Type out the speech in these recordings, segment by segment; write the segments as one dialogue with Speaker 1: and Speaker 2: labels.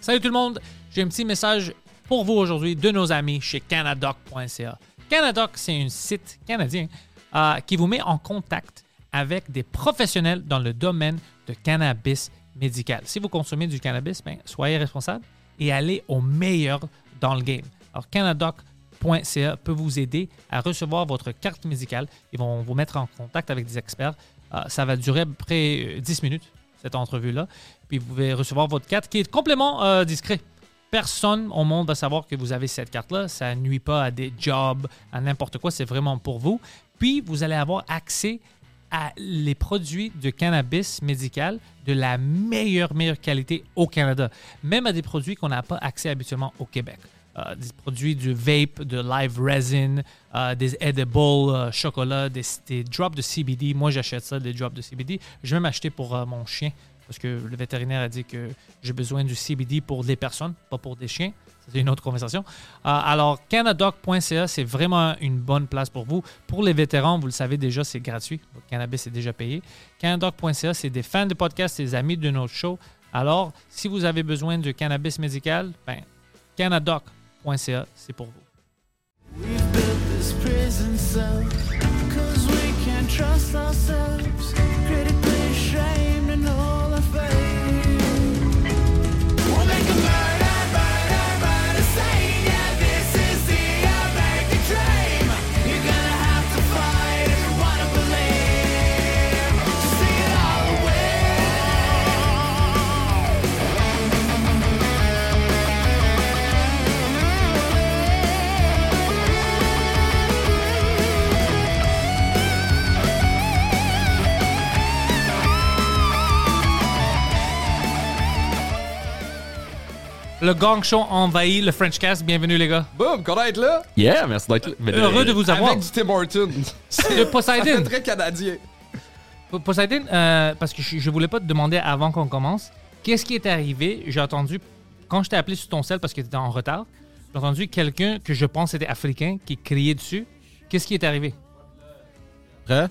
Speaker 1: Salut tout le monde, j'ai un petit message pour vous aujourd'hui de nos amis chez canadoc.ca. Canadoc, c'est un site canadien euh, qui vous met en contact avec des professionnels dans le domaine de cannabis médical. Si vous consommez du cannabis, ben, soyez responsable et allez au meilleur dans le game. Alors, canadoc.ca peut vous aider à recevoir votre carte médicale. Ils vont vous mettre en contact avec des experts. Euh, ça va durer à peu près euh, 10 minutes, cette entrevue-là. Puis vous pouvez recevoir votre carte qui est complètement euh, discret. Personne au monde va savoir que vous avez cette carte-là. Ça nuit pas à des jobs, à n'importe quoi. C'est vraiment pour vous. Puis vous allez avoir accès à les produits de cannabis médical de la meilleure, meilleure qualité au Canada, même à des produits qu'on n'a pas accès habituellement au Québec. Euh, des produits du vape, de live resin, euh, des edibles, euh, chocolat, des, des drops de CBD. Moi, j'achète ça, des drops de CBD. Je vais même acheter pour euh, mon chien parce que le vétérinaire a dit que j'ai besoin du CBD pour des personnes, pas pour des chiens. Ça, C'est une autre conversation. Euh, alors, canadoc.ca, c'est vraiment une bonne place pour vous. Pour les vétérans, vous le savez déjà, c'est gratuit. Votre cannabis est déjà payé. Canadoc.ca, c'est des fans de podcast, des amis de notre show. Alors, si vous avez besoin de cannabis médical, ben, canadoc.ca, c'est pour vous.
Speaker 2: We built this prison cell Cause we can't trust ourselves Critically ashamed in all our faith We'll make a murder, murder, murder scene Yeah, this is the American dream You're gonna have to fight if you wanna believe To see it all away
Speaker 1: Le Gang Show envahit le French Cast. Bienvenue, les gars.
Speaker 3: Boum, content d'être là.
Speaker 4: Yeah, merci d'être là. Mais-
Speaker 1: Heureux de vous avoir.
Speaker 3: Avec du Tim Horton. C'est
Speaker 1: Le Poseidon.
Speaker 3: très canadien.
Speaker 1: Po- Poseidon, euh, parce que je, je voulais pas te demander avant qu'on commence, qu'est-ce qui est arrivé? J'ai entendu, quand je t'ai appelé sur ton cell parce que tu étais en retard, j'ai entendu quelqu'un que je pense était africain qui criait dessus. Qu'est-ce qui est arrivé?
Speaker 5: Après,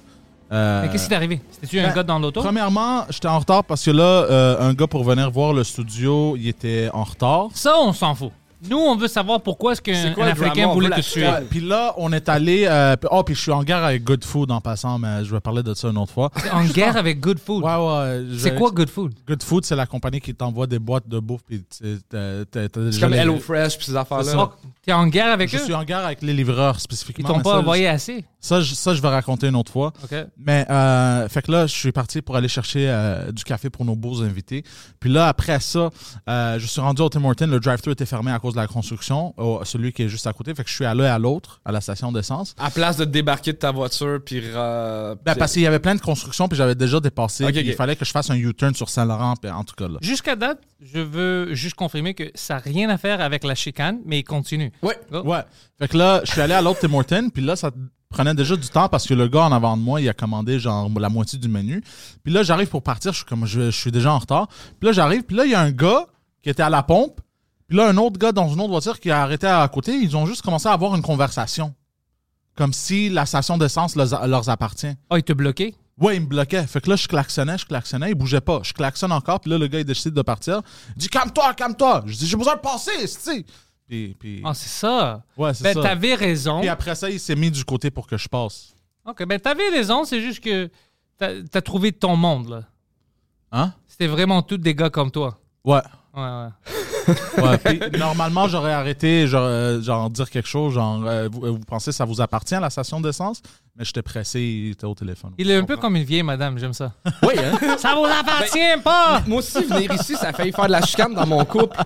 Speaker 5: euh,
Speaker 1: Mais Qu'est-ce qui est arrivé? C'était-tu un
Speaker 5: ben,
Speaker 1: gars dans l'auto?
Speaker 5: Premièrement, j'étais en retard parce que là, euh, un gars pour venir voir le studio, il était en retard.
Speaker 1: Ça, on s'en fout. Nous, on veut savoir pourquoi est-ce qu'un
Speaker 3: C'est quoi
Speaker 1: un
Speaker 3: le
Speaker 1: Africain
Speaker 3: drama? On
Speaker 1: voulait
Speaker 3: veut
Speaker 1: te
Speaker 3: la
Speaker 1: tuer.
Speaker 3: finale.
Speaker 5: Puis là, on est allé. euh, puis- oh, puis je suis en guerre avec Good Food en passant, mais je vais parler de ça une autre fois.
Speaker 1: En guerre avec Good Food.
Speaker 5: Ouais, ouais. je-
Speaker 1: C'est quoi Good Food?
Speaker 5: Good Food, c'est la compagnie qui t'envoie des boîtes de bouffe. Puis c'est
Speaker 3: C'est comme Hello Fresh pis ces affaires-là.
Speaker 1: Oh, T'es en guerre avec
Speaker 5: Je
Speaker 1: eux?
Speaker 5: suis en guerre avec les livreurs
Speaker 1: Ils
Speaker 5: spécifiquement.
Speaker 1: t'ont
Speaker 5: mais
Speaker 1: pas
Speaker 5: ça,
Speaker 1: envoyé assez?
Speaker 5: Ça, je- ça, je vais raconter une autre fois.
Speaker 1: OK.
Speaker 5: Mais, euh, fait que là, je suis parti pour aller chercher euh, du café pour nos beaux invités. Puis là, après ça, euh, je suis rendu au Tim Hortons. Le drive-thru était fermé à cause de la construction, au- celui qui est juste à côté. Fait que je suis allé à l'autre, à la station d'essence.
Speaker 3: À place de débarquer de ta voiture puis. euh,
Speaker 5: Ben, parce qu'il y avait plein de constructions, puis j'avais déjà dépassé.
Speaker 3: Ok,
Speaker 5: puis Il
Speaker 3: ok.
Speaker 5: fallait que je fasse un U-turn sur Saint-Laurent, puis en tout cas là.
Speaker 1: Jusqu'à date, je veux juste confirmer que ça n'a rien à faire avec la chicane, mais il continue.
Speaker 3: Ouais.
Speaker 5: Ouais. Fait que là, je suis allé à l'autre Tim Hortons, puis là, ça prenait déjà du temps parce que le gars en avant de moi, il a commandé genre la moitié du menu. Puis là, j'arrive pour partir, je suis comme je, je suis déjà en retard. Puis là, j'arrive, puis là, il y a un gars qui était à la pompe, puis là, un autre gars dans une autre voiture qui a arrêté à côté, ils ont juste commencé à avoir une conversation. Comme si la station d'essence leur, leur appartient.
Speaker 1: Oh, il te bloqué?
Speaker 5: Ouais, il me bloquait. Fait que là, je klaxonnais, je klaxonnais, il bougeait pas. Je klaxonne encore, puis là, le gars, il décide de partir. Il dit, calme-toi, calme-toi. Je dis, j'ai besoin de passer, tu sais. Puis, puis-
Speaker 1: Ah, c'est ça.
Speaker 5: ouais, c'est
Speaker 1: Ben,
Speaker 5: ça.
Speaker 1: t'avais raison.
Speaker 5: Puis après ça, il s'est mis du côté pour que je passe.
Speaker 1: Ok, ben, t'avais raison, c'est juste que t'as t'as trouvé ton monde, là.
Speaker 5: Hein?
Speaker 1: C'était vraiment tous des gars comme toi.
Speaker 5: Ouais.
Speaker 1: Ouais, ouais.
Speaker 5: ouais. Puis, normalement, j'aurais arrêté, genre, euh, genre, dire quelque chose, genre, euh, vous, euh, vous pensez que ça vous appartient à la station d'essence? Mais j'étais pressé, il était au téléphone.
Speaker 1: Il est un peu comme une vieille madame, j'aime ça. Ben,
Speaker 3: Oui, hein.
Speaker 1: ça vous appartient pas!
Speaker 3: Moi aussi, venir ici, ça a failli faire de la chicane dans mon couple.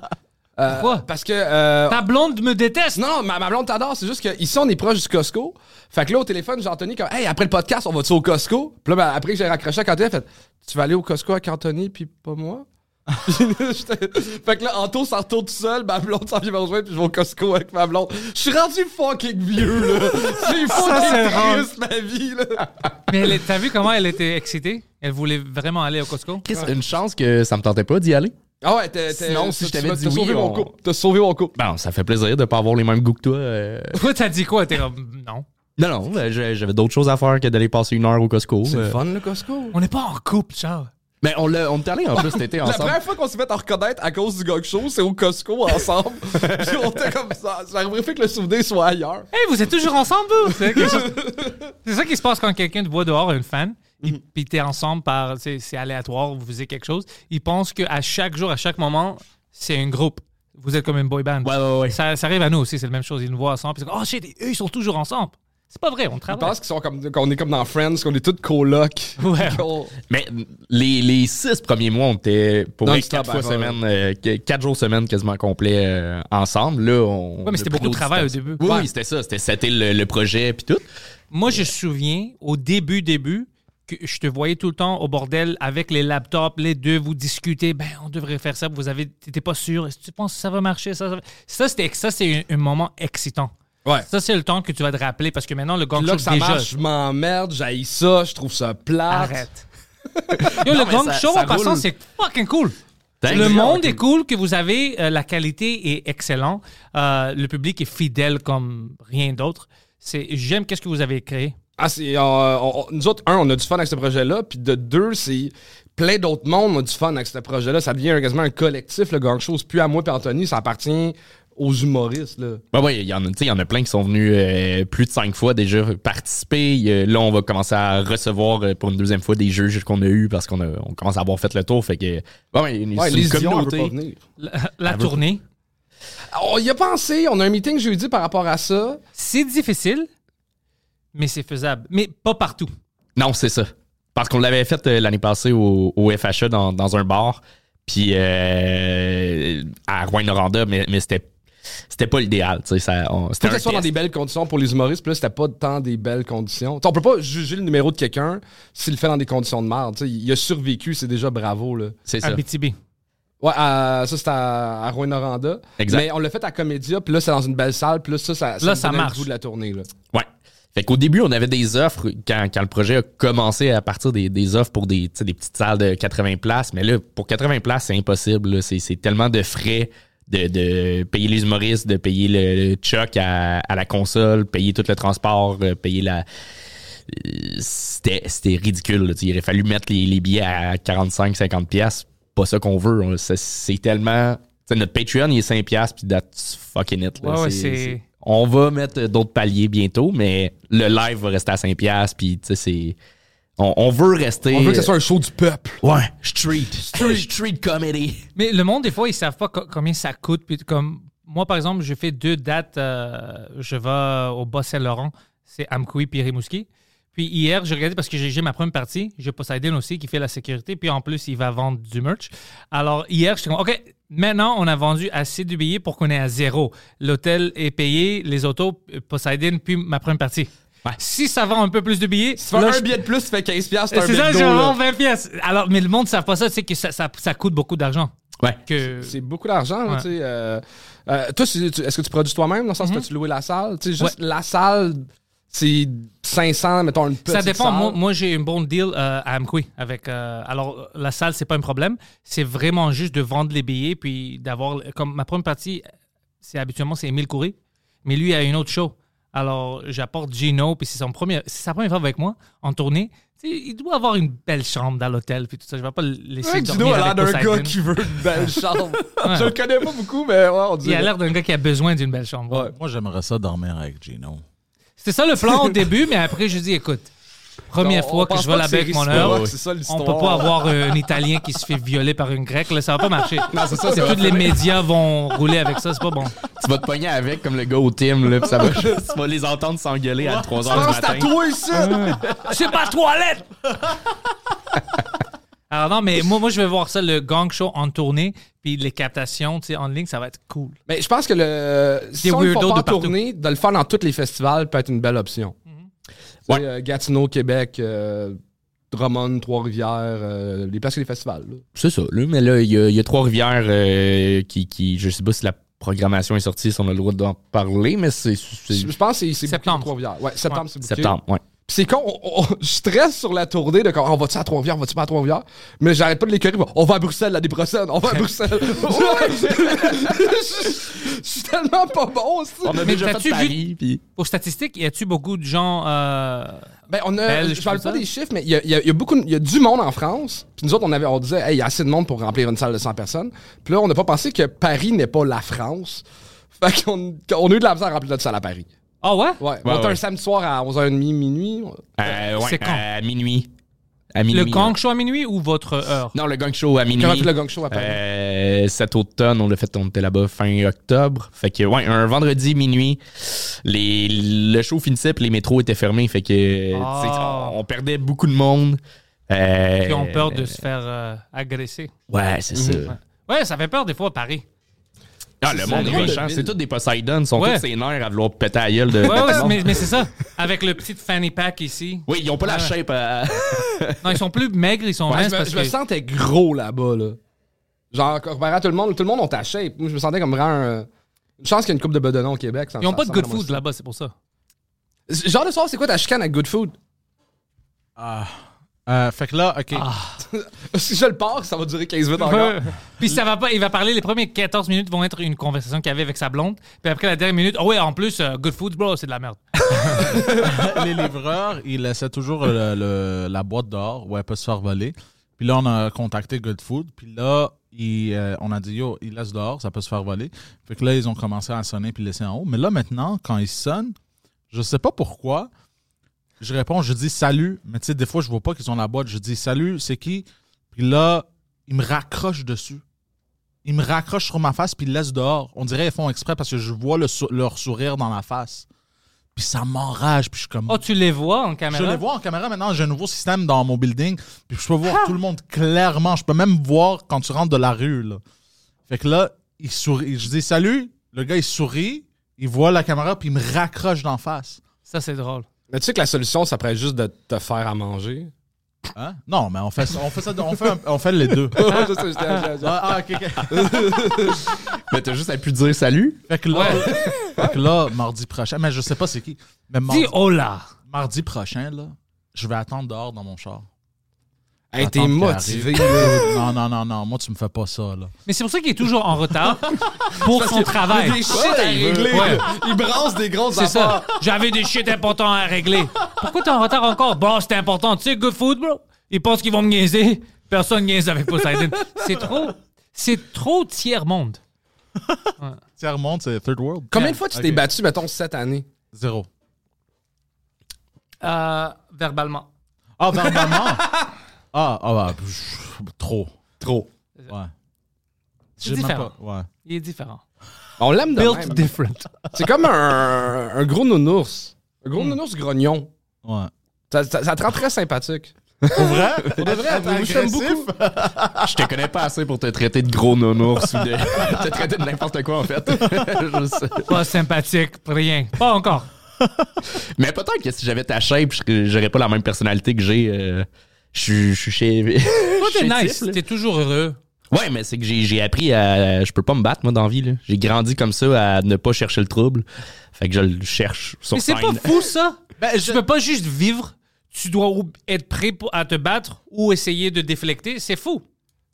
Speaker 3: Euh,
Speaker 1: Pourquoi?
Speaker 3: Parce que. euh,
Speaker 1: Ta blonde me déteste.
Speaker 3: non, non, ma, ma blonde t'adore, c'est juste que ici on est proche du Costco. Fait que là au téléphone, j'ai Anthony comme Hey, après le podcast, on va-tu au Costco? Puis là, ben, après que j'ai raccroché à Anthony, elle fait Tu vas aller au Costco avec Anthony, puis pas moi? J'étais- fait que là, Anto s'en retourne tout seul, ma blonde s'en vient me rejoindre, puis je vais au Costco avec ma blonde. Je suis rendu fucking vieux, là. C'est
Speaker 5: c'est
Speaker 3: fucking
Speaker 5: rare.
Speaker 3: triste, ma vie, là.
Speaker 1: Mais elle est- t'as vu comment elle était excitée? Elle voulait vraiment aller au Costco?
Speaker 4: Chris, une chance que ça me tentait pas d'y aller.
Speaker 3: Ah ouais, t'es, t'es-
Speaker 4: Sinon, si
Speaker 3: t'as-
Speaker 4: je t'avais
Speaker 3: t'as
Speaker 4: dit
Speaker 3: sauvé
Speaker 4: oui,
Speaker 3: mon
Speaker 4: on-
Speaker 3: couple. T'as sauvé mon couple.
Speaker 4: Bon, ça fait plaisir de pas avoir les mêmes goûts que toi. euh.
Speaker 1: Toi, t'as dit quoi? T'es comme, non.
Speaker 4: Non, non, ben, j'ai- j'avais d'autres choses à faire que d'aller passer une heure au Costco.
Speaker 3: C'est
Speaker 4: euh.
Speaker 3: le fun, le Costco.
Speaker 1: On n'est pas en couple, Charles.
Speaker 4: Mais Ben, on l'a- on est allé en plus cet été
Speaker 3: La
Speaker 4: ensemble.
Speaker 3: première fois qu'on s'est fait en reconnaître à cause du gog show, c'est au Costco ensemble. Puis on était comme ça. J'arriverais fait que le souvenir soit ailleurs.
Speaker 1: Hey, vous êtes toujours ensemble, vous! C'est quelque chose- C'est ça qui se passe quand quelqu'un te voit dehors, une fan, et
Speaker 4: Mhm.
Speaker 1: puis t'es ensemble par. C'est c'est aléatoire, vous faisiez quelque chose. Ils pensent qu'à chaque jour, à chaque moment, c'est un groupe. Vous êtes comme une boy band.
Speaker 5: Ah,
Speaker 4: Ouais, ouais, ouais.
Speaker 1: Ça, ça arrive à nous aussi, c'est la même chose. Ils nous voient ensemble, puis ils disent, Oh shit, eux, ils sont toujours ensemble. C'est pas vrai, on
Speaker 3: Je
Speaker 1: travaille.
Speaker 3: pense qu'ils sont comme, qu'on est comme dans Friends, qu'on est tous colocs.
Speaker 1: Ouais.
Speaker 3: Qu'on-
Speaker 4: Mais les, les six premiers mois, on était pour
Speaker 3: Non,
Speaker 4: les
Speaker 3: tu
Speaker 4: quatre
Speaker 3: t'en
Speaker 4: fois
Speaker 3: vas,
Speaker 4: semaine, euh, que- quatre jours semaine quasiment complet euh, ensemble. Là, on.
Speaker 1: Ouais, mais c'était
Speaker 4: on a pris
Speaker 1: beaucoup de
Speaker 4: nos
Speaker 1: travail au
Speaker 4: distances.
Speaker 1: début.
Speaker 4: Oui,
Speaker 1: Ouais.
Speaker 4: oui, c'était ça. C'était c'était le, le projet puis tout.
Speaker 1: Moi, je me souviens, au début, début, que je te voyais tout le temps au bordel avec les laptops, les deux, vous discutez, ben, on devrait faire ça, vous avez, t'étais pas sûr, est-ce que tu penses que ça va marcher? Ça, ça, va- ça c'était, ça, c'est un, un moment excitant.
Speaker 3: Ouais.
Speaker 1: Ça, c'est le temps que tu vas te rappeler parce que maintenant, le gang
Speaker 3: Puis là
Speaker 1: show,
Speaker 3: que ça
Speaker 1: déjà.
Speaker 3: marche, je m'emmerde, j'haïs ça, je trouve ça plat.
Speaker 1: Arrête. Yo, le
Speaker 4: mais
Speaker 1: gang
Speaker 4: ça-
Speaker 1: show,
Speaker 4: ça
Speaker 1: en passant,
Speaker 4: roule.
Speaker 1: c'est fucking cool.
Speaker 4: Thanks.
Speaker 1: Le
Speaker 4: Yeah,
Speaker 1: monde
Speaker 4: ok.
Speaker 1: est cool, que vous avez, euh, la qualité est excellente, Euh, le public est fidèle comme rien d'autre. C'est, j'aime qu'est-ce que vous avez créé.
Speaker 3: Ah, c'est, euh, on- on- nous autres, un, on a du fun avec ce projet-là, puis de deux, c'est plein d'autres mondes ont du fun avec ce projet-là. Ça devient quasiment un collectif, le gang show. C'est plus à moi et Anthony, ça appartient aux humoristes. Là.
Speaker 4: Ben ouais, il y en a, tu sais, il y en a plein qui sont venus euh, plus de cinq fois déjà participer. Il y a- Là, on va commencer à recevoir euh, pour une deuxième fois des juges qu'on a eu parce qu'on a, on commence à avoir fait le tour. Fait que, ouais, ouais, une-
Speaker 3: Ouais,
Speaker 4: c'est une
Speaker 3: les Ions, on peut pas
Speaker 4: communauté.
Speaker 3: venir.
Speaker 1: La, la tournée.
Speaker 3: On y a pensé, on a un meeting jeudi par rapport à ça.
Speaker 1: C'est difficile, mais c'est faisable. Mais pas partout.
Speaker 4: Non, c'est ça. Parce qu'on l'avait fait euh, l'année passée au, au FHA dans, dans un bar, puis euh, à Rouen-Noranda, mais, mais c'était c'était pas l'idéal. tu sais, ça- on- C'était
Speaker 3: Faut que
Speaker 4: un
Speaker 3: ça soit dans
Speaker 4: test.
Speaker 3: des belles conditions pour les humoristes, puis là, c'était pas tant des belles conditions. T'sais, on peut pas juger le numéro de quelqu'un s'il le fait dans des conditions de merde. T'sais, il a survécu, c'est déjà bravo. Là.
Speaker 4: C'est ça.
Speaker 1: Abitibi.
Speaker 3: Ouais, à- ça, c'était à, à Rouen-Noranda.
Speaker 4: Exact.
Speaker 3: Mais on l'a fait à Comédia, puis là, c'est dans une belle salle, puis là, ça, ça,
Speaker 1: Là,
Speaker 3: me
Speaker 1: ça
Speaker 3: donnait le
Speaker 1: marche.
Speaker 3: goût de la tournée. Là.
Speaker 4: Ouais. Fait qu'au début, on avait des offres quand, quand le projet a commencé à partir des, des offres pour des, tu sais, des petites salles de 80 places. Mais là, pour 80 places, c'est impossible. là. C'est c'est tellement de frais de, de payer les humoristes, de payer le, le choc à, à la console, payer tout le transport, euh, payer la. euh, C'était c'était ridicule. là. Tu sais, Il aurait fallu mettre les, les billets à 45-50$. piastres. Pas ça qu'on veut. On- c'est- C'est tellement. tu sais, notre Patreon, il est 5$, piastres, puis that's fucking it. là.
Speaker 1: Ouais, ouais,
Speaker 4: C'est-
Speaker 1: c'est-
Speaker 4: c'est- on va mettre d'autres paliers bientôt, mais le live va rester à 5 piastres, puis tu sais, c'est... On, on veut rester...
Speaker 3: On veut que ce soit un show du peuple.
Speaker 4: Ouais, street. Street, comedy.
Speaker 1: Mais le monde, des fois, ils savent pas co- combien ça coûte. Puis comme moi, par exemple, je fais deux dates. euh, je vais au Bas-Saint-Laurent. C'est Amkoui puis Rimouski. Puis hier, j'ai regardé parce que j'ai j'ai ma première partie. J'ai Poseidon aussi qui fait la sécurité. Puis en plus, il va vendre du merch. Alors hier, j'étais comme, OK, maintenant, on a vendu assez de billets pour qu'on est à zéro. L'hôtel est payé, les autos, euh, Poseidon, puis ma première partie. Si ça vend un peu plus de billets,
Speaker 3: Si tu fais
Speaker 1: là,
Speaker 3: un
Speaker 1: je-
Speaker 3: billet de plus, tu fais 15$, piastres, c'est un
Speaker 1: c'est ça,
Speaker 3: McDo,
Speaker 1: je
Speaker 3: là.
Speaker 1: vends 20 pièces. Alors, mais le monde ne savent pas ça, tu sais que ça, ça, ça coûte beaucoup d'argent.
Speaker 4: Ouais.
Speaker 1: Que...
Speaker 3: C'est beaucoup d'argent, là,
Speaker 1: Ouais. Mm-hmm.
Speaker 3: tu sais. euh, euh, toi, c'est- tu- est-ce que tu produis toi-même, dans le sens que tu loué la salle? Tu sais, juste la salle, c'est 500, mettons, une petite
Speaker 1: Ça dépend.
Speaker 3: salle.
Speaker 1: Moi, moi, j'ai une bonne deal euh, à Amqui. Avec, euh, alors, la salle, c'est pas un problème. C'est vraiment juste de vendre les billets puis d'avoir. Comme ma première partie, c'est habituellement c'est Emile Coury, mais lui a une autre show. Alors, j'apporte Gino, puis c'est son premier, c'est sa première fois avec moi en tournée. Tu sais, il doit avoir une belle chambre dans l'hôtel, puis tout ça. Je vais pas le laisser
Speaker 3: Ouais,
Speaker 1: dormir
Speaker 3: Dino a l'air
Speaker 1: avec
Speaker 3: d'un
Speaker 1: Poseidon.
Speaker 3: gars qui veut une belle chambre. Je le connais pas beaucoup, mais ouais, on
Speaker 1: Il a
Speaker 3: dirait.
Speaker 1: l'air d'un gars qui a besoin d'une belle chambre.
Speaker 3: Ouais.
Speaker 5: Moi, j'aimerais ça dormir avec Gino.
Speaker 1: C'était ça le plan au début, mais après, je dis, écoute, première
Speaker 3: On- on
Speaker 1: fois que
Speaker 3: pense
Speaker 1: je vais
Speaker 3: pas
Speaker 1: la
Speaker 3: c'est
Speaker 1: avec mon
Speaker 3: réciproque,
Speaker 1: heure,
Speaker 3: C'est ça
Speaker 1: on
Speaker 3: l'histoire.
Speaker 1: peut pas avoir euh, un Italien qui se fait violer par une Grecque. Là, ça va pas marcher.
Speaker 4: c'est ça,
Speaker 1: Tous les médias vont rouler avec ça, c'est pas bon.
Speaker 4: Tu vas te pogner avec comme le gars au team, là, pis ça va juste- tu vas les entendre s'engueuler à 3h du
Speaker 3: Ah, c'est à
Speaker 4: matin.
Speaker 3: toi, ici!
Speaker 1: C'est pas toilette! Alors non, mais moi, moi, je vais voir ça, le gang show en tournée, puis les captations, tu sais, en ligne, ça va être cool.
Speaker 3: Mais je pense que le. Si on le fait
Speaker 1: weirdos
Speaker 3: pas
Speaker 1: de
Speaker 3: en
Speaker 1: partout. Mm-hmm.
Speaker 3: tournée, de le faire dans tous les festivals peut être une belle option. Tu sais, euh, Gatineau, Québec, euh, Drummond, Trois-Rivières, euh, les places et les festivals. là.
Speaker 4: C'est ça. Là, mais là, il y a, il y a Trois-Rivières euh, qui, qui. Je sais pas si la programmation est sortie, si on a le droit d'en parler, mais c'est. c'est-
Speaker 3: Je je pense que c'est- c'est booké
Speaker 1: Septembre.
Speaker 3: pour Trois-Rivières. Ouais, septembre, c'est booké.
Speaker 4: Septembre, ouais.
Speaker 3: Puis c'est con, on- on- je stresse sur la tournée de quand on va-tu à Trois-Rivières, on va-tu pas à Trois-Rivières? Mais j'arrête pas de l'écœurer. On va à Bruxelles l'année prochaine, on va à Bruxelles. je je suis tellement pas bon, aussi.
Speaker 4: On a
Speaker 1: Mais
Speaker 4: déjà
Speaker 1: t'as-tu
Speaker 4: fait
Speaker 1: vu-
Speaker 4: Paris, puis.
Speaker 1: Pour statistiques, y a-tu beaucoup de gens... euh,
Speaker 3: Ben, on a,
Speaker 1: Belge,
Speaker 3: je parle
Speaker 1: tout ça.
Speaker 3: pas des chiffres, mais il y a, il y a- il y a beaucoup, de- il y a du monde en France. Puis nous autres, on avait, on disait, hey, il y a assez de monde pour remplir une salle de 100 personnes. Puis là, on n'a pas pensé que Paris n'est pas la France. Fait qu'on on a eu de la misère à remplir notre salle à Paris.
Speaker 1: Ah ouais?
Speaker 3: Ouais. on était
Speaker 4: ouais.
Speaker 3: un samedi soir à 11h30, minuit.
Speaker 4: Euh, ouais,
Speaker 1: C'est quand?
Speaker 4: À minuit. À
Speaker 1: Le
Speaker 4: minuit,
Speaker 1: gang
Speaker 4: là.
Speaker 1: show à minuit ou votre heure?
Speaker 4: Non, le gang show à minuit.
Speaker 3: Quand on a fait le gang show à Paris.
Speaker 4: Euh, cet automne, on l'a fait, on était là-bas fin octobre. Fait que, ouais, un vendredi minuit, les, le show finissait puis les métros étaient fermés. Fait que,
Speaker 1: Ah.
Speaker 4: tu sais, on, on perdait beaucoup de monde. Euh,
Speaker 1: Qui ont peur de se faire euh, agresser. Mhm.
Speaker 4: Ouais, c'est
Speaker 1: Ouais.
Speaker 4: ça.
Speaker 1: Ouais, ça fait peur des fois à Paris.
Speaker 4: Ah, le monde est
Speaker 3: drôle de
Speaker 4: méchant.
Speaker 3: ville.
Speaker 4: C'est tous des Poseidon. Ils sont
Speaker 1: Ouais.
Speaker 4: tous ses nerfs à vouloir péter à gueule de.
Speaker 1: Ouais, ouais,
Speaker 4: de monde.
Speaker 1: mais, mais c'est ça. Avec le petit fanny pack ici.
Speaker 4: Oui, ils ont pas la
Speaker 1: Ouais.
Speaker 4: shape à.
Speaker 1: Non, ils sont plus maigres, ils sont
Speaker 3: Ouais,
Speaker 1: minces
Speaker 3: je me,
Speaker 1: parce
Speaker 3: je me
Speaker 1: que...
Speaker 3: sentais gros là-bas, là. Genre, comparé à tout le monde, tout le monde on ta shape. Moi, je me sentais comme vraiment un- Une chance qu'il y a une coupe de bedonnons au Québec. ça-
Speaker 1: Ils ont
Speaker 3: ça
Speaker 1: pas de good
Speaker 3: ressemble à moi,
Speaker 1: food
Speaker 3: ça.
Speaker 1: là-bas, c'est pour ça.
Speaker 3: Genre, le soir, c'est quoi ta chicane à good food?
Speaker 5: Ah. Euh, fait que là, OK.
Speaker 3: si je le pars, ça va durer 15 minutes encore.
Speaker 1: Ouais. Puis ça va pas, il va parler, les premières 14 minutes vont être une conversation qu'il avait avec sa blonde. Puis après la dernière minute, oh ouais, en plus, euh, Good Foods, bro, c'est de la merde.
Speaker 5: les livreurs, ils laissaient toujours le- le- la boîte dehors où elle peut se faire voler. Puis là, on a contacté Good Food. Puis là, ils, euh, on a dit, yo, ils laissent dehors, ça peut se faire voler. Fait que là, ils ont commencé à sonner puis laisser en haut. Mais là, maintenant, quand ils sonnent, je sais pas pourquoi, je réponds, je dis salut. Mais tu sais, des fois, je vois pas qu'ils ont la boîte. Je dis salut, c'est qui? Puis là, ils me raccrochent dessus. Ils me raccrochent sur ma face puis ils laissent dehors. On dirait qu'ils font exprès parce que je vois le sou- leur sourire dans la face. Puis ça m'enrage. Puis je suis comme...
Speaker 1: Oh, tu les vois en caméra?
Speaker 5: Je les vois en caméra maintenant, j'ai un nouveau système dans mon building, puis je peux voir
Speaker 1: Ah!
Speaker 5: tout le monde clairement. Je peux même voir quand tu rentres de la rue. Là. Fait que là, il sourit. Je dis salut, le gars il sourit, il voit la caméra, puis il me raccroche d'en face.
Speaker 1: Ça, c'est drôle.
Speaker 3: Mais tu sais que la solution, ça pourrait être juste de te faire à manger.
Speaker 5: Hein? Non, mais on fait, ça- on fait, ça, on fait, un- on fait les deux.
Speaker 3: Je sais, j'étais- j'étais- j'étais-
Speaker 5: Ah, ah, ok, ok.
Speaker 4: mais t'as juste à pu dire salut.
Speaker 5: Fait que là,
Speaker 1: Ouais.
Speaker 5: fait que là, mardi prochain, mais je sais pas c'est qui, mais mardi,
Speaker 1: Dis oh hola!
Speaker 5: mardi prochain, là, je vais attendre dehors dans mon char.
Speaker 3: Hey, t'es
Speaker 5: Attendre qu'il
Speaker 3: motivé.
Speaker 5: arrive.
Speaker 3: là.
Speaker 5: Non, non, non, non, moi tu me fais pas ça, là.
Speaker 1: Mais c'est pour ça qu'il est toujours en retard pour son travail.
Speaker 3: Des shit à régler.
Speaker 1: Ouais.
Speaker 3: là. Il brasse des grosses
Speaker 1: C'est
Speaker 3: affaires.
Speaker 1: ça. J'avais des shit importants à régler. Pourquoi t'es en retard encore? Bon, c'est important. Tu sais, good food, bro. Ils pensent qu'ils vont me niaiser. Personne niaise avec Poseidon. C'est trop. C'est trop tiers-monde.
Speaker 5: Tiers monde, c'est Third World.
Speaker 3: Combien de fois tu t'es
Speaker 5: Ok.
Speaker 3: battu, mettons, cette année?
Speaker 5: Zéro.
Speaker 1: Euh, verbalement.
Speaker 5: Ah,
Speaker 1: ben,
Speaker 5: verbalement. ah, ah, bah, pff, trop.
Speaker 3: Trop.
Speaker 5: Ouais.
Speaker 1: C'est
Speaker 5: J'ai même
Speaker 1: différent.
Speaker 5: pas- ouais.
Speaker 1: Il est différent.
Speaker 3: On l'aime de
Speaker 1: Built
Speaker 3: même.
Speaker 1: different.
Speaker 3: C'est comme un, un gros nounours. Un
Speaker 1: Hmm.
Speaker 3: gros nounours grognon.
Speaker 5: Ouais.
Speaker 3: Ça, ça- ça te rend très sympathique.
Speaker 5: Pour vrai? Pour
Speaker 3: vrai, t'es agressif.
Speaker 4: Je te connais pas assez pour te traiter de gros nounours ou de. te traiter de n'importe quoi, en fait. Je sais.
Speaker 1: Pas sympathique, rien. Pas encore.
Speaker 4: Mais peut-être que si j'avais ta shape, je serais- j'aurais pas la même personnalité que j'ai. euh, je suis- je suis chez.
Speaker 1: Toi, t'es
Speaker 4: chez
Speaker 1: nice.
Speaker 4: Tiff, là.
Speaker 1: T'es toujours heureux.
Speaker 4: Ouais, mais c'est que j'ai j'ai appris à. Je peux pas me battre, moi, dans la vie. là. J'ai grandi comme ça à ne pas chercher le trouble. Fait que je le cherche sur
Speaker 1: Mais c'est pas
Speaker 4: scène.
Speaker 1: fou, ça.
Speaker 5: Ben,
Speaker 1: Tu
Speaker 5: je-
Speaker 1: peux pas juste vivre. Tu dois ou- être prêt pour- à te battre ou essayer de déflecter. C'est fou.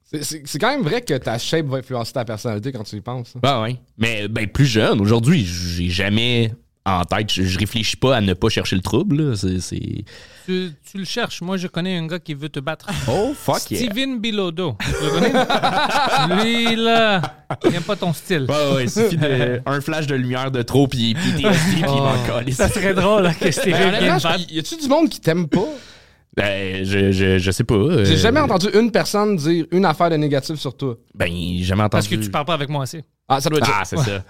Speaker 3: C'est- C'est c'est quand même vrai que ta shape va influencer ta personnalité quand tu y penses. hein.
Speaker 4: Ouais, ouais. Mais ben, plus jeune, aujourd'hui, j'ai jamais en tête. Je, je réfléchis pas à ne pas chercher le trouble. là. C'est- C'est.
Speaker 1: Tu, tu le cherches. Moi, je connais un gars qui veut te battre.
Speaker 4: Oh, fuck yeah.
Speaker 1: Steven Bilodeau. Tu le connais? Lui, là, il aime pas ton style.
Speaker 4: Ouais, ouais, il suffit d'un flash de lumière de trop, puis puis t'es assis, puis il m'en colle.
Speaker 1: Ça serait drôle là, que Steven
Speaker 3: Mais Ben, honnêtement,
Speaker 1: vienne
Speaker 3: je-
Speaker 1: battre.
Speaker 3: y a-tu du monde qui t'aime pas?
Speaker 4: Ben, je, je, je sais pas. euh,
Speaker 3: J'ai jamais entendu une personne dire une affaire de négative sur toi.
Speaker 4: Ben, j'ai jamais
Speaker 1: Parce
Speaker 4: entendu.
Speaker 1: que tu parles pas avec moi assez.
Speaker 3: Ah, ça doit être
Speaker 4: Ah, c'est ça.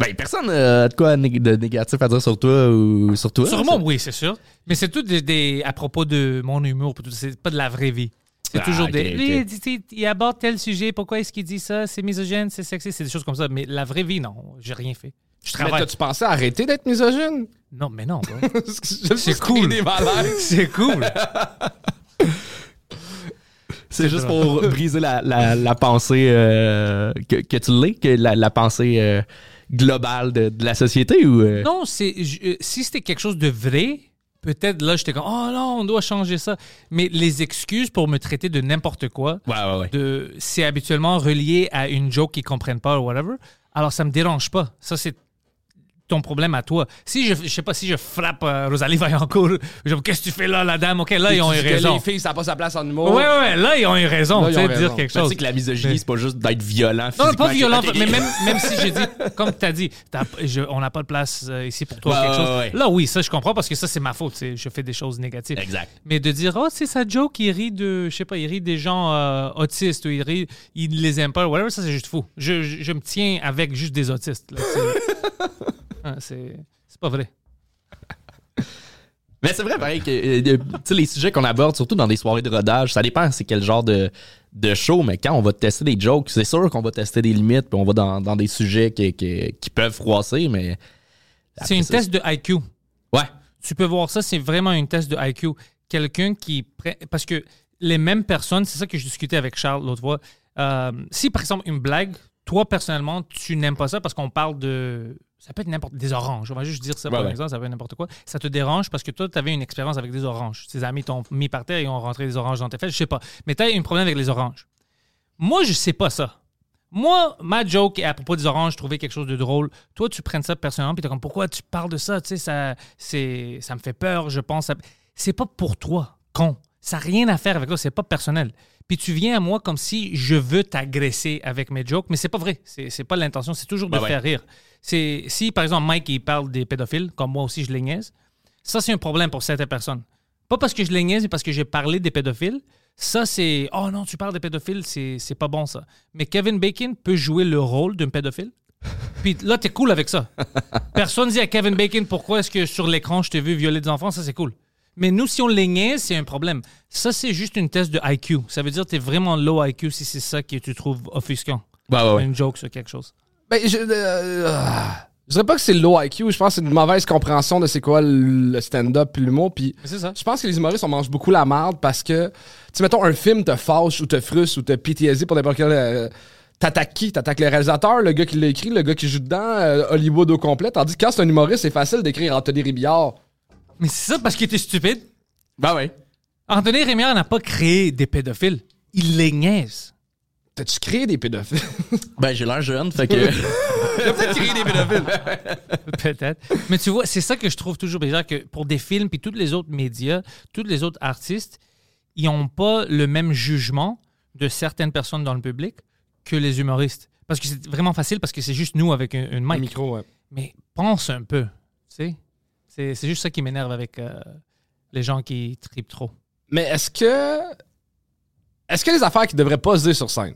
Speaker 4: Ben, personne euh, a de quoi nég- de négatif à dire sur toi ou sur toi.
Speaker 1: Sûrement,
Speaker 4: ça.
Speaker 1: oui, c'est sûr. Mais c'est tout des, des- à propos de mon humour. puis tout, C'est pas de la vraie vie. C'est
Speaker 4: Ah,
Speaker 1: toujours
Speaker 4: ok,
Speaker 1: des.
Speaker 4: ok.
Speaker 1: Lui, il dit, tu sais, il aborde tel sujet, pourquoi est-ce qu'il dit ça? C'est misogyne, c'est sexy, c'est des choses comme ça. Mais la vraie vie, non, j'ai rien fait. Je
Speaker 3: Mais
Speaker 1: travaille.
Speaker 3: t'as-tu pensé à arrêter d'être misogyne?
Speaker 1: non, mais non, bro.
Speaker 3: C'est
Speaker 1: cool.
Speaker 3: des
Speaker 4: Ah, bah,
Speaker 3: valeurs.
Speaker 1: c'est cool.
Speaker 4: C'est juste pour briser la, la- la pensée euh, que, que tu l'es, que la, la pensée euh, globale de, de la société ou. euh,
Speaker 1: Non, c'est je- euh, si c'était quelque chose de vrai, peut-être là j'étais comme oh non, on doit changer ça. Mais les excuses pour me traiter de n'importe quoi,
Speaker 4: Ouais, ouais, ouais.
Speaker 1: de c'est habituellement relié à une joke qu'ils comprennent pas ou whatever. Alors ça me dérange pas. Ça c'est ton problème à toi. Si je, je sais pas si je frappe euh, Rosalie Vaillancourt, je dis, qu'est-ce que tu fais là la dame OK, là ils ont eu
Speaker 3: Tu dis que
Speaker 1: raison.
Speaker 3: Les filles, ça n'a pas sa place en
Speaker 1: Ouais
Speaker 3: humour.
Speaker 1: ouais, là ils ont eu raison,
Speaker 3: Là,
Speaker 1: tu
Speaker 3: ils
Speaker 1: sais
Speaker 3: ont
Speaker 1: de dire
Speaker 3: raison. Ben,
Speaker 1: quelque
Speaker 4: Mais Tu
Speaker 1: chose.
Speaker 4: sais que la misogynie, c'est pas juste d'être violent.
Speaker 1: Non,
Speaker 4: physiquement,
Speaker 1: pas violent,
Speaker 4: ok,
Speaker 1: mais
Speaker 4: ok.
Speaker 1: même, même si j'ai dit, comme tu as dit, t'as- je- on n'a pas de place euh, ici pour toi ou
Speaker 4: Ouais,
Speaker 1: quelque
Speaker 4: ouais,
Speaker 1: chose.
Speaker 4: ouais.
Speaker 1: Là, oui, ça, je comprends parce que ça, c'est ma faute. tu sais, Je fais des choses négatives.
Speaker 4: Exact.
Speaker 1: Mais de dire, oh, c'est ça, Joe qui rit de, je sais pas, il rit des gens euh, autistes ou il rit, il ne les aime pas, whatever, ça, c'est juste fou. Je, je, je me tiens avec juste des autistes. là, c'est- Hein, c'est c'est pas vrai.
Speaker 4: Mais c'est vrai, pareil, que euh, de- tu sais, les sujets qu'on aborde, surtout dans des soirées de rodage, ça dépend c'est quel genre de, de show, mais quand on va tester des jokes, c'est sûr qu'on va tester des limites, puis on va dans, dans des sujets qui, qui, qui peuvent froisser, mais.
Speaker 1: C'est une
Speaker 4: ça,
Speaker 1: test de IQ.
Speaker 4: Ouais.
Speaker 1: tu peux voir ça, c'est vraiment une test de IQ. Quelqu'un qui. pre- Parce que les mêmes personnes, c'est ça que je discutais avec Charles l'autre fois. Euh, si par exemple une blague, toi personnellement, tu n'aimes pas ça parce qu'on parle de. Ça peut être n'importe des oranges. On va juste dire ça
Speaker 4: Ouais,
Speaker 1: par
Speaker 4: ouais.
Speaker 1: exemple, ça peut être n'importe quoi. Ça te dérange parce que toi, tu avais une expérience avec des oranges. Tes amis t'ont mis par terre et ont rentré des oranges dans tes fesses, je sais pas. Mais tu as un problème avec les oranges. Moi, je sais pas ça. Moi, ma joke est à propos des oranges, je trouvais quelque chose de drôle. Toi, tu prends ça personnellement, puis t'es comme, pourquoi tu parles de ça? Tu sais, ça, c'est, ça me fait peur, je pense. à- C'est pas pour toi, con. Ça n'a rien à faire avec toi, c'est pas personnel. Puis tu viens à moi comme si je veux t'agresser avec mes jokes, mais c'est pas vrai. C'est, c'est pas l'intention, c'est toujours de
Speaker 4: Ben ouais.
Speaker 1: faire rire. C'est, si, par exemple, Mike, il parle des pédophiles, comme moi aussi, je les niaise, ça, c'est un problème pour certaines personnes. Pas parce que je les niaise, mais parce que j'ai parlé des pédophiles. Ça, c'est. Oh non, tu parles des pédophiles, c'est c'est pas bon ça. Mais Kevin Bacon peut jouer le rôle d'un pédophile. Puis là, t'es cool avec ça. Personne dit à Kevin Bacon pourquoi est-ce que sur l'écran, je t'ai vu violer des enfants. Ça, c'est cool. Mais nous, si on les niaise, c'est un problème. Ça, c'est juste une test de IQ. Ça veut dire que t'es vraiment low IQ si c'est ça que tu trouves offusquant.
Speaker 4: Bah, Ouais, ouais, ouais.
Speaker 1: Une joke sur quelque chose.
Speaker 3: Ben, je. euh, ah. je dirais pas que c'est le low IQ, je pense que c'est une mauvaise compréhension de c'est quoi le stand-up puis l'humour. Puis
Speaker 1: Mais c'est ça.
Speaker 3: Je pense que les humoristes, on mange beaucoup la marde parce que, tu sais, mettons, un film te fâche ou te frustre ou te PTSD pour n'importe quel. euh, T'attaques qui T'attaques le réalisateur, le gars qui l'a écrit, le gars qui joue dedans, euh, Hollywood au complet. Tandis que quand c'est un humoriste, c'est facile d'écrire Anthony Ribillard.
Speaker 1: Mais c'est ça parce qu'il était stupide.
Speaker 3: Bah,
Speaker 4: Ben ouais.
Speaker 1: Anthony Rémière n'a pas créé des pédophiles. Il les niaise.
Speaker 3: T'as-tu créé des pédophiles
Speaker 4: Ben, j'ai l'air jeune, fait que.
Speaker 1: Peut-être. Mais tu vois, c'est ça que je trouve toujours bizarre que pour des films puis tous les autres médias, tous les autres artistes, ils n'ont pas le même jugement de certaines personnes dans le public que les humoristes. Parce que c'est vraiment facile parce que c'est juste nous avec un- une
Speaker 3: Un
Speaker 1: mic.
Speaker 3: micro, ouais.
Speaker 1: Mais pense un peu, tu sais. C'est c'est juste ça qui m'énerve avec euh, les gens qui tripent trop.
Speaker 3: Mais est-ce que. Est-ce que les affaires qui devraient pas se dire sur scène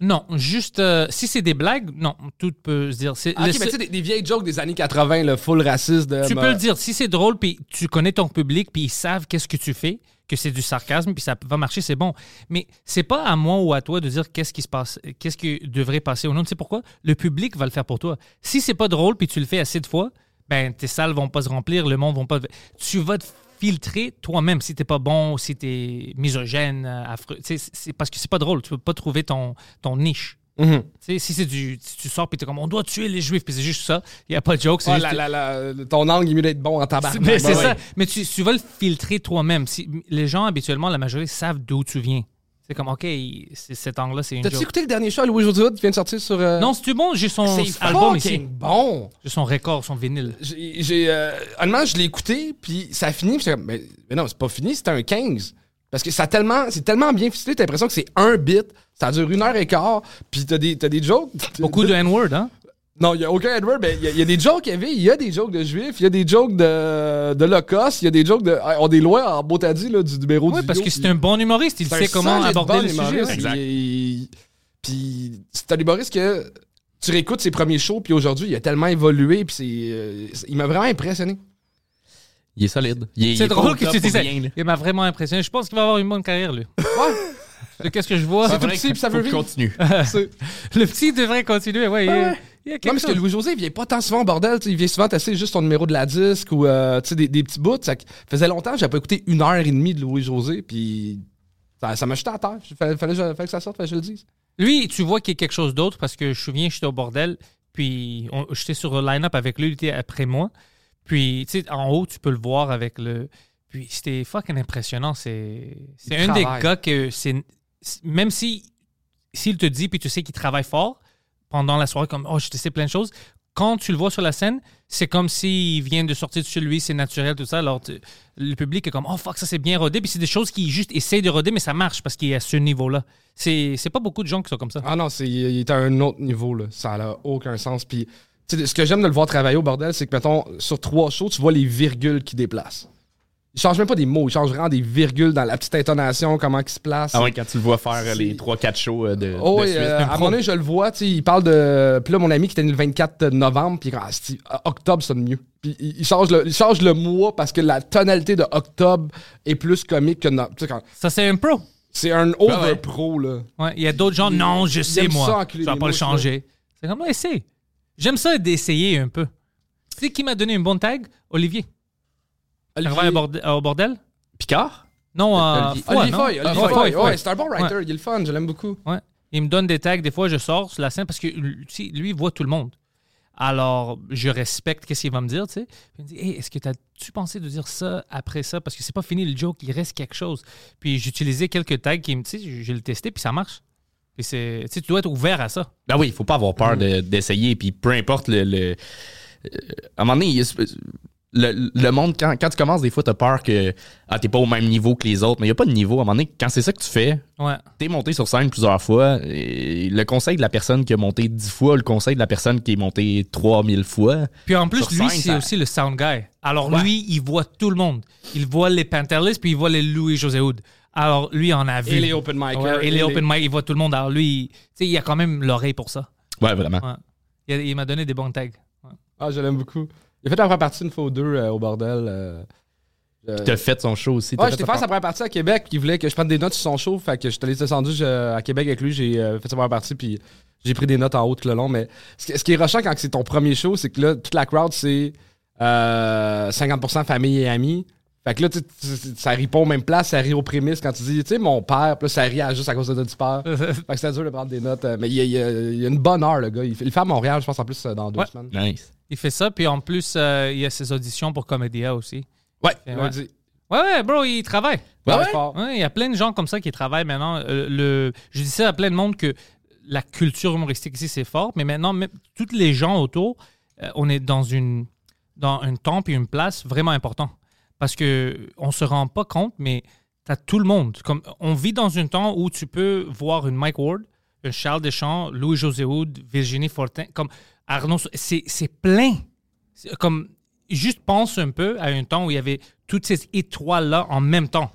Speaker 1: Non, juste euh, si c'est des blagues, non, tout peut se dire. C'est
Speaker 3: Ah,
Speaker 1: le
Speaker 3: Ok, mais
Speaker 1: seul-
Speaker 3: tu sais, des, des vieilles jokes des années 80, le full raciste de.
Speaker 1: Tu
Speaker 3: ben,
Speaker 1: peux le dire. Si c'est drôle, puis tu connais ton public, puis ils savent qu'est-ce que tu fais, que c'est du sarcasme, puis ça va marcher, c'est bon. Mais c'est pas à moi ou à toi de dire qu'est-ce qui se passe, qu'est-ce qui devrait passer ou non. Tu sais pourquoi? Le public va le faire pour toi. Si c'est pas drôle, puis tu le fais assez de fois, ben tes salles vont pas se remplir, le monde va pas... Tu vas te filtrer toi-même si t'es pas bon, si t'es misogène, euh, affreux. Tu sais, c'est- c'est parce que c'est pas drôle. Tu peux pas trouver ton, ton niche.
Speaker 3: Mhm.
Speaker 1: Tu sais, si c'est du si tu sors puis t'es comme on doit tuer les juifs puis c'est juste ça il y a pas de joke c'est
Speaker 3: Oh,
Speaker 1: juste-
Speaker 3: la, la, la- ton angle est mieux d'être bon en tabac.
Speaker 1: Bah, mais c'est ça. Mais tu, tu vas le filtrer toi-même. Si, les gens, habituellement, la majorité savent d'où tu viens. C'est comme, OK, c'est- cet angle-là, c'est une
Speaker 3: T'as-tu
Speaker 1: joke.
Speaker 3: écouté le dernier show à Louis Jourdain qui vient de sortir sur. euh,
Speaker 1: Non, c'est bon, j'ai son
Speaker 3: c'est
Speaker 1: album
Speaker 3: fucking
Speaker 1: ici.
Speaker 3: bon.
Speaker 1: J'ai son record, son vinyle.
Speaker 3: J'ai, j'ai, euh, honnêtement, je l'ai écouté, puis ça a fini, puis j'étais comme, mais, mais non, c'est pas fini, c'était un 15. Parce que ça a tellement, c'est tellement bien ficelé, t'as l'impression que c'est un bit, ça dure une heure et quart, puis t'as des, t'as des jokes.
Speaker 1: Beaucoup de N-word, hein?
Speaker 3: Non, il y a aucun Edward, mais il y, a- il y a des jokes qu'il y avait, il y a des jokes de juifs, il y a des jokes de, de l'Holocauste, il y a des jokes de. On des lois en Botadie, là, du numéro
Speaker 1: Oui,
Speaker 3: du
Speaker 1: parce
Speaker 3: duo,
Speaker 1: que
Speaker 3: puis-
Speaker 1: c'est un bon humoriste. Il
Speaker 3: c'est
Speaker 1: sait
Speaker 3: un
Speaker 1: comment
Speaker 3: solide
Speaker 1: aborder
Speaker 3: bon
Speaker 1: le sujet.
Speaker 3: humoriste,
Speaker 1: ouais.
Speaker 4: Exact.
Speaker 3: hein? il- Puis c'est un humoriste que tu réécoutes ses premiers shows, puis aujourd'hui, il a tellement évolué, puis c'est, euh, il m'a vraiment impressionné.
Speaker 4: Il est solide. Il est- il
Speaker 1: C'est
Speaker 4: est pas
Speaker 1: drôle
Speaker 4: au
Speaker 1: que
Speaker 4: top
Speaker 1: tu dis
Speaker 4: pour
Speaker 1: ça.
Speaker 4: rien, là.
Speaker 1: Il m'a vraiment impressionné. Je pense qu'il va avoir une bonne carrière, lui.
Speaker 3: Ouais,
Speaker 1: De Qu'est-ce que je vois?
Speaker 3: c'est tout
Speaker 4: Faudrait
Speaker 3: petit,
Speaker 4: que- Ah
Speaker 3: puis ça
Speaker 4: faut
Speaker 3: veut
Speaker 4: qu'il
Speaker 3: vivre.
Speaker 4: continue.
Speaker 1: Ah,
Speaker 3: C'est-
Speaker 1: Le petit devrait continuer. Ouais, il, y a-
Speaker 3: ouais.
Speaker 1: il y a quelque
Speaker 3: Non, mais parce que
Speaker 1: chose.
Speaker 3: Louis-José, il vient pas tant souvent au bordel. tu sais, Il vient souvent tasser juste son numéro de la disque ou euh, tu sais, des, des petits bouts. Ça faisait longtemps que j'avais pas écouté une heure et demie de Louis-José, puis ça, ça m'a jeté à terre. Fallait, fallait, fallait que ça sorte, fallait que je le dise.
Speaker 1: Lui, tu vois qu'il y a quelque chose d'autre parce que je me souviens, j'étais au bordel, puis on- j'étais sur le line-up avec lui, il était après moi. Puis, tu sais, en haut, tu peux le voir avec le. Puis, c'était fucking impressionnant. C'est c'est
Speaker 3: Il
Speaker 1: un des
Speaker 3: travaille.
Speaker 1: gars que c'est. c'est- Même si s'il te dit, puis tu sais qu'il travaille fort pendant la soirée, comme Oh, je te sais plein de choses. Quand tu le vois sur la scène, c'est comme s'il vient de sortir de chez lui, c'est naturel, tout ça. Alors, tu- le public est comme Oh fuck, ça c'est bien rodé. Puis c'est des choses qu'il juste essaye de roder, mais ça marche parce qu'il est à ce niveau-là. C'est c'est pas beaucoup de gens qui sont comme ça.
Speaker 3: Ah non, c'est, il est à un autre niveau, là. Ça n'a aucun sens. Puis, tu sais, ce que j'aime de le voir travailler au bordel, c'est que, mettons, sur trois shows, tu vois les virgules qu'il déplace. Il change même pas des mots, il change vraiment des virgules dans la petite intonation, comment il se place.
Speaker 4: Ah ouais, quand tu le vois faire euh, les
Speaker 3: C'est-
Speaker 4: 3-4 shows euh, de,
Speaker 3: Oh,
Speaker 4: de
Speaker 3: oui,
Speaker 4: suite.
Speaker 3: euh, à mon avis, je le vois, tu sais, il parle de. Puis là, mon ami qui était né le 24 novembre, puis il est comme, Ah, c'est- euh, octobre sonne mieux. Puis il, il change le, il change le mois parce que la tonalité de octobre est plus comique que. no- tu sais, quand-
Speaker 1: Ça c'est un pro.
Speaker 3: C'est un
Speaker 4: Ah
Speaker 3: over pro, là.
Speaker 1: Ouais, il y a d'autres gens, non, je sais,
Speaker 3: aime ça,
Speaker 1: moi. Je
Speaker 3: enculer
Speaker 1: vais
Speaker 3: les
Speaker 1: pas le
Speaker 3: mots,
Speaker 1: changer. C'est comme, ouais, essaye. J'aime ça d'essayer un peu. Tu sais qui m'a donné une bonne tag? Olivier. Il travaille au bordel. au bordel?
Speaker 4: Picard?
Speaker 1: Non, euh,
Speaker 4: Olivier-
Speaker 1: Foy,
Speaker 3: Olivier
Speaker 1: non?
Speaker 3: Ah, Foy, Olivier
Speaker 1: Foy,
Speaker 3: Foy,
Speaker 1: Foy.
Speaker 3: ouais, c'est un bon writer, il est le fun, je l'aime beaucoup.
Speaker 1: Ouais. Il me donne des tags, des fois, je sors sur la scène parce que tu sais, lui, il voit tout le monde. Alors, je respecte qu'est-ce qu'il va me dire, tu sais. Puis Il me dit, Hey, est-ce que t'as-tu pensé de dire ça après ça? Parce que c'est pas fini le joke, il reste quelque chose. Puis j'utilisais quelques tags qui me, tu sais, je le testé, puis ça marche. Puis c'est, tu sais, tu dois être ouvert à ça.
Speaker 4: Ben oui, il faut pas avoir peur de- d'essayer. Puis peu importe le. le- euh, à un moment donné, il y a- le, le monde, quand, quand tu commences, des fois, t'as peur que ah, t'es pas au même niveau que les autres. Mais il n'y a pas de niveau. À un moment donné, quand c'est ça que tu fais,
Speaker 1: Ouais.
Speaker 4: t'es monté sur scène plusieurs fois. et le conseil de la personne qui a monté 10 fois, le conseil de la personne qui est montée 3000 fois.
Speaker 1: Puis en plus,
Speaker 4: Sur
Speaker 1: lui,
Speaker 4: scène,
Speaker 1: c'est
Speaker 4: ça-
Speaker 1: aussi le sound guy. Alors lui, il voit tout le monde. Il voit les Pantelis, puis il voit les Louis-José Hood. Alors lui, en a vu.
Speaker 3: Et les open micers,
Speaker 1: Ouais, et
Speaker 3: et
Speaker 1: les
Speaker 3: les-
Speaker 1: open mic, il voit tout le monde. Alors lui, il- tu sais, il a quand même l'oreille pour ça.
Speaker 4: Ouais, vraiment.
Speaker 1: Ouais. Il, a- il m'a donné des bons tags. Ouais.
Speaker 3: Ah, je l'aime beaucoup. Il a fait la première partie une fois ou deux euh, au bordel. euh, euh,
Speaker 4: T'as fait son show aussi. t'as
Speaker 3: Ouais,
Speaker 4: fait
Speaker 3: j'étais
Speaker 4: ta
Speaker 3: faire sa première partie à Québec, puis il voulait que je prenne des notes sur son show, fait que je suis allé descendu je- à Québec avec lui, j'ai euh, fait sa première partie, puis j'ai pris des notes en haut tout le long, mais ce, qui- ce qui est rushant quand c'est ton premier show, c'est que là, toute la crowd, c'est euh, 50% famille et amis, fait que là, tu- tu- ça rit pas aux mêmes places, ça rit aux prémices, quand tu dis, tu sais, mon père, puis là, ça rit à- juste à cause de notre père, fait que c'était dur de prendre des notes, euh, mais il y a, il y a- il y a une bonne heure, le gars, il, fait- il fait à Montréal, je pense, en plus, euh, dans deux
Speaker 1: Ouais.
Speaker 3: semaines.
Speaker 4: Nice.
Speaker 1: Il fait ça, puis en plus, euh, il y a ses auditions pour Comédia aussi.
Speaker 3: Ouais,
Speaker 1: Ouais.
Speaker 3: lundi.
Speaker 1: Ouais, ouais, bro, il travaille.
Speaker 3: Bah Ouais,
Speaker 4: Ah ouais?
Speaker 3: fort.
Speaker 1: Ouais, il y a plein de gens comme ça qui travaillent maintenant. Euh, le, je dis ça à plein de monde que la culture humoristique ici, c'est fort, mais maintenant, même, toutes les gens autour, euh, on est dans, une, dans un temps et une place vraiment important. Parce que on se rend pas compte, mais tu as tout le monde. Comme, on vit dans un temps où tu peux voir une Mike Ward, un Charles Deschamps, Louis-José Hood, Virginie Fortin, comme Arnaud. Sou- C'est c'est plein. C'est Comme, juste pense un peu à un temps où il y avait toutes ces étoiles-là en même temps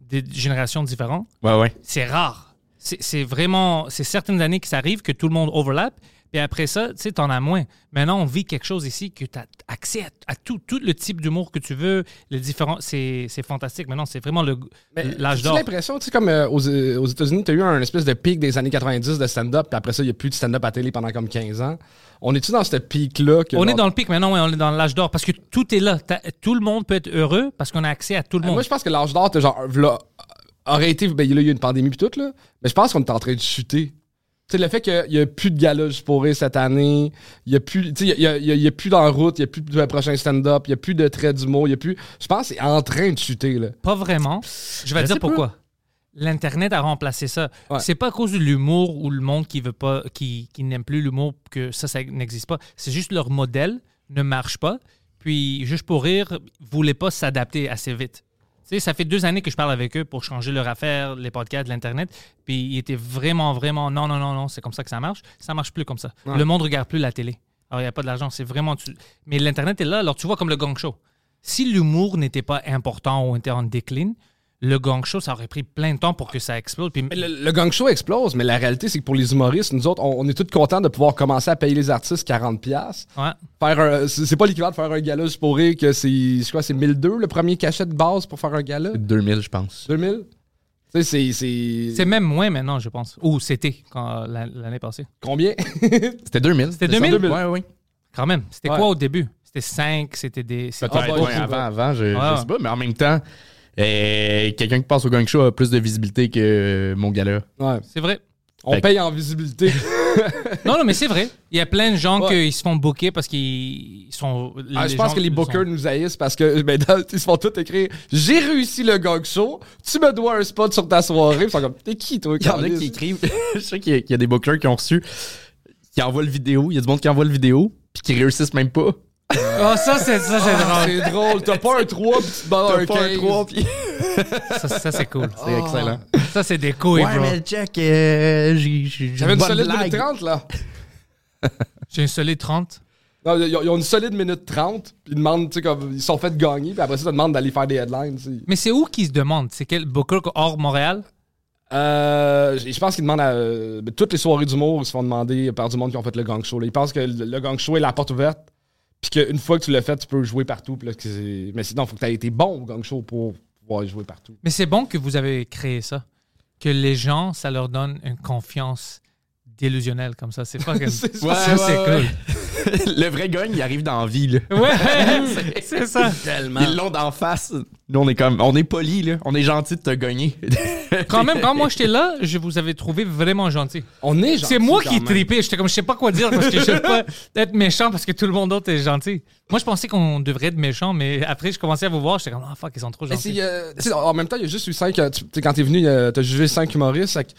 Speaker 1: des générations différentes,
Speaker 4: Ouais, ouais.
Speaker 1: c'est rare. C'est c'est vraiment, c'est certaines années que ça arrive que tout le monde overlap, puis après ça, tu sais, t'en as moins. Maintenant, on vit quelque chose ici que tu as accès à, à tout, tout le type d'humour que tu veux, les différents, c'est c'est fantastique. Maintenant, c'est vraiment le- l'âge
Speaker 3: J'ai
Speaker 1: d'or.
Speaker 3: Euh, l'impression, tu sais, comme euh, aux, euh, aux États-Unis, tu as eu un espèce de pic des années 90 de stand-up, puis après ça, il n'y a plus de stand-up à télé pendant comme 15 ans. On est-tu dans ce pic-là? que
Speaker 1: On est
Speaker 3: genre-
Speaker 1: dans le pic maintenant, ouais, on est dans l'âge d'or parce que tout est là. T'as- Tout le monde peut être heureux parce qu'on a accès à tout le
Speaker 3: Euh,
Speaker 1: monde.
Speaker 3: Moi, je pense que l'âge d'or, t'as genre, v'là, aurait été. Ben, là, il y a eu une pandémie, puis tout, là. Mais je pense qu'on est en train de chuter. Tu sais, le fait qu'il n'y a plus de gala juste pour rire cette année, il n'y a plus, tu sais, il y a, il y a- il y a plus d'en route, il n'y a plus de prochain stand-up, il n'y a plus de trait d'humour, il y a plus. Je pense que c'est en train de chuter, là.
Speaker 1: Pas vraiment. Je vais
Speaker 4: Je
Speaker 1: dire
Speaker 4: sais pas.
Speaker 1: pourquoi. L'Internet a remplacé ça.
Speaker 3: Ouais.
Speaker 1: C'est pas à cause de l'humour ou le monde qui veut pas, qui, qui n'aime plus l'humour que ça, ça n'existe pas. C'est juste leur modèle ne marche pas. Puis, juste pour rire, voulait pas s'adapter assez vite. Tu sais, ça fait deux années que je parle avec eux pour changer leur affaire, les podcasts, l'Internet. Puis, ils étaient vraiment, vraiment, non, non, non, non, c'est comme ça que ça marche. Ça marche plus comme ça.
Speaker 3: Ouais.
Speaker 1: Le monde regarde plus la télé. Alors, il n'y a pas de l'argent. C'est vraiment. tu- Mais l'Internet est là. Alors, tu vois, comme le gang show. Si l'humour n'était pas important ou était en déclin, Le gang show, ça aurait pris plein de temps pour que ça explose. Puis
Speaker 3: Mais Le, le gang show explose, mais la réalité, c'est que pour les humoristes, nous autres, on, on est tous contents de pouvoir commencer à payer les artistes 40$.
Speaker 1: Ouais.
Speaker 3: Faire un- c'est c'est pas l'équivalent de faire un gala juste pour rire que c'est, je crois, c'est 1002 le premier cachet de base pour faire un gala.
Speaker 4: 2000, je pense.
Speaker 3: 2000? Tu sais, c'est, c'est-
Speaker 1: C'est même moins maintenant, je pense. Ou c'était quand, euh, la- l'année passée.
Speaker 3: Combien?
Speaker 4: C'était 2000.
Speaker 1: C'était
Speaker 4: C'est ça,
Speaker 1: 2000?
Speaker 4: Ouais, ouais.
Speaker 1: Quand même. C'était
Speaker 3: Ouais.
Speaker 1: quoi au début? C'était 5, c'était des... c'est-
Speaker 4: Peut-être,
Speaker 3: Ah, bah,
Speaker 4: ouais,
Speaker 3: ouais.
Speaker 4: avant, avant, je,
Speaker 1: Ah.
Speaker 4: je sais pas, mais en même temps, euh, quelqu'un qui passe au gang show a plus de visibilité que euh, mon gars-là.
Speaker 3: Ouais.
Speaker 1: C'est vrai.
Speaker 3: On
Speaker 4: Fait que-
Speaker 3: paye en visibilité.
Speaker 1: Non, non, mais c'est vrai. Il y a plein de gens
Speaker 3: Ouais.
Speaker 1: qui se font booker parce qu'ils ils sont...
Speaker 3: Ah, je pense
Speaker 1: gens
Speaker 3: que les bookers
Speaker 1: sont-
Speaker 3: nous haïssent parce que ben, dans- ils se font tout écrire J'ai réussi le gang show, tu me dois un spot sur ta soirée. Ils sont comme T'es qui toi?
Speaker 4: Il y en a
Speaker 3: Carlis?
Speaker 4: qui écrivent. je sais qu'il y, a- qu'il y a des bookers qui ont reçu, qui envoient le vidéo. Il y a du monde qui envoie le vidéo, puis qui réussissent même pas.
Speaker 1: Ah, ça, c'est ça, c'est drôle.
Speaker 3: C'est drôle, t'as pas un 3 pis tu te bats un
Speaker 4: T'as pas un Ah.
Speaker 3: 15.
Speaker 4: trois, puis-
Speaker 1: Ça, ça, c'est cool.
Speaker 4: C'est
Speaker 3: Oh.
Speaker 4: excellent.
Speaker 1: Ça, c'est des couilles, bro.
Speaker 4: check, euh, j'ai j'ai- j'ai
Speaker 3: J'avais une
Speaker 4: bonne
Speaker 3: solide
Speaker 4: blague.
Speaker 3: minute 30 là.
Speaker 1: J'ai un solide 30.
Speaker 3: Non, ils, ont, ils ont une solide minute 30, puis ils demandent, tu sais, comme, ils sont fait gagner, puis après ça, ils te demandent d'aller faire des headlines. tu sais.
Speaker 1: Mais c'est où qu'ils se demandent? C'est quel booker hors Montréal?
Speaker 3: Euh, je je pense qu'ils demandent à. euh, ben, toutes les soirées d'humour, ils se font demander par du monde qui ont fait le gang show. là. Ils pensent que le, le gang show est la porte ouverte, puis qu'une fois que tu l'as fait, tu peux jouer partout. puis là, que c'est- mais sinon, il faut que tu aies été bon au gang show pour pouvoir jouer partout.
Speaker 1: Mais c'est bon que vous avez créé ça. Que les gens, ça leur donne une confiance délusionnelle comme ça. C'est pas comme...
Speaker 3: C'est ça.
Speaker 1: ça,
Speaker 4: Ouais,
Speaker 1: c'est
Speaker 4: ouais,
Speaker 1: cool.
Speaker 4: le vrai gang, il arrive dans la vie, là.
Speaker 1: Ouais, c'est ça.
Speaker 4: Ils l'ont d'en face. Nous, on est comme, on est poli, là. On est gentil de te gagner.
Speaker 1: Quand même, quand moi j'étais là, je vous avais trouvé vraiment gentil.
Speaker 3: On est gentil,
Speaker 1: C'est moi
Speaker 3: quand
Speaker 1: qui
Speaker 3: même.
Speaker 1: tripais. J'étais comme, je sais pas quoi dire parce que je veux pas être méchant parce que tout le monde d'autre est gentil. Moi, je pensais qu'on devrait être méchant, mais après, je commençais à vous voir. J'étais comme, ah fuck, ils sont trop
Speaker 3: Mais c'est,
Speaker 1: gentils.
Speaker 3: euh, tu sais, en même temps, il y a juste eu 5. Quand t'es venu, euh, t'as jugé 5 humoristes. fait que,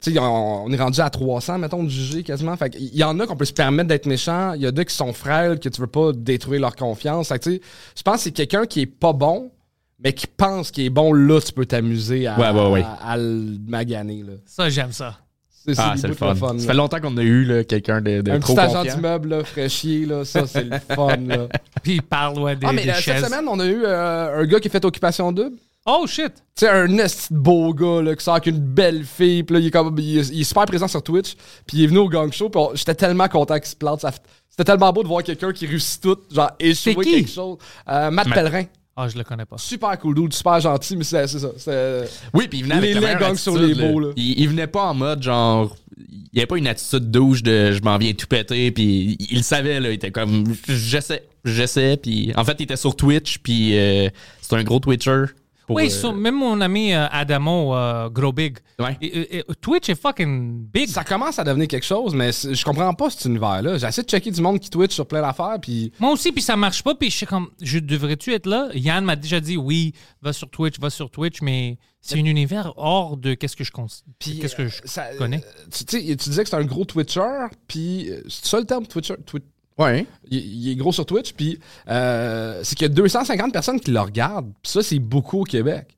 Speaker 3: tu sais, on, on est rendu à 300, mettons, de juger quasiment. Fait que il y en a qu'on peut se permettre d'être méchant. Il y en a qui sont frêles, que tu veux pas détruire leur confiance. Fait que, tu sais, je pense que c'est quelqu'un qui est pas bon, mais qui pense qu'il est bon. Là, tu peux t'amuser à,
Speaker 4: Ouais, ouais, ouais.
Speaker 3: à- à le maganer. là.
Speaker 1: Ça, j'aime ça.
Speaker 3: C'est
Speaker 4: Ah,
Speaker 3: des
Speaker 4: c'est le
Speaker 3: bouts de
Speaker 4: fun. Ça fait
Speaker 3: là.
Speaker 4: longtemps qu'on a eu là, quelqu'un de, de
Speaker 3: Un
Speaker 4: trop
Speaker 3: petit agent
Speaker 4: confiant.
Speaker 3: d'immeuble, là, fraîchier, là, ça, c'est le fun. Là.
Speaker 1: Puis ils parlent ouais, des,
Speaker 3: Ah, mais
Speaker 1: des
Speaker 3: euh, cette
Speaker 1: chaises.
Speaker 3: semaine, on a eu euh, un gars qui a fait Occupation Double.
Speaker 1: Oh shit!
Speaker 3: Tu sais, un esti de beau gars là, qui sort avec une belle fille. Puis là, il est, comme, il, est, il est super présent sur Twitch. Puis il est venu au gang show. Puis on- j'étais tellement content qu'il se plante. Ça fait- C'était tellement beau de voir quelqu'un qui réussit tout, genre
Speaker 1: C'est
Speaker 3: échouer
Speaker 1: qui?
Speaker 3: quelque chose. Euh, Matt Pellerin.
Speaker 1: Ah, je le connais pas.
Speaker 3: Super cool dude, super gentil, mais c'est c'est ça. c'est-
Speaker 4: Oui, puis il venait avec
Speaker 3: Les
Speaker 4: la
Speaker 3: laits
Speaker 4: meilleure
Speaker 3: gagnent sur
Speaker 4: attitude,
Speaker 3: les beaux, là.
Speaker 4: Il, il venait pas en mode genre. Il n'y avait pas une attitude douche de je m'en viens tout péter, puis il, il le savait, là. Il était comme j'essaie, j'essaie, puis en fait, il était sur Twitch, puis euh, c'est un gros Twitcher. pour,
Speaker 1: Oui,
Speaker 4: euh,
Speaker 1: sur- même mon ami euh, Adamo, euh, Gros Big.
Speaker 4: Ouais.
Speaker 1: Et- et- et Twitch est fucking big.
Speaker 3: Ça commence à devenir quelque chose, mais c'est- je comprends pas cet univers-là. J'essaie de checker du monde qui Twitch sur plein d'affaires. Puis
Speaker 1: Moi aussi, puis ça marche pas, puis je suis comme, je devrais-tu être là? Yann m'a déjà dit, oui, va sur Twitch, va sur Twitch, mais c'est un univers hors de qu'est-ce que je cons-
Speaker 3: Puis, euh,
Speaker 1: qu'est-ce que je
Speaker 3: ça-
Speaker 1: connais.
Speaker 3: tu, tu sais, tu disais que c'est un gros Twitcher. Puis euh, c'est ça le terme, Twitcher? Twi-
Speaker 4: Ouais.
Speaker 3: Il, il est gros sur Twitch, puis euh, c'est qu'il y a 250 personnes qui le regardent. Puis ça, c'est beaucoup au Québec.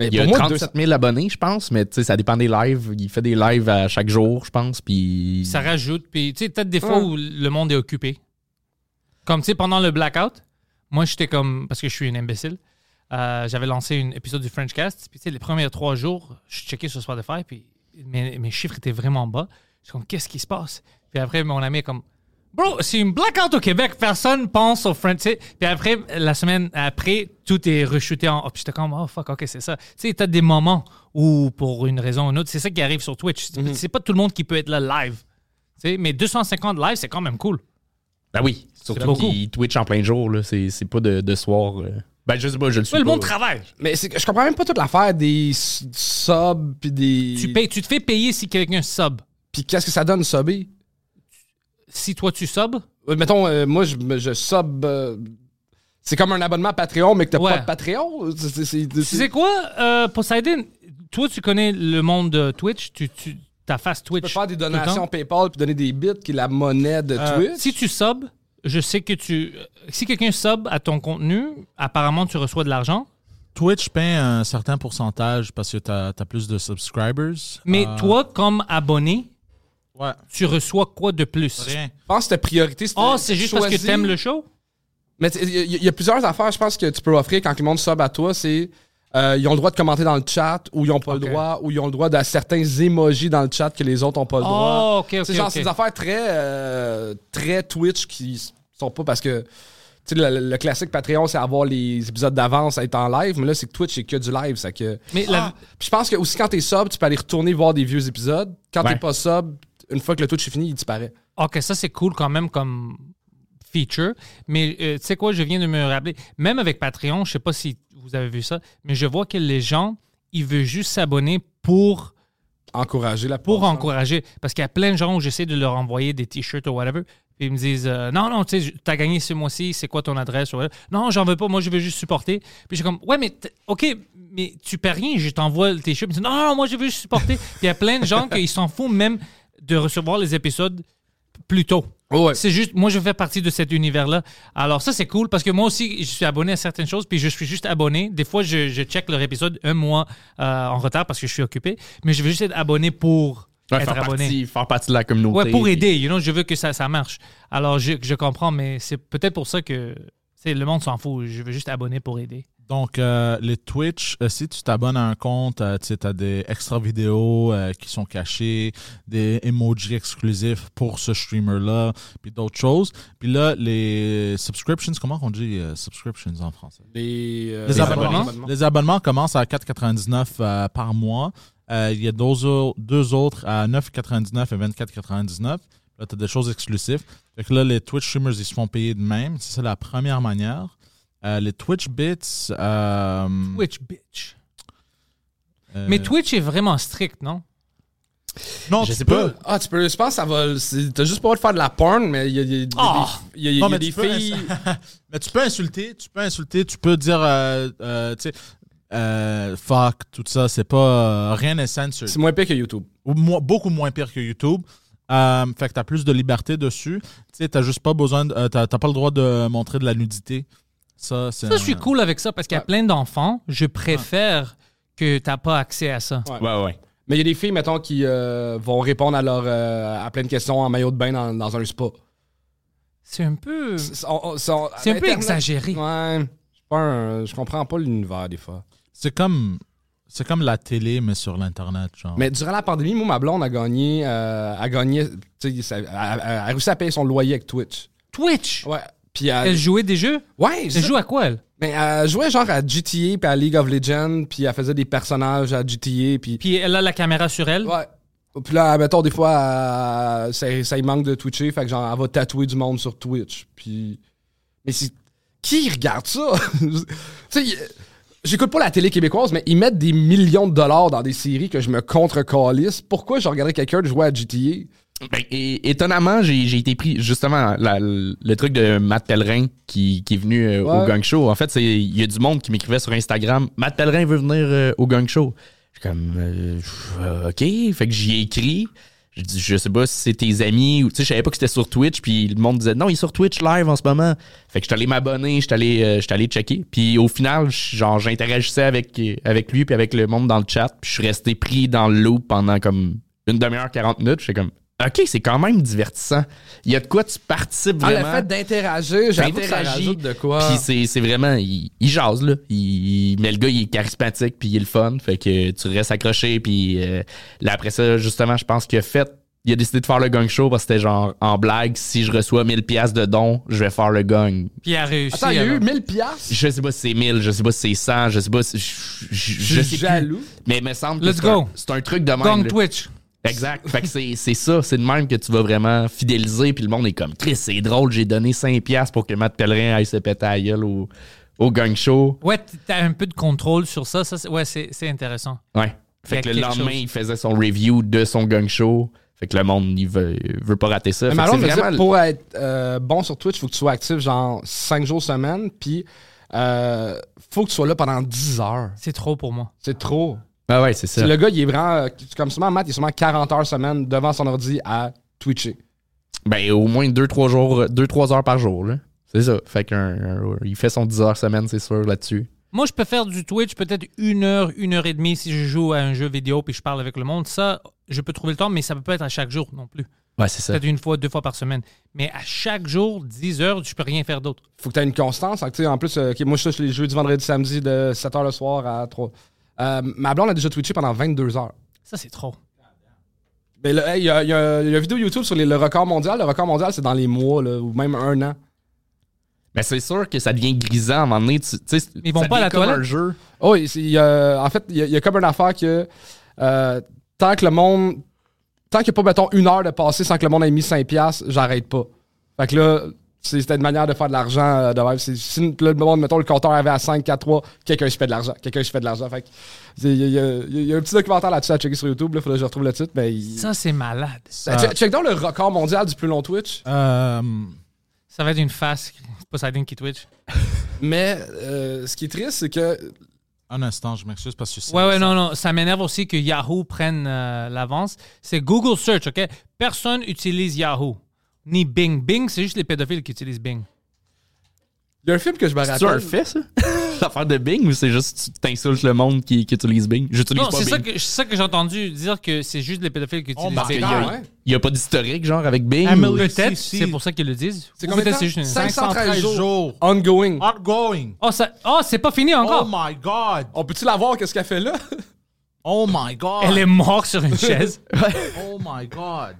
Speaker 3: Mais
Speaker 4: Il y a
Speaker 3: pour moi,
Speaker 4: 37 000 abonnés, je pense, mais tu sais, ça dépend des lives. Il fait des lives à chaque jour, je pense, puis.
Speaker 1: Ça rajoute, puis tu sais, peut-être des fois
Speaker 3: Ouais.
Speaker 1: où le monde est occupé. Comme tu sais, pendant le blackout, moi j'étais comme, parce que je suis une imbécile, euh, j'avais lancé un épisode du Frenchcast, puis tu sais, les premiers trois jours, je checkais sur Spotify, puis mes, mes chiffres étaient vraiment bas. Je suis comme, qu'est-ce qui se passe? Puis après, mon ami est comme, bro, c'est une blackout au Québec, personne pense au French. tu sais. Puis après, la semaine après, tout est rechuté en. Oh, puis j'étais comme, oh fuck, ok, c'est ça. Tu sais, t'as des moments où, pour une raison ou une autre, c'est ça qui arrive sur Twitch. C'est- C'est pas tout le monde qui peut être là live. Tu sais, mais 250 lives, c'est quand même cool.
Speaker 4: Ben oui,
Speaker 1: C'est
Speaker 4: surtout
Speaker 1: beaucoup.
Speaker 4: qu'il Twitch en plein jour, là. C'est c'est pas de, de soir. euh. Ben, je sais pas, je le suis.
Speaker 1: Tu le
Speaker 4: pas.
Speaker 1: monde travaille.
Speaker 3: Mais c'est que je comprends même pas toute l'affaire des s- subs, puis des.
Speaker 1: Tu, payes, tu te fais payer si quelqu'un sub.
Speaker 3: Puis qu'est-ce que ça donne, subber?
Speaker 1: Si toi, tu sub,
Speaker 3: Euh, Mettons, euh, moi, je, me- je sub. euh, c'est comme un abonnement Patreon, mais que t'as
Speaker 1: Ouais.
Speaker 3: pas de Patreon. C'est- c'est- c'est-
Speaker 1: tu sais quoi, euh, Poseidon, toi, tu connais le monde de Twitch, tu, tu, ta face Twitch.
Speaker 3: Tu peux faire des
Speaker 1: tout le temps.
Speaker 3: donations PayPal, puis donner des bits, qui est la monnaie de
Speaker 1: Euh,
Speaker 3: Twitch.
Speaker 1: Si tu sub, je sais que tu. euh, Si quelqu'un sub à ton contenu, apparemment, tu reçois de l'argent.
Speaker 5: Twitch paie un certain pourcentage parce que t'as as plus de subscribers.
Speaker 1: Mais
Speaker 3: Ah.
Speaker 5: Euh,
Speaker 1: toi, comme abonné,
Speaker 5: Ouais.
Speaker 1: tu reçois quoi de plus?
Speaker 5: Rien.
Speaker 3: Je pense que ta priorité, c'est.
Speaker 1: Oh, c'est juste parce que
Speaker 3: choisis-
Speaker 1: t'aimes le show?
Speaker 3: Mais il y, a- y a plusieurs affaires, je pense, que tu peux offrir quand le monde sub à toi. C'est Euh, ils ont le droit de commenter dans le chat, ou ils n'ont pas
Speaker 1: Ok.
Speaker 3: le droit, ou ils ont le droit de certains emojis dans le chat que les autres n'ont pas le droit.
Speaker 1: Oh, ok, ok.
Speaker 3: C'est genre
Speaker 1: ok.
Speaker 3: c'est des affaires très, euh, très Twitch qui s- sont pas parce que. Tu sais, le, le classique Patreon, c'est avoir les épisodes d'avance, être en live, mais là, c'est que Twitch, c'est que du live. Ça que...
Speaker 1: Mais la-
Speaker 3: Puis je pense que aussi quand t'es sub, tu peux aller retourner voir des vieux épisodes. Quand
Speaker 4: Ouais.
Speaker 3: t'es pas sub, une fois que le Twitch est fini, il disparaît.
Speaker 1: Ah, OK, ça, c'est cool quand même comme feature. Mais euh, tu sais quoi, je viens de me rappeler, même avec Patreon, je sais pas si vous avez vu ça, mais je vois que les gens, ils veulent juste s'abonner pour,
Speaker 3: Encourager la
Speaker 1: pour
Speaker 3: personne.
Speaker 1: encourager. Parce qu'il y a plein de gens où j'essaie de leur envoyer des t-shirts ou whatever. Puis ils me disent euh, Non, non, tu sais, t'as gagné ce mois-ci, c'est quoi ton adresse ou whatever. Non, j'en veux pas, moi, je veux juste supporter. Puis j'ai comme Ouais, mais t- OK, mais tu paies rien, je t'envoie le t-shirt. Ils me disent, Non, non, moi, je veux juste supporter. Puis il y a plein de gens qui s'en foutent même de recevoir les épisodes plus tôt.
Speaker 3: Oh, ouais.
Speaker 1: C'est juste, moi, je fais partie de cet univers-là. Alors, ça, c'est cool parce que moi aussi, je suis abonné à certaines choses, puis je suis juste abonné. Des fois, je, je check leur épisode un mois euh, en retard parce que je suis occupé, mais je veux juste être abonné pour
Speaker 4: Ouais,
Speaker 1: être
Speaker 4: faire,
Speaker 1: abonné.
Speaker 4: partie, faire partie de la communauté.
Speaker 1: Ouais, pour aider, you know, je veux que ça, ça marche. Alors, je, je comprends, mais c'est peut-être pour ça que tu sais, le monde s'en fout. Je veux juste abonner pour aider.
Speaker 5: Donc, euh, les Twitch, euh, si tu t'abonnes à un compte, euh, tu as des extra vidéos euh, qui sont cachées, des emojis exclusifs pour ce streamer-là, puis d'autres choses. Puis là, les subscriptions, comment on dit euh, subscriptions en français?
Speaker 3: Les, euh,
Speaker 5: Les
Speaker 3: les
Speaker 5: abonnements.
Speaker 3: abonnements.
Speaker 5: Les abonnements commencent à 4,99 euh, par mois. Euh, Il y a deux, au- deux autres à 9,99 et 24,99. Là, tu as des choses exclusives. Fait que là, les Twitch streamers, ils se font payer de même. Ça, C'est la première manière. Euh, les Twitch bits. euh,
Speaker 4: Mm.
Speaker 1: Twitch, bitch.
Speaker 5: euh,
Speaker 1: Mais Twitch est vraiment strict, non?
Speaker 5: non,
Speaker 4: Je
Speaker 5: tu
Speaker 4: sais
Speaker 5: peux.
Speaker 4: pas.
Speaker 3: Ah, tu peux. Je pense que ça va. c'est- T'as juste pas le droit de faire de la porn, mais il y a, il y a-
Speaker 1: Ah!
Speaker 3: il y a- il y a
Speaker 5: Non, mais
Speaker 3: des
Speaker 5: tu peux
Speaker 3: filles.
Speaker 5: Mais tu peux insulter, tu peux insulter, tu peux dire, euh, euh, tu sais, euh, fuck, tout ça, c'est pas. euh, rien n'est censored.
Speaker 3: C'est moins pire que YouTube.
Speaker 5: ou moins- beaucoup moins pire que YouTube. Euh, fait que t'as plus de liberté dessus. Tu sais, t'as juste pas besoin, de- euh, t'as t'as pas le droit de montrer de la nudité. Ça, c'est.
Speaker 1: Ça, je suis cool avec ça parce qu'il y a plein d'enfants. Je préfère que t'as pas accès à ça.
Speaker 4: Ouais, ouais.
Speaker 3: Mais il y a des filles, mettons, qui euh, vont répondre à, leur, euh, à plein de questions en maillot de bain dans, dans un spa.
Speaker 1: C'est un peu.
Speaker 3: C'est on- on- on-
Speaker 1: C'est un peu
Speaker 3: Internet-
Speaker 1: exagéré.
Speaker 3: Ouais. Je suis pas un- je comprends pas l'univers des fois.
Speaker 5: C'est comme, c'est comme la télé mais sur l'internet, genre.
Speaker 3: Mais durant la pandémie, moi, ma blonde a gagné. euh, a gagné. Tu sais, ça- elle, elle- elle a réussi à payer son loyer avec Twitch.
Speaker 1: Twitch!
Speaker 3: Ouais. Puis elle.
Speaker 1: Elle jouait des jeux?
Speaker 3: ouais,
Speaker 1: Elle
Speaker 3: c'est ça.
Speaker 1: joue à quoi, elle?
Speaker 3: Mais elle jouait genre à GTA puis à League of Legends, puis elle faisait des personnages à GTA, puis.
Speaker 1: Puis elle a la caméra sur elle?
Speaker 3: Ouais. Puis là, mettons, des fois, elle- ça, ça y manque de Twitcher, fait que genre, elle va tatouer du monde sur Twitch. Puis. Mais c'est. Qui regarde ça? tu sais, y- j'écoute pas la télé québécoise, mais ils mettent des millions de dollars dans des séries que je me contre-calisse. Pourquoi je regarderais quelqu'un jouer à GTA?
Speaker 4: Ben, é- étonnamment, j'ai j'ai été pris justement la- le truc de Matt Pellerin qui, qui est venu euh, au
Speaker 3: Ouais.
Speaker 4: Gang Show. En fait, c'est- il y a du monde qui m'écrivait sur Instagram Matt Pellerin veut venir euh, au Gang Show. Je suis comme euh, euh, OK. Fait que j'y ai écrit. Je dis, je sais pas si c'est tes amis ou tu sais, je savais pas que c'était sur Twitch. Puis le monde disait non, il est sur Twitch live en ce moment. Fait que je suis allé m'abonner, je suis allé, euh, je suis allé checker. Puis au final, je- genre, j'interagissais avec, avec lui puis avec le monde dans le chat. Puis je suis resté pris dans le loop pendant comme une demi-heure, 40 minutes. J'étais comme OK, c'est quand même divertissant. Il y a de quoi tu participes
Speaker 3: Ah,
Speaker 4: vraiment.
Speaker 3: le fait d'interagir,
Speaker 4: J'avoue que ça
Speaker 3: j'interagis.
Speaker 4: rajoute
Speaker 3: de quoi?
Speaker 4: Puis c'est- c'est vraiment, il, il jase, là. Il, il- mais le gars, il est charismatique, puis il est le fun. Fait que tu restes accroché, puis euh, là, après ça, justement, je pense qu'il a fait. Il a décidé de faire le gang show parce que c'était genre en blague, si je reçois 1000 pièces de dons, je vais faire le gang.
Speaker 1: Puis elle a réussi.
Speaker 3: Attends, il y a
Speaker 1: alors.
Speaker 3: eu 1000 piastres?
Speaker 4: Je sais pas si c'est 1000, je sais pas si c'est 100, je sais pas si. Je, je- je sais plus.
Speaker 3: jaloux.
Speaker 4: Mais il me semble que
Speaker 1: Let's
Speaker 4: c'est un,
Speaker 1: go.
Speaker 4: c'est un truc de même.
Speaker 1: Gang
Speaker 4: là.
Speaker 1: Twitch.
Speaker 4: Exact. Fait que c'est c'est ça, c'est de même que tu vas vraiment fidéliser, puis le monde est comme Chris, c'est drôle, j'ai donné 5$ piastres pour que Matt Pellerin aille se péter à la gueule au, au gang show.
Speaker 1: Ouais, t- t'as un peu de contrôle sur ça. ça c'est- ouais, c'est c'est intéressant. Il y
Speaker 4: Ouais.
Speaker 1: a
Speaker 4: Fait que le
Speaker 1: quelque
Speaker 4: lendemain,
Speaker 1: chose.
Speaker 4: il faisait son review de son gang show. Fait que le monde, il veut, il veut pas rater ça.
Speaker 3: Mais
Speaker 4: Fait que
Speaker 3: Marlon me
Speaker 4: c'est
Speaker 3: dit,
Speaker 4: vraiment...
Speaker 3: pour être euh, bon sur Twitch, faut que tu sois actif genre 5 jours semaine, puis euh, faut que tu sois là pendant 10 heures.
Speaker 1: C'est trop pour moi.
Speaker 3: C'est trop.
Speaker 4: Ah ouais, c'est ça.
Speaker 3: C'est le gars, il est vraiment, euh, comme souvent Matt, il est sûrement 40 heures semaine devant son ordi à Twitcher.
Speaker 4: Ben, au moins 2-3 jours, deux, trois heures par jour, là. C'est ça. Fait qu'il fait son 10 heures semaine, c'est sûr, là-dessus.
Speaker 1: Moi, je peux faire du Twitch peut-être une heure, une heure et demie si je joue à un jeu vidéo puis je parle avec le monde. Ça, je peux trouver le temps, mais ça peut pas être à chaque jour non plus.
Speaker 4: Ouais, c'est ça.
Speaker 1: peut-être une fois, deux fois par semaine. Mais à chaque jour, 10 heures, je peux rien faire d'autre.
Speaker 3: Faut que tu aies une constance. Fait que, tu sais, en plus, euh, ok, moi, je touche les jeux du vendredi, samedi, de 7h le soir à 3. Euh, ma blonde a déjà twitché pendant 22 heures.
Speaker 1: Ça, c'est trop.
Speaker 3: Mais là, hey, il y a, il y a- il y a une vidéo YouTube sur les- le record mondial. Le record mondial, c'est dans les mois, là, ou même un an.
Speaker 4: Mais c'est sûr que ça devient grisant à un moment donné. Tu, tu sais,
Speaker 1: Ils vont
Speaker 4: ça
Speaker 1: pas à la
Speaker 4: devient comme
Speaker 1: toilette?
Speaker 4: un jeu.
Speaker 3: Oh, il- il y a- en fait, il y, a- il y a comme une affaire que euh, tant que le monde. Tant qu'il n'y a pas, mettons, une heure de passer sans que le monde ait mis 5$, j'arrête pas. Fait que là, c'est- c'était une manière de faire de l'argent euh, de même. C'est- Si là, le monde, mettons, le compteur avait à 5, 4, 3, quelqu'un se fait de l'argent. Quelqu'un se fait de l'argent. Fait que, il y, a- il y a- il y a- il y a un petit documentaire là-dessus à checker sur YouTube. Là, faudrait que je retrouve le titre. Mais il-
Speaker 1: Ça, c'est malade.
Speaker 3: Ben, check, check donc le record mondial du plus long Twitch.
Speaker 5: Euh,
Speaker 1: Ça va être une face. C'est pas Siding qui Twitch.
Speaker 3: Mais euh, ce qui est triste, c'est que
Speaker 5: un instant, je m'excuse parce que c'est.
Speaker 1: Ouais, ouais, non, non. Ça m'énerve aussi que Yahoo prenne euh, l'avance. C'est Google Search, OK? Personne utilise Yahoo. Ni Bing. Bing, c'est juste les pédophiles qui utilisent Bing.
Speaker 3: il y a un film que je me rappelle. Ah,
Speaker 4: C'est un fait, ça? L'affaire de Bing ou c'est juste tu t'insultes le monde qui, qui utilise Bing? J'utilise
Speaker 1: Non,
Speaker 4: pas
Speaker 1: c'est
Speaker 4: Bing.
Speaker 1: ça que, c'est ça que j'ai entendu dire que c'est juste les pédophiles qui
Speaker 5: Oh,
Speaker 1: utilisent
Speaker 5: bah,
Speaker 1: Bing.
Speaker 4: Il y a,
Speaker 3: Ah ouais?
Speaker 4: il y a pas d'historique, genre, avec Bing?
Speaker 5: Emily.
Speaker 4: ou-
Speaker 1: Peut-être,
Speaker 5: Si, si.
Speaker 1: c'est pour ça qu'ils le disent.
Speaker 3: C'est
Speaker 1: Ou
Speaker 3: combien de
Speaker 1: peut-être
Speaker 3: temps?
Speaker 1: c'est juste une-
Speaker 3: 513 jours.
Speaker 5: jours.
Speaker 4: Ah,
Speaker 3: Ongoing.
Speaker 5: Outgoing.
Speaker 1: Oh, ça... oh, c'est pas fini
Speaker 5: Oh
Speaker 1: encore.
Speaker 5: my God.
Speaker 3: On peut-tu la voir, qu'est-ce qu'elle fait là?
Speaker 5: Oh my God.
Speaker 1: Elle est morte sur une chaise.
Speaker 5: Oh my God.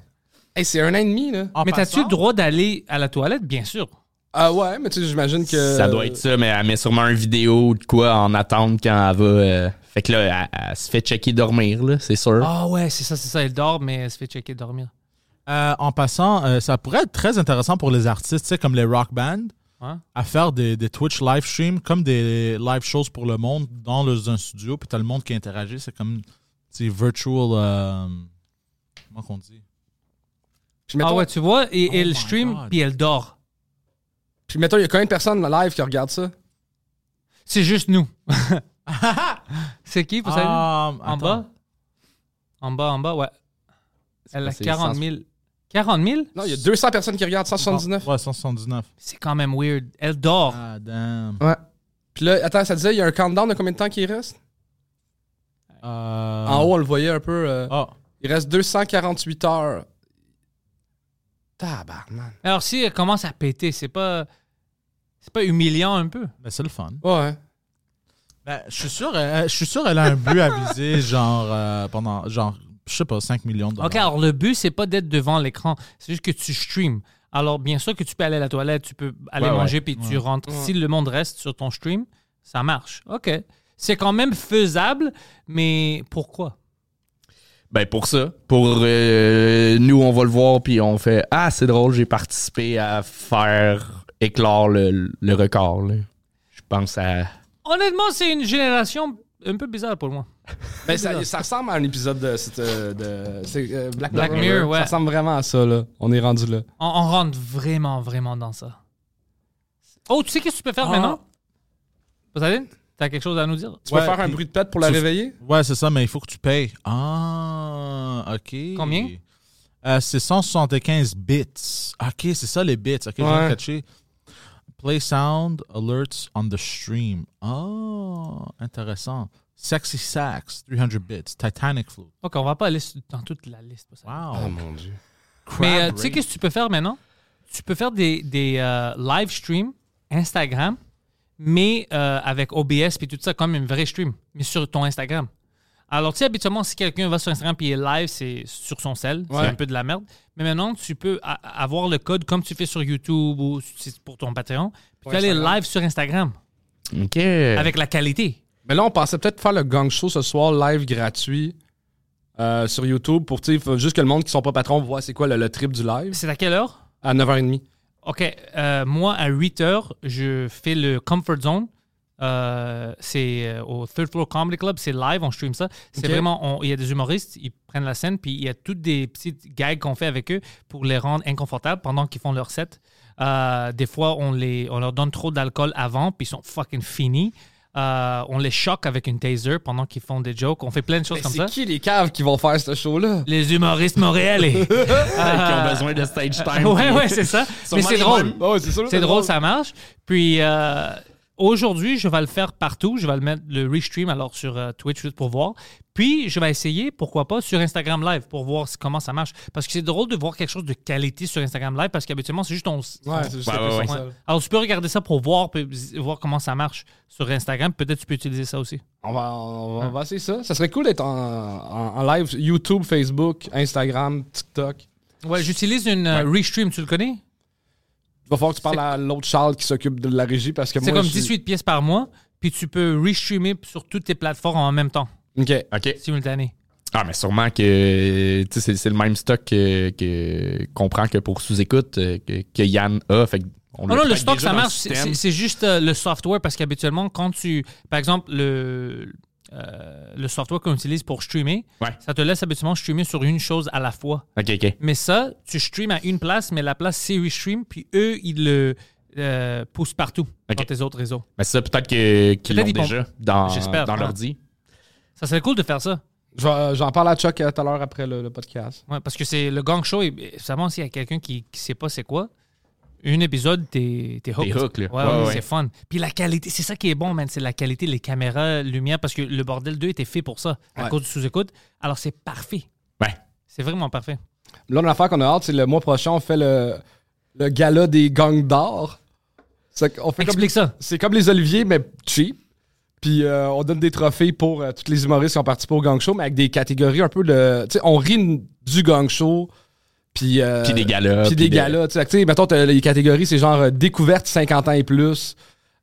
Speaker 3: Hey, c'est un an et demi, là.
Speaker 5: En
Speaker 1: Mais t'as-tu
Speaker 5: passant-
Speaker 1: le droit d'aller à la toilette? Bien sûr.
Speaker 3: Ah ouais, mais tu sais, j'imagine que.
Speaker 4: Ça doit être ça, mais elle met sûrement une vidéo de quoi en attente quand elle va. euh, Fait que là, elle, elle se fait checker dormir, là, c'est sûr.
Speaker 1: Ah ouais, c'est ça, c'est ça. Elle dort, mais elle se fait checker dormir.
Speaker 5: Euh, en passant, euh, ça pourrait être très intéressant pour les artistes, tu sais, comme les rock bands,
Speaker 1: Ouais.
Speaker 5: à faire des, des Twitch live streams, comme des live shows pour le monde dans le, un studio, puis t'as le monde qui interagit. C'est comme, tu sais, virtual. euh, comment qu'on dit
Speaker 3: Puis mettons,
Speaker 1: Ah ouais, tu vois, et
Speaker 5: Oh
Speaker 1: elle
Speaker 5: my
Speaker 1: stream,
Speaker 5: God.
Speaker 1: puis elle dort.
Speaker 3: puis mettons, il y a combien de personnes live qui regardent ça?
Speaker 1: C'est juste nous. c'est qui, vous savez?
Speaker 5: Ah,
Speaker 1: en
Speaker 5: attends.
Speaker 1: bas? En bas, en bas, ouais. Elle a
Speaker 4: C'est
Speaker 1: 40 000. 40 000?
Speaker 3: Non, il y a 200 personnes qui regardent 179.
Speaker 5: Ouais, 179.
Speaker 1: C'est quand même weird. Elle dort.
Speaker 5: Ah, damn.
Speaker 3: Ouais. Puis là, attends, ça disait, il y a un countdown de combien de temps qu'il reste?
Speaker 5: Euh,
Speaker 3: En haut, on le voyait un peu. euh,
Speaker 5: Ah.
Speaker 3: Il reste 248 heures. Tabarnak.
Speaker 1: Alors si elle commence à péter, c'est pas... C'est pas humiliant un peu?
Speaker 5: Ben, c'est le fun.
Speaker 3: Ouais.
Speaker 5: Ben, je suis sûr, euh, je suis sûr, elle a un but à viser, genre, euh, pendant, genre, je sais pas, 5 millions de dollars.
Speaker 1: OK, alors le but, c'est pas d'être devant l'écran. C'est juste que tu streams. Alors, bien sûr que tu peux aller à la toilette, tu peux aller
Speaker 4: Ouais,
Speaker 1: manger, puis tu rentres. Si le monde reste sur ton stream, ça marche. OK. C'est quand même faisable, mais pourquoi?
Speaker 4: Ben pour ça, pour euh, nous, on va le voir puis on fait ah c'est drôle, j'ai participé à faire éclore le, le record. là. Je pense à
Speaker 1: Honnêtement, c'est une génération un peu bizarre pour moi.
Speaker 3: Mais Ben, ça, ça ressemble à un épisode de, cette, euh, de- c'est, euh, Black,
Speaker 1: Black
Speaker 3: Mirror.
Speaker 1: Mirror, ouais.
Speaker 3: Ça ressemble vraiment à ça, là. On est rendu là.
Speaker 1: On, on rentre vraiment, vraiment dans ça. Oh, tu sais qu'est-ce que tu peux faire
Speaker 5: Ah.
Speaker 1: maintenant? Poseidon, t'as quelque chose à nous dire?
Speaker 3: Tu
Speaker 5: Ouais,
Speaker 3: peux faire un
Speaker 5: puis-
Speaker 3: bruit de pète pour la
Speaker 5: Tu-
Speaker 3: réveiller?
Speaker 5: Ouais, c'est ça, mais il faut que tu payes. Ah, OK.
Speaker 1: Combien?
Speaker 5: Euh, c'est 175 bits. OK, c'est ça les bits. OK, j'ai
Speaker 3: Ouais.
Speaker 5: catché. Play sound alerts on the stream. Oh, intéressant. Sexy sax, 300 bits. Titanic flute.
Speaker 1: Ok, on va pas aller s- dans toute la liste. Poseidon.
Speaker 5: Wow.
Speaker 3: Ah, Oh, mon dieu.
Speaker 1: Mais
Speaker 5: Crab
Speaker 1: euh, tu sais
Speaker 5: rate.
Speaker 1: qu'est-ce que tu peux faire maintenant? Tu peux faire des, des euh, live streams Instagram, mais euh, avec OBS puis tout ça comme une vraie stream, mais sur ton Instagram. Alors, tu sais, habituellement, si quelqu'un va sur Instagram puis il est live, c'est sur son cell. C'est un peu de la merde. Mais maintenant, tu peux a- avoir le code comme tu fais sur YouTube ou si c'est pour ton Patreon. Puis tu aller live sur Instagram
Speaker 4: OK.
Speaker 1: avec la qualité.
Speaker 3: Mais là, on pensait peut-être faire le gang show ce soir, live gratuit euh, sur YouTube pour tu sais, faut juste que le monde qui sont pas patrons voit c'est quoi le, le trip du live
Speaker 1: C'est à quelle heure?
Speaker 3: à 9h30.
Speaker 1: OK. euh, moi, à 8 heures, je fais le Comfort Zone. Euh, c'est euh, au Third Floor Comedy Club. C'est live, on stream ça. C'est
Speaker 3: OK.
Speaker 1: vraiment, on- il y a des humoristes, ils prennent la scène, puis il y a toutes des petites gags qu'on fait avec eux pour les rendre inconfortables pendant qu'ils font leur set. Euh, des fois, on, les, on leur donne trop d'alcool avant, puis ils sont fucking finis. Euh, on les choque avec une taser pendant qu'ils font des jokes. On fait plein de choses
Speaker 3: Mais
Speaker 1: comme
Speaker 3: c'est
Speaker 1: ça.
Speaker 3: qui les caves qui vont faire ce show-là?
Speaker 1: Les humoristes montréalais.
Speaker 4: qui
Speaker 1: Ah.
Speaker 4: ont besoin de stage time.
Speaker 1: ouais, ouais, c'est ça. Mais c'est drôle.
Speaker 3: Oh, c'est ça, là,
Speaker 1: C'est drôle, ça marche. Puis euh, aujourd'hui, je vais le faire partout. Je vais le mettre, le restream alors sur euh, Twitch juste pour voir. Puis, je vais essayer, pourquoi pas, sur Instagram Live pour voir c- comment ça marche. Parce que c'est drôle de voir quelque chose de qualité sur Instagram Live parce qu'habituellement, c'est juste on. s-
Speaker 3: Ouais, c'est juste
Speaker 4: Ouais,
Speaker 3: un peu
Speaker 4: ouais,
Speaker 3: ça.
Speaker 1: Ouais. Alors, tu peux regarder ça pour voir, puis z- voir comment ça marche sur Instagram. Peut-être tu peux utiliser ça aussi.
Speaker 3: On va, on va- on va essayer ça. Ça serait cool d'être en, en- en live YouTube, Facebook, Instagram, TikTok.
Speaker 1: Ouais, j'utilise une euh, restream, tu le connais?
Speaker 3: Il va falloir que tu parles à l'autre Charles qui s'occupe de la régie parce que moi.
Speaker 1: C'est comme
Speaker 3: je-
Speaker 1: 18 pièces par mois, puis tu peux restreamer sur toutes tes plateformes en même temps,
Speaker 3: Ok.
Speaker 4: OK.
Speaker 1: simultané.
Speaker 4: Ah, mais sûrement que tu sais, c'est c'est le même stock que- que- qu'on prend que pour sous-écoute euh, que, que Yann a. Fait que on
Speaker 1: Ah Non, non, le
Speaker 4: peut-être
Speaker 1: stock,
Speaker 4: déjà
Speaker 1: ça
Speaker 4: dans le
Speaker 1: marche. C'est-
Speaker 4: système.
Speaker 1: C'est c'est juste euh, le software parce qu'habituellement, quand tu. Par exemple, le, euh, le software qu'on utilise pour streamer,
Speaker 4: Ouais.
Speaker 1: ça te laisse habituellement streamer sur une chose à la fois.
Speaker 4: OK, OK.
Speaker 1: Mais ça, tu streams à une place, mais la place, c'est restream, puis eux, ils le euh, poussent partout
Speaker 4: Ok.
Speaker 1: dans tes autres réseaux.
Speaker 4: Mais ça, peut-être que- qu'ils
Speaker 1: Peut-être
Speaker 4: l'ont
Speaker 1: ils vont-
Speaker 4: déjà dans,
Speaker 1: J'espère,
Speaker 4: dans
Speaker 1: ouais.
Speaker 4: l'ordi.
Speaker 1: Ça serait cool de faire ça.
Speaker 3: Je vais- J'en parle à Chuck euh, tout à l'heure après le, le podcast.
Speaker 1: Ouais, parce que c'est le gang show, et- et savoir s'il y a quelqu'un qui ne sait pas c'est quoi, un épisode, t'es t'es hooked.
Speaker 4: T'es hook, là.
Speaker 1: Ouais,
Speaker 4: Ouais,
Speaker 1: ouais,
Speaker 4: ouais.
Speaker 1: c'est fun. Puis la qualité, c'est ça qui est bon, man. C'est la qualité, les caméras, lumière, parce que le bordel 2 était fait pour ça, à
Speaker 3: Ouais.
Speaker 1: cause du sous-écoute. Alors c'est parfait.
Speaker 4: Ouais.
Speaker 1: C'est vraiment parfait.
Speaker 3: Là, une affaire qu'on a hâte, c'est le mois prochain, on fait le, le gala des gangs d'or. C'est on fait comme-
Speaker 1: Explique ça.
Speaker 3: C'est comme les Oliviers, mais cheap. Puis euh, on donne des trophées pour euh, tous les humoristes qui ont participé au gang show, mais avec des catégories un peu de. Tu sais, on rit n- du gang show. Puis, euh,
Speaker 4: Puis des galas.
Speaker 3: Puis des
Speaker 4: de-
Speaker 3: galas. Tu sais, tu sais, mettons, t'as les catégories, c'est genre euh, découverte 50 ans et plus.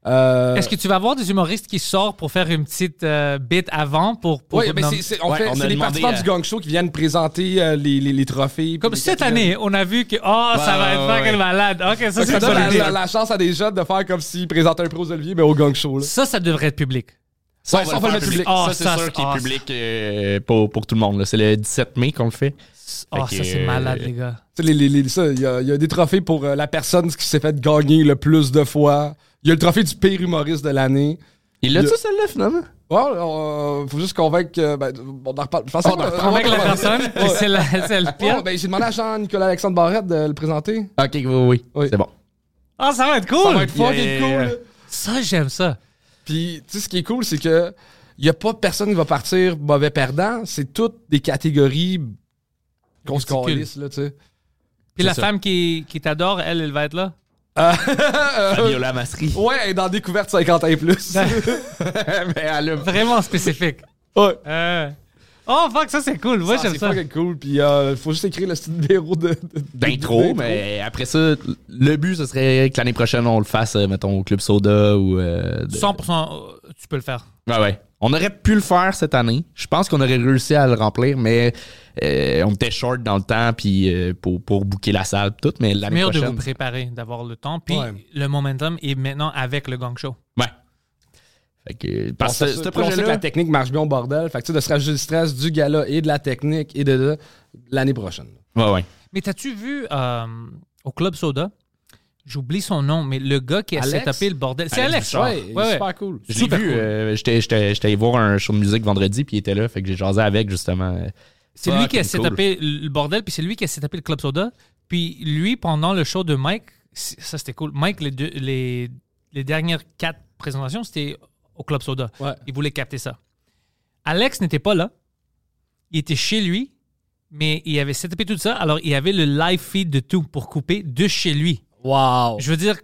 Speaker 3: Euh,
Speaker 1: Est-ce que tu vas avoir des humoristes qui sortent pour faire une petite euh, bit avant pour. pour
Speaker 3: Ouais, mais
Speaker 1: non.
Speaker 3: c'est, c'est- on
Speaker 4: Ouais,
Speaker 3: fait,
Speaker 4: on a
Speaker 3: c'est les
Speaker 4: demandé,
Speaker 3: participants du
Speaker 4: euh,
Speaker 3: gang show qui viennent présenter euh, les, les, les trophées. puis
Speaker 1: Comme
Speaker 3: les
Speaker 1: cette
Speaker 3: catégories.
Speaker 1: année, on a vu que. Oh, ça va
Speaker 4: Ouais,
Speaker 1: être
Speaker 4: ouais,
Speaker 1: fucking
Speaker 4: ouais.
Speaker 1: malade. Ok, ça,
Speaker 3: Fait que
Speaker 1: c'est
Speaker 3: Ça
Speaker 1: une
Speaker 3: donne
Speaker 1: bonne
Speaker 3: la,
Speaker 1: idée.
Speaker 3: la- la chance à des jeunes de faire comme s'ils présentaient un pro aux Oliviers, mais au gang show. Là.
Speaker 1: Ça, ça devrait être public.
Speaker 4: Ça,
Speaker 3: Ouais, ça,
Speaker 4: on va le faire public.
Speaker 1: Ah,
Speaker 4: Ça, c'est
Speaker 1: ça,
Speaker 4: sûr
Speaker 1: c'est-
Speaker 4: qu'il
Speaker 1: ah,
Speaker 4: est public euh, pour, pour tout le monde. là. C'est le 17 mai qu'on le fait.
Speaker 1: Oh,
Speaker 4: que,
Speaker 1: ça, c'est
Speaker 4: euh,
Speaker 1: malade, les gars.
Speaker 3: Tu sais, les- les- les- ça, Il y, a- il y a des trophées pour euh, la personne qui s'est fait gagner le plus de fois. Il y a le trophée du pire humoriste de l'année.
Speaker 4: Il l'a-tu, celle-là, finalement?
Speaker 3: Ouais, on- faut juste convaincre. euh, ben, on en reparle. Je pense qu'on en reparle.
Speaker 1: Avec la personne, puis c'est la- c'est le
Speaker 3: Ouais,
Speaker 1: pire.
Speaker 3: ben, J'ai demandé à Jean-Nicolas Alexandre Barrette de le présenter.
Speaker 4: OK, oui, oui.
Speaker 3: Oui.
Speaker 4: C'est bon.
Speaker 1: Ah, ça va être
Speaker 3: Ça
Speaker 1: cool.
Speaker 3: va être fucking
Speaker 4: Yeah.
Speaker 3: cool. là.
Speaker 1: Ça, j'aime ça.
Speaker 3: Puis, tu sais, ce qui est cool, c'est que il n'y a pas personne qui va partir mauvais perdant. C'est toutes des catégories qu'on se
Speaker 1: Ridicule.
Speaker 3: calisse, là, tu sais.
Speaker 1: Puis la
Speaker 4: ça.
Speaker 1: femme qui, qui t'adore, elle, elle va être là.
Speaker 3: Ah,
Speaker 4: Fabiola Massery.
Speaker 3: Euh, Ouais, elle est dans Découverte 50 et plus.
Speaker 4: mais elle a...
Speaker 1: Vraiment spécifique.
Speaker 3: Ouais.
Speaker 1: Euh. Oh fuck, ça c'est cool. Moi
Speaker 3: Ah,
Speaker 1: j'aime
Speaker 3: c'est
Speaker 1: ça.
Speaker 3: fucking cool. Puis, euh, faut juste écrire le style numéro de. de-
Speaker 4: D'intro, mais après ça, le but, ce serait que l'année prochaine, on le fasse, euh, mettons, au Club Soda ou... euh, de-
Speaker 1: 100%, euh, tu peux le faire.
Speaker 4: Ouais, ouais. On aurait pu le faire cette année. Je pense qu'on aurait réussi à le remplir, mais euh, on était short dans le temps puis euh, pour, pour booker la salle pis tout, mais
Speaker 1: C'est
Speaker 4: l'année
Speaker 1: meilleur de
Speaker 4: prochaine...
Speaker 1: vous préparer, d'avoir le temps. Puis
Speaker 3: Ouais.
Speaker 1: le momentum est maintenant avec le gang show.
Speaker 4: Ouais. Fait que,
Speaker 3: On
Speaker 4: parce que
Speaker 3: s'assure-
Speaker 4: ce
Speaker 3: puis on sait que
Speaker 4: projet-là...
Speaker 3: la technique marche bien au bordel. Fait que, tu sais, de se rajouter du stress du gala et de la technique et de, de- l'année prochaine.
Speaker 4: Ouais, ouais.
Speaker 1: Mais t'as-tu vu euh, au Club Soda, j'oublie son nom, mais le gars qui a
Speaker 3: Alex?
Speaker 1: setupé le bordel. C'est Alex.
Speaker 4: Alex
Speaker 3: Ouais,
Speaker 1: ouais, ouais.
Speaker 3: super cool.
Speaker 4: Je l'ai
Speaker 1: Super
Speaker 4: vu,
Speaker 1: cool.
Speaker 4: euh, j'étais, j'étais, j'étais allé voir un show de musique vendredi, puis il était là, fait que j'ai jasé avec, justement.
Speaker 1: C'est lui qui a
Speaker 4: Fucking
Speaker 1: setupé le bordel, puis c'est lui qui a setupé le Club Soda. Puis lui, pendant le show de Mike, c- ça c'était cool. Mike, les, deux- les, les dernières quatre présentations, c'était au Club Soda.
Speaker 3: Ouais.
Speaker 1: Il voulait capter ça. Alex n'était pas là. Il était chez lui, mais il avait setupé tout ça. Alors, il avait le live feed de tout pour couper de chez lui.
Speaker 3: Wow.
Speaker 1: Je veux dire,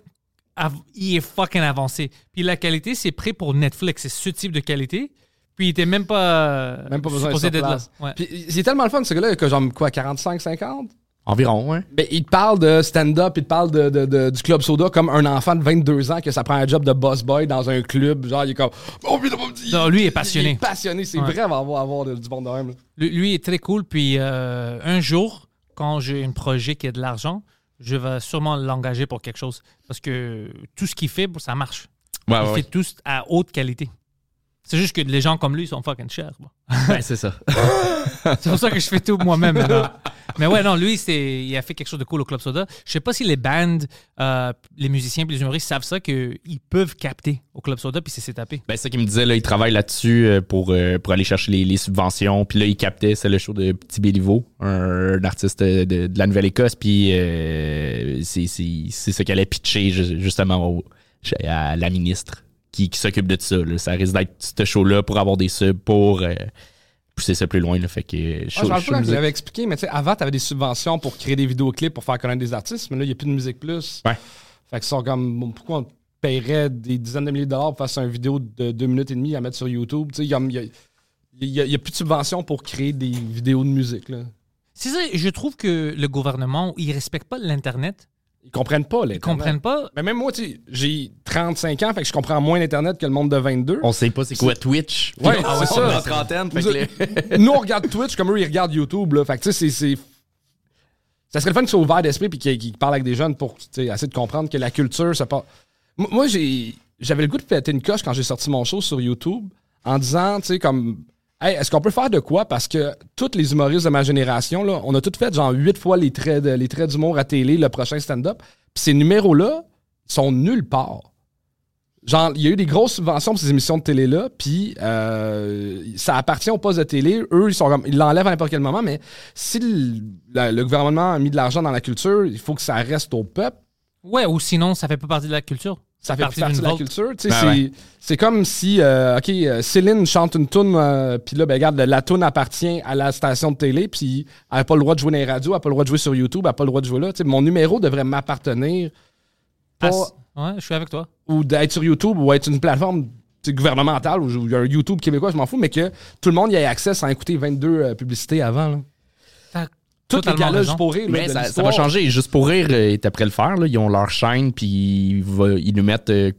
Speaker 1: av- il est fucking avancé. Puis la qualité, c'est prêt pour Netflix. C'est ce type de qualité. Puis il était même pas, euh,
Speaker 3: Même pas besoin de
Speaker 1: supposé
Speaker 3: sur
Speaker 1: d'être là.
Speaker 3: place.
Speaker 1: Ouais.
Speaker 3: Puis, c'est tellement le fun, ce gars-là, que genre, quoi, 45, 50?
Speaker 4: Environ, hein?
Speaker 3: Ben, il te parle de stand-up, il te parle de, de- de- du club soda comme un enfant de 22 ans que ça prend un job de boss boy dans un club. Genre, il est comme. Oh, mais non, il-
Speaker 1: Non, lui, il est
Speaker 3: il-
Speaker 1: passionné.
Speaker 3: Il est passionné, c'est
Speaker 1: Ouais.
Speaker 3: vrai, on va avoir, avoir de- du bon de même. là.
Speaker 1: Lui, lui est très cool. Puis euh, un jour, quand j'ai un projet qui a de l'argent, je vais sûrement l'engager pour quelque chose. Parce que tout ce qu'il fait, bon, ça marche. Il
Speaker 4: Ouais, Ah ouais,
Speaker 1: fait tout à haute qualité. C'est juste que les gens comme lui ils sont fucking chers. bon.
Speaker 4: ouais, c'est ça.
Speaker 1: C'est pour ça que je fais tout moi-même maintenant. Mais ouais, non, lui, c'est, il a fait quelque chose de cool au Club Soda. Je sais pas si les bands, euh, les musiciens et les humoristes savent ça, qu'ils peuvent capter au Club Soda puis c'est s'étaper.
Speaker 4: Ben, c'est ça qu'il me disait, là, il travaille là-dessus euh, pour, euh, pour aller chercher les, les subventions. Puis là, il captait, c'est le show de Petit Béliveau, un, un artiste de, de la Nouvelle-Écosse. Puis euh, c'est, c'est, c'est ce qu'elle allait pitcher, ju- justement, au- chez- à la ministre. qui, qui s'occupe de ça. là. Ça risque d'être ce show-là pour avoir des subs, pour euh, pousser ça plus loin. Là. Fait que euh,
Speaker 3: Ah, je
Speaker 4: show-
Speaker 3: me
Speaker 4: show
Speaker 3: rappelle, je
Speaker 4: musique.
Speaker 3: l'avais expliqué, mais tu sais, avant, t'avais des subventions pour créer des vidéoclips pour faire connaître des artistes, mais là, il n'y a plus de musique plus.
Speaker 4: Ouais.
Speaker 3: Fait que ça, comme, bon, pourquoi on paierait des dizaines de milliers de dollars pour faire une vidéo de deux minutes et demie à mettre sur YouTube? Tu sais, il n'y a, il y a- il y a plus de subventions pour créer des vidéos de musique, là.
Speaker 1: C'est ça, je trouve que le gouvernement, il respecte pas l'Internet.
Speaker 3: Ils comprennent pas, les.
Speaker 1: Ils comprennent pas.
Speaker 3: Mais même moi, tu sais, j'ai 35 ans, fait que je comprends moins l'Internet que le monde de 22.
Speaker 4: On sait pas c'est quoi Twitch. Ah,
Speaker 3: Ouais,
Speaker 4: On
Speaker 3: c'est ça.
Speaker 4: est en trentaine. fait
Speaker 3: Nous,
Speaker 4: que le-
Speaker 3: nous, on regarde Twitch comme eux, ils regardent YouTube. Là. Fait que, tu sais, c'est- c'est- Ça serait le fun qu'ils soient ouverts d'esprit et qu'ils qu'ils parlent avec des jeunes pour tu sais, essayer de comprendre que la culture, ça part. Moi, moi, j'ai- j'avais le goût de péter une coche quand j'ai sorti mon show sur YouTube en disant, tu sais, comme. Hey, est-ce qu'on peut faire de quoi? Parce que tous les humoristes de ma génération, là, on a tous fait genre huit fois les traits, de- les traits d'humour à télé, le prochain stand-up. Puis ces numéros-là sont nulle part. Genre, il y a eu des grosses subventions pour ces émissions de télé-là, puis euh, ça appartient aux postes de télé. Eux, ils sont comme- ils l'enlèvent à n'importe quel moment, mais si le, la- le gouvernement a mis de l'argent dans la culture, il faut que ça reste au peuple.
Speaker 1: Ouais, ou sinon, ça fait pas partie de la culture.
Speaker 3: Ça fait partie,
Speaker 1: d'une
Speaker 3: de la
Speaker 1: vault.
Speaker 3: culture. tu sais,
Speaker 4: Ben
Speaker 3: c'est,
Speaker 4: ouais.
Speaker 3: c'est comme si, euh, OK, euh, Céline chante une toune, euh, puis là, ben, regarde, la toune appartient à la station de télé, puis elle n'a pas le droit de jouer dans les radios, elle n'a pas le droit de jouer sur YouTube, elle n'a pas le droit de jouer là. Tu sais, mon numéro devrait m'appartenir, pas,
Speaker 1: Ah, Ouais, je suis avec toi.
Speaker 3: ou d'être sur YouTube ou être une plateforme tu sais, gouvernementale ou il y a un YouTube québécois, je m'en fous, mais que tout le monde y ait accès sans écouter 22 euh, publicités avant. là.
Speaker 1: T'as
Speaker 3: Toutes les
Speaker 1: totalement
Speaker 3: gars-là,
Speaker 1: raison.
Speaker 3: juste pour rire. là,
Speaker 4: Mais
Speaker 3: de
Speaker 4: ça, ça
Speaker 3: l'histoire.
Speaker 4: va changer. Juste pour rire euh, est après le faire. là. Ils ont leur chaîne, puis ils, va- ils nous mettent euh,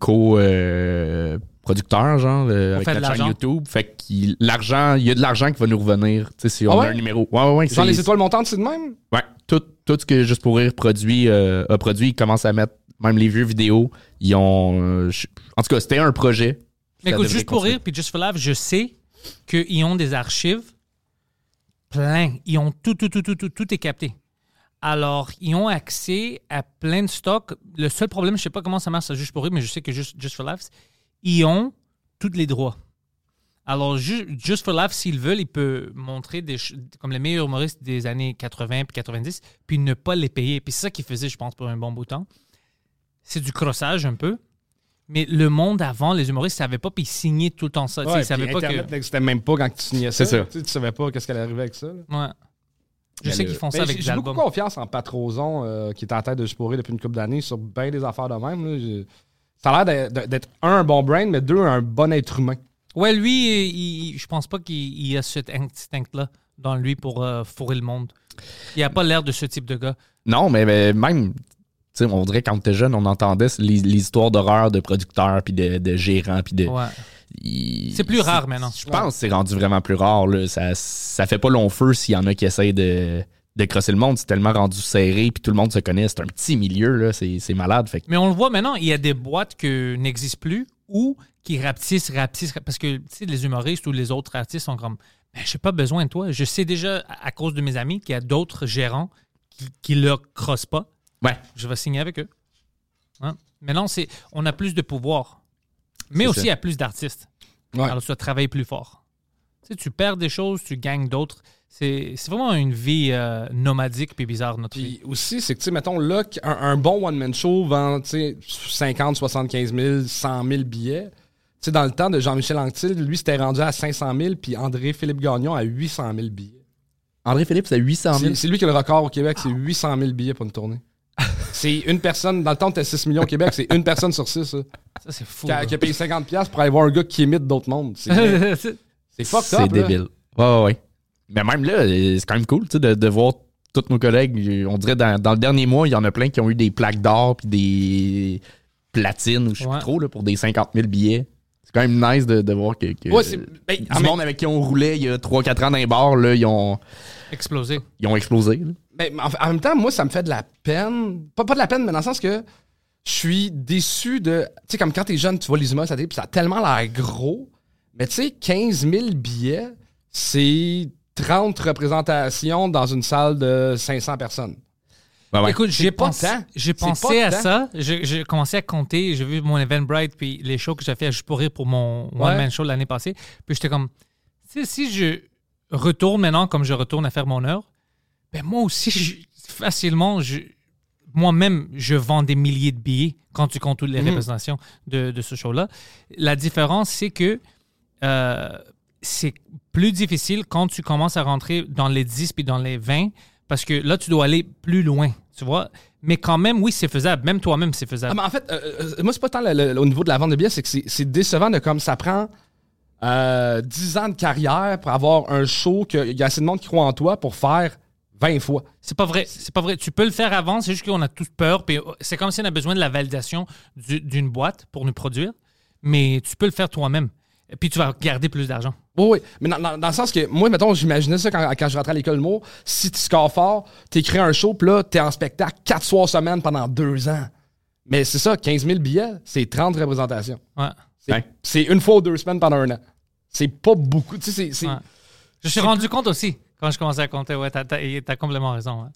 Speaker 4: co-producteurs, genre, euh, avec
Speaker 1: fait de
Speaker 4: la chaîne
Speaker 1: l'argent.
Speaker 4: YouTube. Fait que l'argent, il y a de l'argent qui va nous revenir, tu sais, si on
Speaker 3: Ah
Speaker 4: a
Speaker 3: ouais?
Speaker 4: un numéro. Ouais, ouais, ouais.
Speaker 3: Genre
Speaker 4: c'est-
Speaker 3: les étoiles montantes, c'est de même?
Speaker 1: Ah,
Speaker 4: ouais. Tout, tout ce que Juste pour rire produit, euh, a produit, ils commencent à mettre, même les vieux vidéos, ils ont... euh, je- en tout cas, c'était un projet.
Speaker 1: Mais
Speaker 4: Ça
Speaker 1: écoute,
Speaker 4: devrait
Speaker 1: juste pour
Speaker 4: continuer.
Speaker 1: rire, puis Just for Life, je sais qu'ils ont des archives plein. Ils ont tout, tout, tout, tout, tout, tout est capté. Alors, ils ont accès à plein de stocks. Le seul problème, je sais pas comment ça marche, ça, juste pour rire, mais je sais que Just, Just for Life, ils ont tous les droits. Alors, Ju- Just for Life, s'ils veulent, ils peuvent montrer des ch- comme les meilleurs humoristes des années 80 puis 90, puis ne pas les payer. Puis c'est ça qu'ils faisaient, je pense, pour un bon bout de temps. C'est du crossage un peu. Mais le monde avant, les humoristes ne savaient pas, puis ils signaient tout le temps ça. Tu sais,
Speaker 3: Ouais,
Speaker 1: ils savaient
Speaker 3: puis
Speaker 1: pas
Speaker 3: Internet
Speaker 1: que.
Speaker 3: n'existait même pas quand tu signais ça.
Speaker 4: C'est ça.
Speaker 3: Tu, sais, tu savais pas qu'est-ce qu'elle arrivait avec ça. là.
Speaker 1: Ouais. Je
Speaker 4: Mais
Speaker 1: sais
Speaker 4: le-
Speaker 1: qu'ils font ça
Speaker 3: Mais Ben,
Speaker 1: avec
Speaker 3: j'ai-
Speaker 1: des
Speaker 3: J'ai beaucoup
Speaker 1: albums.
Speaker 3: confiance en Pat Roson, euh, qui est en tête de Jusporé depuis une couple d'années, sur bien des affaires de même. là. J'ai- Ça a l'air d'être- d'être, un, un bon brain, mais deux, un bon être humain.
Speaker 1: Ouais, lui, il- il- je pense pas qu'il il a cet instinct-là dans lui pour euh, fourrer le monde. Il a pas l'air de ce type de gars.
Speaker 4: Non, mais, mais même, tu sais, on dirait quand t'es jeune, on entendait les, les histoires d'horreur de producteurs, puis de, de gérants, puis de...
Speaker 1: Ouais.
Speaker 4: Il-
Speaker 1: C'est plus rare maintenant.
Speaker 4: Je pense que c'est rendu vraiment plus rare. là. Ça, ça fait pas long feu s'il y en a qui essayent de, de crosser le monde. C'est tellement rendu serré, puis tout le monde se connaît. C'est un petit milieu, là. C'est, c'est malade. Fait que-
Speaker 1: Mais on le voit maintenant, il y a des boîtes qui n'existent plus ou qui rapetissent, rapetissent, rap- parce que tu sais, les humoristes ou les autres artistes sont comme ben, j'ai pas besoin de toi. Je sais déjà, à- à cause de mes amis, qu'il y a d'autres gérants qui, qui le crossent pas.
Speaker 4: Ouais.
Speaker 1: Je vais signer avec eux. Hein? Maintenant, c'est, on a plus de pouvoir, mais
Speaker 4: C'est
Speaker 1: aussi
Speaker 4: ça.
Speaker 1: il y a plus d'artistes.
Speaker 3: Ouais.
Speaker 1: Alors, tu dois travailler plus fort. Tu, sais, tu perds des choses, tu gagnes d'autres. C'est, c'est vraiment une vie euh, nomadique puis bizarre, notre vie.
Speaker 3: Puis aussi, c'est que, tu sais, mettons, là, un, un bon one-man show vend, tu sais, 50, 75 000, 100 000 billets. Tu sais, dans le temps de Jean-Michel Anctil, lui, c'était rendu à 500 000, puis André-Philippe Gagnon à 800 000 billets.
Speaker 4: André Philippe, c'est 800 000.
Speaker 3: C'est, c'est lui qui a le record au Québec,
Speaker 4: Ah.
Speaker 3: c'est 800 000 billets pour une tournée. C'est une personne, dans le temps, t'es 6 millions au Québec, c'est une personne sur 6,
Speaker 1: Ça, c'est fou.
Speaker 3: qui, a,
Speaker 1: là.
Speaker 3: qui a payé 50 pièces pour aller voir un gars qui imite d'autres mondes. C'est, c'est fucked
Speaker 4: C'est
Speaker 3: up, là.
Speaker 4: débile. Ouais, ouais, ouais. Mais même là, euh, c'est quand même cool tu sais, de, de voir tous nos collègues. On dirait dans, dans le dernier mois, il y en a plein qui ont eu des plaques d'or puis des platines ou je sais
Speaker 1: Ouais.
Speaker 4: plus trop là, pour des 50 000 billets. C'est quand même nice de, de voir que, que
Speaker 3: Ouais, c'est- ben,
Speaker 4: du
Speaker 3: en même-
Speaker 4: monde avec qui on roulait il y a 3-4 ans dans les bars, là, ils ont,
Speaker 1: Explosé.
Speaker 4: ils ont explosé. là.
Speaker 3: Mais Ben, en, en même temps, moi, ça me fait de la peine. Pas, pas de la peine, mais dans le sens que je suis déçu de. Tu sais, comme quand t'es jeune, tu vois les humains, ça, t'est- puis ça a tellement l'air gros. Mais tu sais, 15 000 billets, c'est 30 représentations dans une salle de 500 personnes.
Speaker 1: Écoute, j'ai
Speaker 3: pas
Speaker 1: pensé,
Speaker 3: tant.
Speaker 1: j'ai
Speaker 3: C'est
Speaker 1: pensé
Speaker 3: pas
Speaker 1: à
Speaker 3: tant.
Speaker 1: ça. J'ai j'ai commencé à compter. J'ai vu mon Eventbrite puis les shows que j'ai fait juste pour rire pour mon
Speaker 3: Ouais.
Speaker 1: One Man Show l'année passée. Puis j'étais comme, tu sais, si je retourne maintenant comme je retourne à faire mon heure, ben moi aussi, je- facilement, je, moi-même, je vends des milliers de billets quand tu comptes toutes les représentations de, de ce show-là. La différence, c'est que euh, c'est plus difficile quand tu commences à rentrer dans les 10 puis dans les 20 parce que là, tu dois aller plus loin, tu vois. Mais quand même, oui, c'est faisable. Même toi-même, c'est faisable.
Speaker 3: Ah, mais en fait, euh, euh, moi, c'est pas tant le- le- au niveau de la vente de billets, c'est que c'est- c'est décevant de comme ça prend euh, 10 ans de carrière pour avoir un show qu'il y a assez de monde qui croit en toi pour faire 20 fois.
Speaker 1: C'est pas vrai. C'est pas vrai. Tu peux le faire avant, c'est juste qu'on a tous peur. Puis oh, c'est comme si on a besoin de la validation du- d'une boîte pour nous produire, mais tu peux le faire toi-même. Et Puis tu vas garder plus d'argent.
Speaker 3: Oui, oui. Mais dans, dans- dans le sens que, moi, mettons, j'imaginais ça quand, quand je rentrais à l'école de mots. Si tu scores fort, t'écris un show, puis là, t'es en spectacle 4 soirs semaine pendant 2 ans. Mais c'est ça, 15 000 billets, c'est 30 représentations.
Speaker 1: Ouais.
Speaker 3: C'est
Speaker 4: Ouais.
Speaker 3: c'est une fois ou deux semaines pendant un an. C'est pas beaucoup. Tu sais, c'est- c'est.
Speaker 1: Ouais. Je suis rendu compte aussi quand je commençais à compter. Ouais, t'as, t'as- et t'as complètement raison. ouais.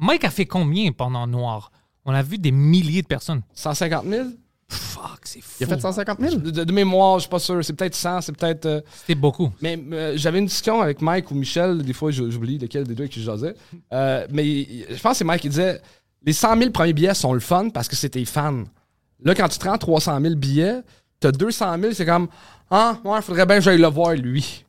Speaker 1: Mike a fait combien pendant Noir On a vu des milliers de personnes.
Speaker 3: 150 000?
Speaker 1: Fuck, c'est fou.
Speaker 4: Il a fait 150 000?
Speaker 3: De, de- de mémoire, je suis pas sûr. C'est peut-être 100, c'est peut-être. euh,
Speaker 1: C'était beaucoup.
Speaker 3: mais euh, j'avais une discussion avec Mike ou Michel, des fois j- j'oublie lequel des deux avec qui je jasais. Euh, mais il- je pense que c'est Mike qui disait les 100 000 premiers billets sont le fun parce que c'est tes fans. Là, quand tu te rends 300 000 billets, t'as 200 000, c'est comme Ah, ouais, faudrait bien que j'aille le voir, lui.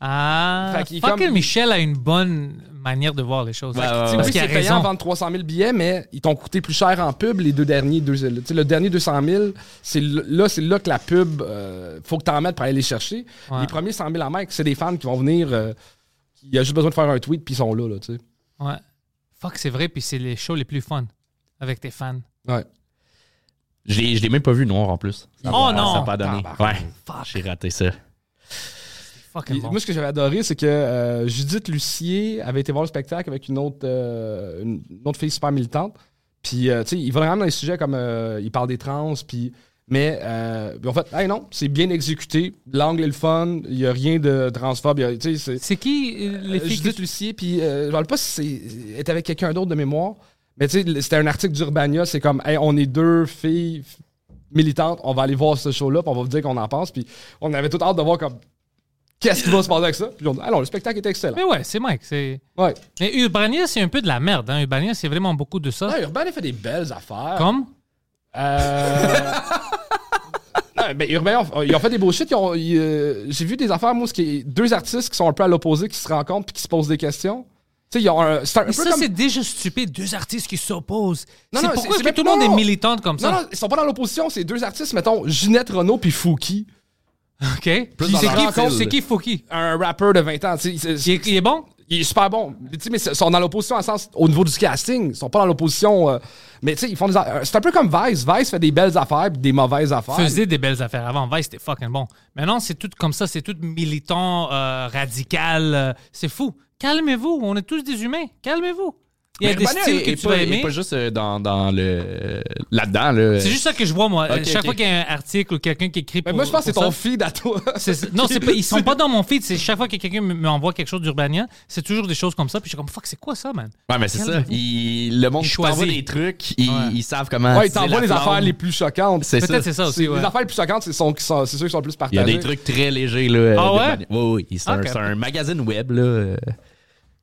Speaker 1: Ah,
Speaker 3: Fait qu'il est
Speaker 1: fucking
Speaker 3: comme-
Speaker 1: Michel a une bonne manière de voir les choses.
Speaker 4: Ouais, ouais,
Speaker 3: Tu sais,
Speaker 1: Ah, Parce
Speaker 3: oui,
Speaker 1: qu'il a
Speaker 3: c'est payant
Speaker 1: raison.
Speaker 3: vendre 300 000 billets, mais ils t'ont coûté plus cher en pub les deux derniers. Deux, tu sais, le dernier 200 000, c'est le- là, c'est là que la pub, euh, faut que t'en mettes pour aller les chercher.
Speaker 1: Ouais.
Speaker 3: Les premiers 100 000 en Mike, c'est des fans qui vont venir. euh, il y a juste besoin de faire un tweet, puis ils sont là, là, tu sais.
Speaker 1: Ouais. Fuck, c'est vrai. Puis c'est les shows les plus fun avec tes fans.
Speaker 3: Ouais.
Speaker 4: Je l'ai je l'ai même pas vu noir en plus. Ça
Speaker 1: Oh
Speaker 4: a-
Speaker 1: non!
Speaker 4: Ça a pas donné.
Speaker 3: Tabarnak.
Speaker 4: Ouais. J'ai raté ça.
Speaker 1: Fucking
Speaker 3: Puis,
Speaker 1: bon.
Speaker 3: Moi, ce que j'avais adoré, c'est que euh, Judith Lucier avait été voir le spectacle avec une autre, euh, une une autre fille super militante. Puis, euh, tu sais, il va vraiment dans les sujets comme euh, il parle des trans, puis. Mais, euh, en fait, hey, non, c'est bien exécuté. L'angle est le fun. Il n'y a rien de transphobe. il y a- Tu sais, c'est.
Speaker 1: C'est qui euh, les
Speaker 3: Euh,
Speaker 1: filles qui-
Speaker 3: Judith Lucier, puis euh, je ne pas si c'est- elle est avec quelqu'un d'autre de mémoire. Mais, tu sais, c'était un article d'Urbania. C'est comme, hey, on est deux filles f- militantes. On va aller voir ce show-là, puis on va vous dire qu'on en pense. Puis, on avait tout hâte de voir comme. Qu'est-ce qui va se passer avec ça? Puis on dit, alors, le spectacle est excellent.
Speaker 1: Mais ouais, c'est Mike. C'est...
Speaker 3: Ouais.
Speaker 1: Mais Urbania, c'est un peu de la merde. Hein. Urbania, c'est vraiment beaucoup de ça.
Speaker 3: Non, Urban a fait des belles affaires.
Speaker 1: Comme
Speaker 3: Euh... non, mais Urbain, on- ils ont fait des beaux shit. ils ont- ils, euh, J'ai vu des affaires, moi, ce qui est deux artistes qui sont un peu à l'opposé, qui se rencontrent puis qui se posent des questions. Tu sais, ils ont un. C'est un
Speaker 1: Mais
Speaker 3: peu
Speaker 1: ça,
Speaker 3: comme-
Speaker 1: c'est déjà stupide. Deux artistes qui s'opposent.
Speaker 3: Non,
Speaker 1: c'est
Speaker 3: non,
Speaker 1: pourquoi
Speaker 3: c'est-
Speaker 1: est-ce que
Speaker 3: c'est
Speaker 1: tout le
Speaker 3: même-
Speaker 1: monde est
Speaker 3: non.
Speaker 1: militante comme
Speaker 3: Non,
Speaker 1: ça?
Speaker 3: non, ils sont pas dans l'opposition, c'est deux artistes, mettons, Ginette Renault puis Fouki.
Speaker 1: OK. Puis
Speaker 4: dans
Speaker 1: c'est,
Speaker 4: leur
Speaker 1: qui,
Speaker 4: style.
Speaker 1: c'est qui Fouki?
Speaker 3: Un rappeur de 20 ans. tu sais, c'est-
Speaker 1: Il est, il est bon?
Speaker 3: Il est super bon. Mais, tu sais, mais ils sont dans l'opposition en sens au niveau du casting. Ils sont pas dans l'opposition. euh, mais tu sais, ils font des. a- euh, C'est un peu comme Vice. Vice fait des belles affaires puis des mauvaises affaires.
Speaker 1: Faisait des belles affaires avant. Vice, c'était fucking bon. Maintenant, c'est tout comme ça. C'est tout militant, euh, radical. euh, c'est fou. Calmez-vous. On est tous des humains. Calmez-vous. Il y a
Speaker 4: Mais
Speaker 1: des
Speaker 4: Urbania
Speaker 1: styles
Speaker 4: est-
Speaker 1: que
Speaker 4: est
Speaker 1: tu
Speaker 4: pas,
Speaker 1: vas
Speaker 4: est
Speaker 1: aimer.
Speaker 4: pas juste euh, dans, dans le. Là-dedans, là.
Speaker 1: C'est juste ça que je vois, moi. Euh,
Speaker 4: Ok,
Speaker 1: Chaque
Speaker 4: ok.
Speaker 1: fois qu'il y a un article ou quelqu'un qui écrit
Speaker 3: Mais
Speaker 1: pour,
Speaker 3: moi, je pense que c'est
Speaker 1: pour
Speaker 3: ton
Speaker 1: ça,
Speaker 3: feed à toi.
Speaker 1: c'est- non, c'est pas- ils sont pas dans mon feed. C'est chaque fois que quelqu'un me- m'envoie quelque chose d'Urbania, c'est toujours des choses comme ça. Puis je suis comme, fuck, c'est quoi ça, man?
Speaker 4: Ouais, mais c'est ça.
Speaker 1: Calmez-vous.
Speaker 4: Il- le monde
Speaker 1: Ils
Speaker 4: qui t'envoie
Speaker 1: choisissent.
Speaker 4: des trucs, ils,
Speaker 1: Ouais.
Speaker 4: ils savent comment.
Speaker 3: Ouais, ils
Speaker 4: attiser
Speaker 3: t'envoient
Speaker 4: la
Speaker 3: les
Speaker 4: flamme.
Speaker 3: affaires les plus choquantes.
Speaker 4: C'est ça.
Speaker 1: Peut-être c'est ça
Speaker 3: C'est-
Speaker 1: aussi, ouais.
Speaker 3: Les affaires les plus choquantes, c'est sont- qui sont- c'est ceux qui sont le plus
Speaker 4: Il y
Speaker 3: partagés.
Speaker 4: a des trucs très légers, là.
Speaker 1: Ah
Speaker 4: de
Speaker 1: ouais?
Speaker 4: mani- Oui, oui. C'est un,
Speaker 1: Ok.
Speaker 4: c'est un magazine web, là. euh,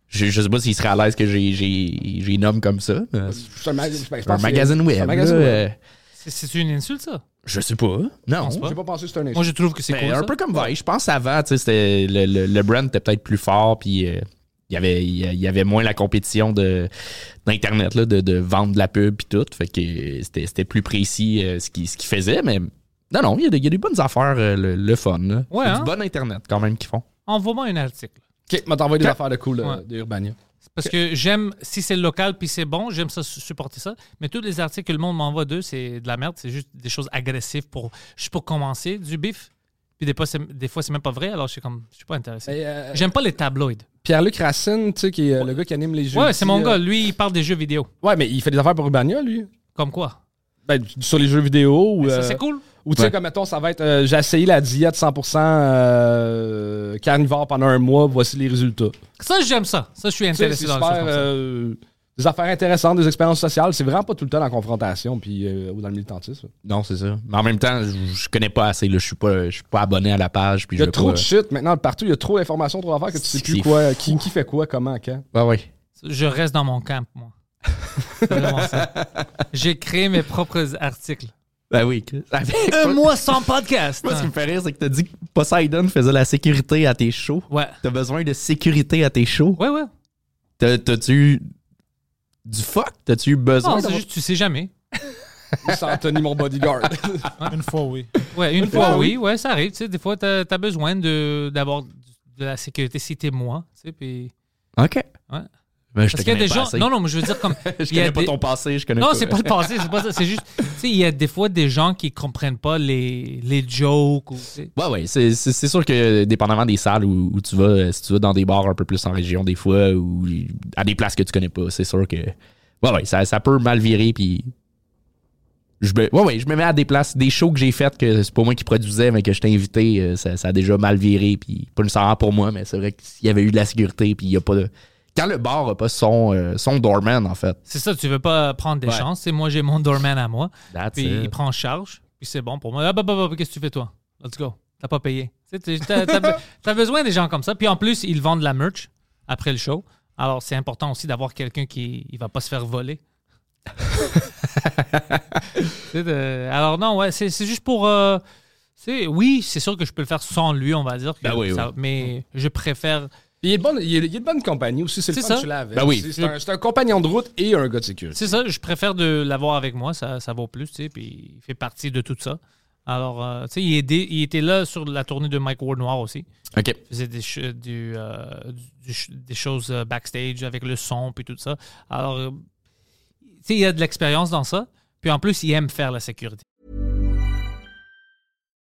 Speaker 4: Je, je sais pas s'il serait à l'aise que j'ai- j'ai j'ai nomme comme ça. mais
Speaker 3: C'est un, mag- je pense
Speaker 4: C'est un
Speaker 3: que-
Speaker 4: magazine
Speaker 3: c'est
Speaker 4: web.
Speaker 3: un magazine
Speaker 4: là,
Speaker 3: web.
Speaker 4: euh,
Speaker 1: C'est- C'est une insulte, ça?
Speaker 4: Je sais pas. Non.
Speaker 1: pense pas.
Speaker 3: J'ai pas pensé que c'était Ben, un
Speaker 1: Moi,
Speaker 3: échec.
Speaker 1: je trouve que c'est
Speaker 4: Mais
Speaker 1: cool.
Speaker 4: un
Speaker 1: ça.
Speaker 4: peu comme Vice. Je pense avant, tu sais, c'était- le, le- le brand était peut-être plus fort, puis euh, il y avait- il y a- il y avait moins la compétition de- d'Internet, là, de, de vendre de la pub, puis tout. Fait que euh, c'était c'était plus précis euh, ce qu'il ce qu'il faisait, mais non, non, il y, a des- il y a des bonnes affaires, euh, le, le fun. là.
Speaker 1: Ouais,
Speaker 4: C'est
Speaker 1: hein?
Speaker 4: Du bon Internet, quand même, qu'ils font.
Speaker 1: Envoie-moi un article.
Speaker 3: Ok, m'a t'envoyé des affaires de cool
Speaker 1: Ouais.
Speaker 3: euh, d'Urbania.
Speaker 1: C'est Parce que j'aime, si c'est local puis c'est bon, j'aime ça su- supporter ça. Mais tous les articles que le monde m'envoie d'eux, c'est de la merde. C'est juste des choses agressives pour, juste pour commencer, du bif. Puis des fois, c'est, des fois, c'est même pas vrai. Alors, je suis comme, je suis pas intéressé.
Speaker 3: Mais, euh,
Speaker 1: J'aime pas les tabloïds.
Speaker 3: Pierre-Luc Racine, tu sais, qui est euh, le gars qui anime les jeux.
Speaker 1: Ouais, c'est mon
Speaker 3: euh,
Speaker 1: gars. Lui, il parle des jeux vidéo.
Speaker 3: Ouais, mais il fait des affaires pour Urbania, lui.
Speaker 1: Comme quoi?
Speaker 3: Ben, sur les jeux vidéo ou.
Speaker 1: Ça,
Speaker 3: euh,
Speaker 1: c'est cool.
Speaker 3: Ou tu sais,
Speaker 4: Ouais.
Speaker 3: comme mettons, ça va être euh, j'ai essayé la diète 100% euh, carnivore pendant un mois, voici les résultats.
Speaker 1: Ça, j'aime ça. Ça, je suis
Speaker 3: Tu sais,
Speaker 1: intéressé
Speaker 3: C'est
Speaker 1: dans les choses
Speaker 3: super.
Speaker 1: comme ça.
Speaker 3: euh, des affaires intéressantes, des expériences sociales. C'est vraiment pas tout le temps dans la confrontation puis, euh, ou dans le militantisme.
Speaker 4: Non, c'est ça. Mais en même temps, je, je connais pas assez. là. Je suis pas, je suis pas abonné à la page. Puis
Speaker 3: Il y a
Speaker 4: je veux
Speaker 3: trop
Speaker 4: pas-
Speaker 3: de shit maintenant partout. Il y a trop d'informations, trop d'affaires que tu sais
Speaker 4: C'est euh,
Speaker 3: plus quoi, qui, qui fait quoi, comment, quand.
Speaker 4: Ouais, ouais.
Speaker 1: Je reste dans mon camp, moi. C'est vraiment ça. J'ai créé mes propres articles.
Speaker 4: Ben oui. Chris. Avec-
Speaker 1: Un mois sans podcast.
Speaker 4: Moi, ce qui me fait rire, c'est que t'as dit que Poseidon faisait la sécurité à tes shows.
Speaker 1: Ouais.
Speaker 4: T'as besoin de sécurité à tes shows.
Speaker 1: Ouais, ouais.
Speaker 4: T'as- T'as-tu eu du fuck? T'as-tu eu besoin?
Speaker 1: Non, c'est
Speaker 4: d'avoir-
Speaker 1: juste, tu sais jamais.
Speaker 3: C'est Anthony, mon bodyguard.
Speaker 5: Une fois, oui.
Speaker 1: Ouais, une fois, oui, ouais, ça arrive. Tu sais, des fois, t'as as besoin de- d'avoir de la sécurité si t'es moi. Tu sais, puis.
Speaker 4: OK.
Speaker 1: Ouais.
Speaker 4: Ben, je
Speaker 1: Parce
Speaker 4: te
Speaker 1: qu'il y a
Speaker 4: connais
Speaker 1: des
Speaker 4: pas
Speaker 1: gens.
Speaker 4: assez.
Speaker 1: Non, non, mais je veux dire comme.
Speaker 4: je
Speaker 1: il y a
Speaker 4: connais pas
Speaker 1: des-
Speaker 4: ton passé, je connais
Speaker 1: Non,
Speaker 4: pas.
Speaker 1: c'est pas le passé, c'est pas ça. C'est juste, tu sais, il y a des fois des gens qui comprennent pas les, les jokes ou. tu sais.
Speaker 4: Ouais, ouais, c'est, c'est- c'est sûr que dépendamment des salles où, où tu vas, euh, si tu vas dans des bars un peu plus en région des fois, ou à des places que tu connais pas, c'est sûr que. Ouais, ouais, ça, ça peut mal virer, puis. Je me, ouais, ouais, je me mets à des places, des shows que j'ai faites, que c'est pas moi qui produisais, mais que je t'ai invité, euh, ça, ça a déjà mal viré, puis pas nécessairement pour moi, mais c'est vrai qu'il y avait eu de la sécurité, puis il y a pas de. Quand le bar a pas son, euh, son doorman, en fait.
Speaker 1: C'est ça, tu veux pas prendre des
Speaker 4: Ouais.
Speaker 1: chances. C'est moi, j'ai mon doorman à moi.
Speaker 4: That's
Speaker 1: Puis il
Speaker 4: it.
Speaker 1: prend charge. Puis c'est bon pour moi. Ah, bah, bah, bah, qu'est-ce que tu fais, toi? Let's go. T'as pas payé. Tu sais, t'es- T'as t'as be- t'as besoin des gens comme ça. Puis en plus, ils vendent de la merch après le show. Alors, c'est important aussi d'avoir quelqu'un qui il va pas se faire voler. Tu sais, de- alors, non, ouais, c'est c'est juste pour. euh, c'est- oui, c'est sûr que je peux le faire sans lui, on va dire. que
Speaker 4: Ben oui,
Speaker 1: ça-
Speaker 4: oui.
Speaker 1: Mais je préfère.
Speaker 3: il, est de bonne, il, est, il est de bonne compagnie aussi, c'est
Speaker 1: C'est
Speaker 3: le fun
Speaker 1: ça.
Speaker 3: que tu l'as avec.
Speaker 4: Ben oui.
Speaker 3: C'est- C'est un, c'est un compagnon de route et un gars de sécurité.
Speaker 1: C'est ça, je préfère de l'avoir avec moi, ça, ça vaut plus, tu sais, puis il fait partie de tout ça. Alors, euh, tu sais, il, est dé- il était là sur la tournée de Mike Ward Noir aussi.
Speaker 4: OK.
Speaker 1: Il faisait des, ch- du, euh, du- du ch- des choses euh, backstage avec le son, puis tout ça. Alors, euh, tu sais, il y a de l'expérience dans ça. Puis en plus, il aime faire la sécurité.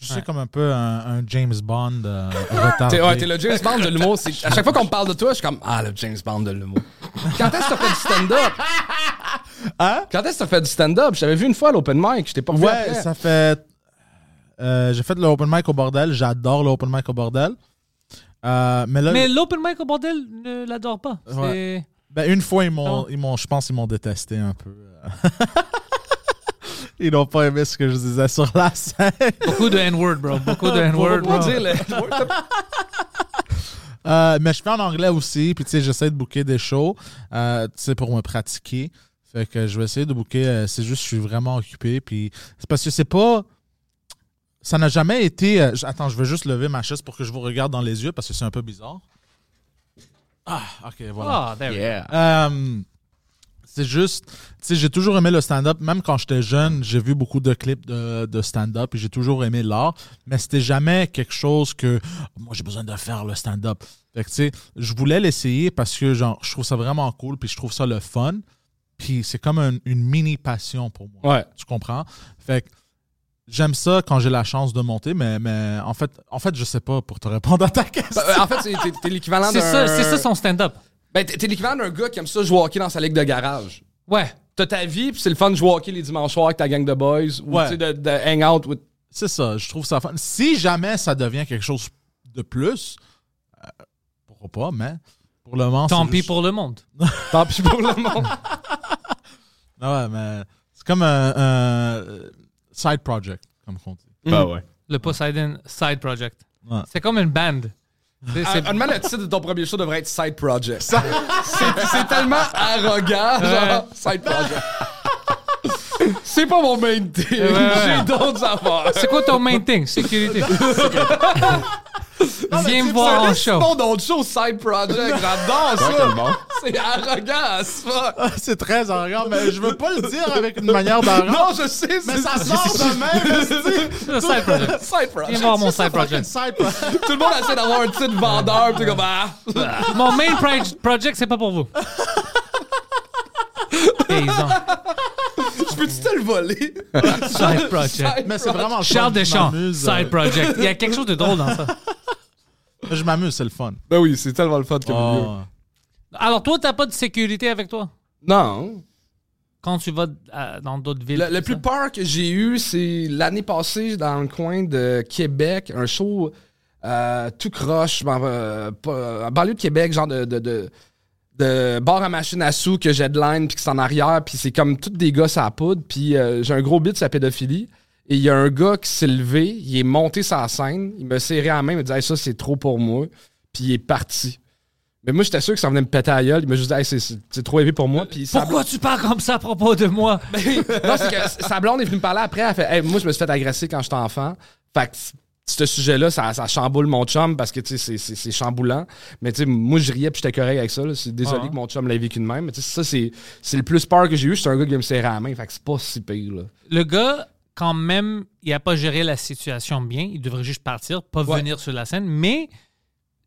Speaker 5: Je sais comme un peu un, un James Bond euh,
Speaker 6: Ah,
Speaker 5: retardé.
Speaker 3: T'es ouais, t'es le James Bond de l'humour. c'est- À chaque fois qu'on me parle de toi, je suis comme Ah, le James Bond de l'humour. Quand est-ce que t'as fait du stand-up? Hein? Quand est-ce que t'as fait du stand-up? Je t'avais vu une fois à l'open mic, je t'ai pas vu.
Speaker 5: Ouais,
Speaker 3: après.
Speaker 5: ça fait. euh, j'ai fait le open mic au bordel. J'adore le open mic au bordel. Euh, mais là,
Speaker 1: Mais l'open mic au bordel ne l'adore pas. C'est-
Speaker 5: Ouais. ben, une fois, ils m'ont,
Speaker 1: Non.
Speaker 5: ils m'ont- je pense qu'ils m'ont détesté un peu. euh. ils n'ont pas aimé ce que je disais sur la scène.
Speaker 1: Beaucoup de N-word, bro. Beaucoup de N-word.
Speaker 3: Faut
Speaker 1: bro.
Speaker 3: dire le-
Speaker 5: Euh, mais je fais en anglais aussi. Puis, tu sais, j'essaie de booker des shows, euh, tu sais, pour me pratiquer. Fait que je vais essayer de booker. euh, c'est juste, que je suis vraiment occupé. Puis, c'est parce que c'est pas. Ça n'a jamais été. euh, j- attends, je vais juste lever ma chaise pour que je vous regarde dans les yeux parce que c'est un peu bizarre. Ah, ok, voilà.
Speaker 1: Ah, there we go.
Speaker 4: Yeah.
Speaker 5: Euh, c'est juste, tu sais, j'ai toujours aimé le stand-up. Même quand j'étais jeune, j'ai vu beaucoup de clips de, de stand-up et j'ai toujours aimé l'art. Mais c'était jamais quelque chose que oh, moi j'ai besoin de faire le stand-up. Fait que, tu sais, je voulais l'essayer parce que genre, je trouve ça vraiment cool puis je trouve ça le fun. Puis c'est comme un- une mini passion pour moi.
Speaker 3: Ouais.
Speaker 5: Tu comprends? Fait que j'aime ça quand j'ai la chance de monter, mais, mais en, fait, en fait, je sais pas pour te répondre à ta question.
Speaker 3: Euh, En fait, c'est- t'es- t'es l'équivalent
Speaker 1: C'est ça,
Speaker 3: d'un.
Speaker 1: c'est ça son stand-up.
Speaker 3: Ben, t'es t'es l'équivalent d'un gars qui aime ça jouer au hockey dans sa ligue de garage.
Speaker 1: Ouais.
Speaker 3: T'as ta vie, puis c'est le fun de jouer au hockey les dimanches soirs avec ta gang de boys, ou
Speaker 5: Ouais.
Speaker 3: tu sais, de, de hang out with.
Speaker 5: C'est ça, je trouve ça fun. Si jamais ça devient quelque chose de plus, euh, pourquoi pas, mais pour le moment.
Speaker 1: Tant
Speaker 5: c'est
Speaker 1: pis
Speaker 5: juste-
Speaker 1: pour le monde.
Speaker 3: Tant pis pour le monde.
Speaker 5: Ah ouais, mais c'est comme un, un side project, comme on dit.
Speaker 4: Ben ouais.
Speaker 1: Le Poseidon Side Project.
Speaker 5: Ouais.
Speaker 1: C'est comme une band. C'est- c'est-
Speaker 3: Honnêtement, Ah, le titre de ton premier show devrait être Side Project. C'est c'est tellement arrogant, genre Side Project. C'est pas mon main thing. J'ai d'autres affaires.
Speaker 1: C'est quoi ton main thing? Sécurité. Viens me voir en
Speaker 3: C'est
Speaker 1: show.
Speaker 3: mon d'autres show, Side Project. J'adore
Speaker 4: Tout le
Speaker 3: ça.
Speaker 4: monde.
Speaker 3: C'est arrogant as fuck.
Speaker 5: c'est très arrogant, mais je veux pas le dire avec une manière d'arrogant.
Speaker 3: Non, je sais,
Speaker 5: mais ça sort de même. esti.
Speaker 1: Le Side Project.
Speaker 3: Side
Speaker 1: Viens
Speaker 3: Project.
Speaker 1: voir mon
Speaker 5: Ça
Speaker 1: Side
Speaker 5: fucking
Speaker 1: Project.
Speaker 5: side project.
Speaker 3: Tout le monde essaie d'avoir un titre vendeur, pis t'es comme, ah.
Speaker 1: Mon main proj- project, c'est pas pour vous. Paysan.
Speaker 3: Je peux-tu te le voler?
Speaker 1: Side Project.
Speaker 5: Mais c'est vraiment le fun,
Speaker 1: Charles
Speaker 5: je
Speaker 1: Deschamps,
Speaker 5: m'amuse, euh.
Speaker 1: Side Project. Il y a quelque chose de drôle dans ça.
Speaker 5: Je m'amuse, c'est le fun.
Speaker 3: Ben oui, c'est tellement le fun comme
Speaker 1: Oh.
Speaker 3: milieu.
Speaker 5: Ah.
Speaker 1: Alors, toi, t'as pas de sécurité avec toi
Speaker 3: Non.
Speaker 1: quand tu vas euh, dans d'autres villes?
Speaker 3: Le, le
Speaker 1: c'est
Speaker 3: plus
Speaker 1: ça?
Speaker 3: peur que j'ai eu, c'est l'année passée dans le coin de Québec, un show euh, tout croche, ben, euh, pas- en banlieue de Québec, genre de, de, de, de bar à machine à sous que j'ai de line, puis que c'est en arrière, puis c'est comme tous des gars à la poudre, puis euh, j'ai un gros bit sur la pédophilie. Et il y a un gars qui s'est levé, il est monté sa scène, il me serré à la main, il me dit Hey, ça c'est trop pour moi, puis il est parti. Mais moi j'étais sûr que ça venait me péter à la gueule, il m'a juste dit Hey, c'est- c'est c'est trop élevé pour moi, puis ça
Speaker 1: Pourquoi tu parles comme ça à propos de moi?
Speaker 3: non, c'est que sa blonde est venue me parler après. Elle fait Hey, Moi, je me suis fait agresser quand j'étais enfant. Fait que c- ce sujet-là, ça, ça chamboule mon chum parce que tu sais, c'est- c'est c'est chamboulant. Mais tu sais, moi, je riais puis j'étais correct avec ça. là. C'est
Speaker 4: Ah.
Speaker 3: désolé que mon chum l'ait vécu de même. Mais tu sais, ça, c'est c'est le plus peur que j'ai eu. C'est un gars qui vient me serrer la main. Fait que c'est pas si pire. Là.
Speaker 1: Le gars, quand même, il a pas géré la situation bien. Il devrait juste partir, pas
Speaker 3: Ouais.
Speaker 1: venir sur la scène. Mais.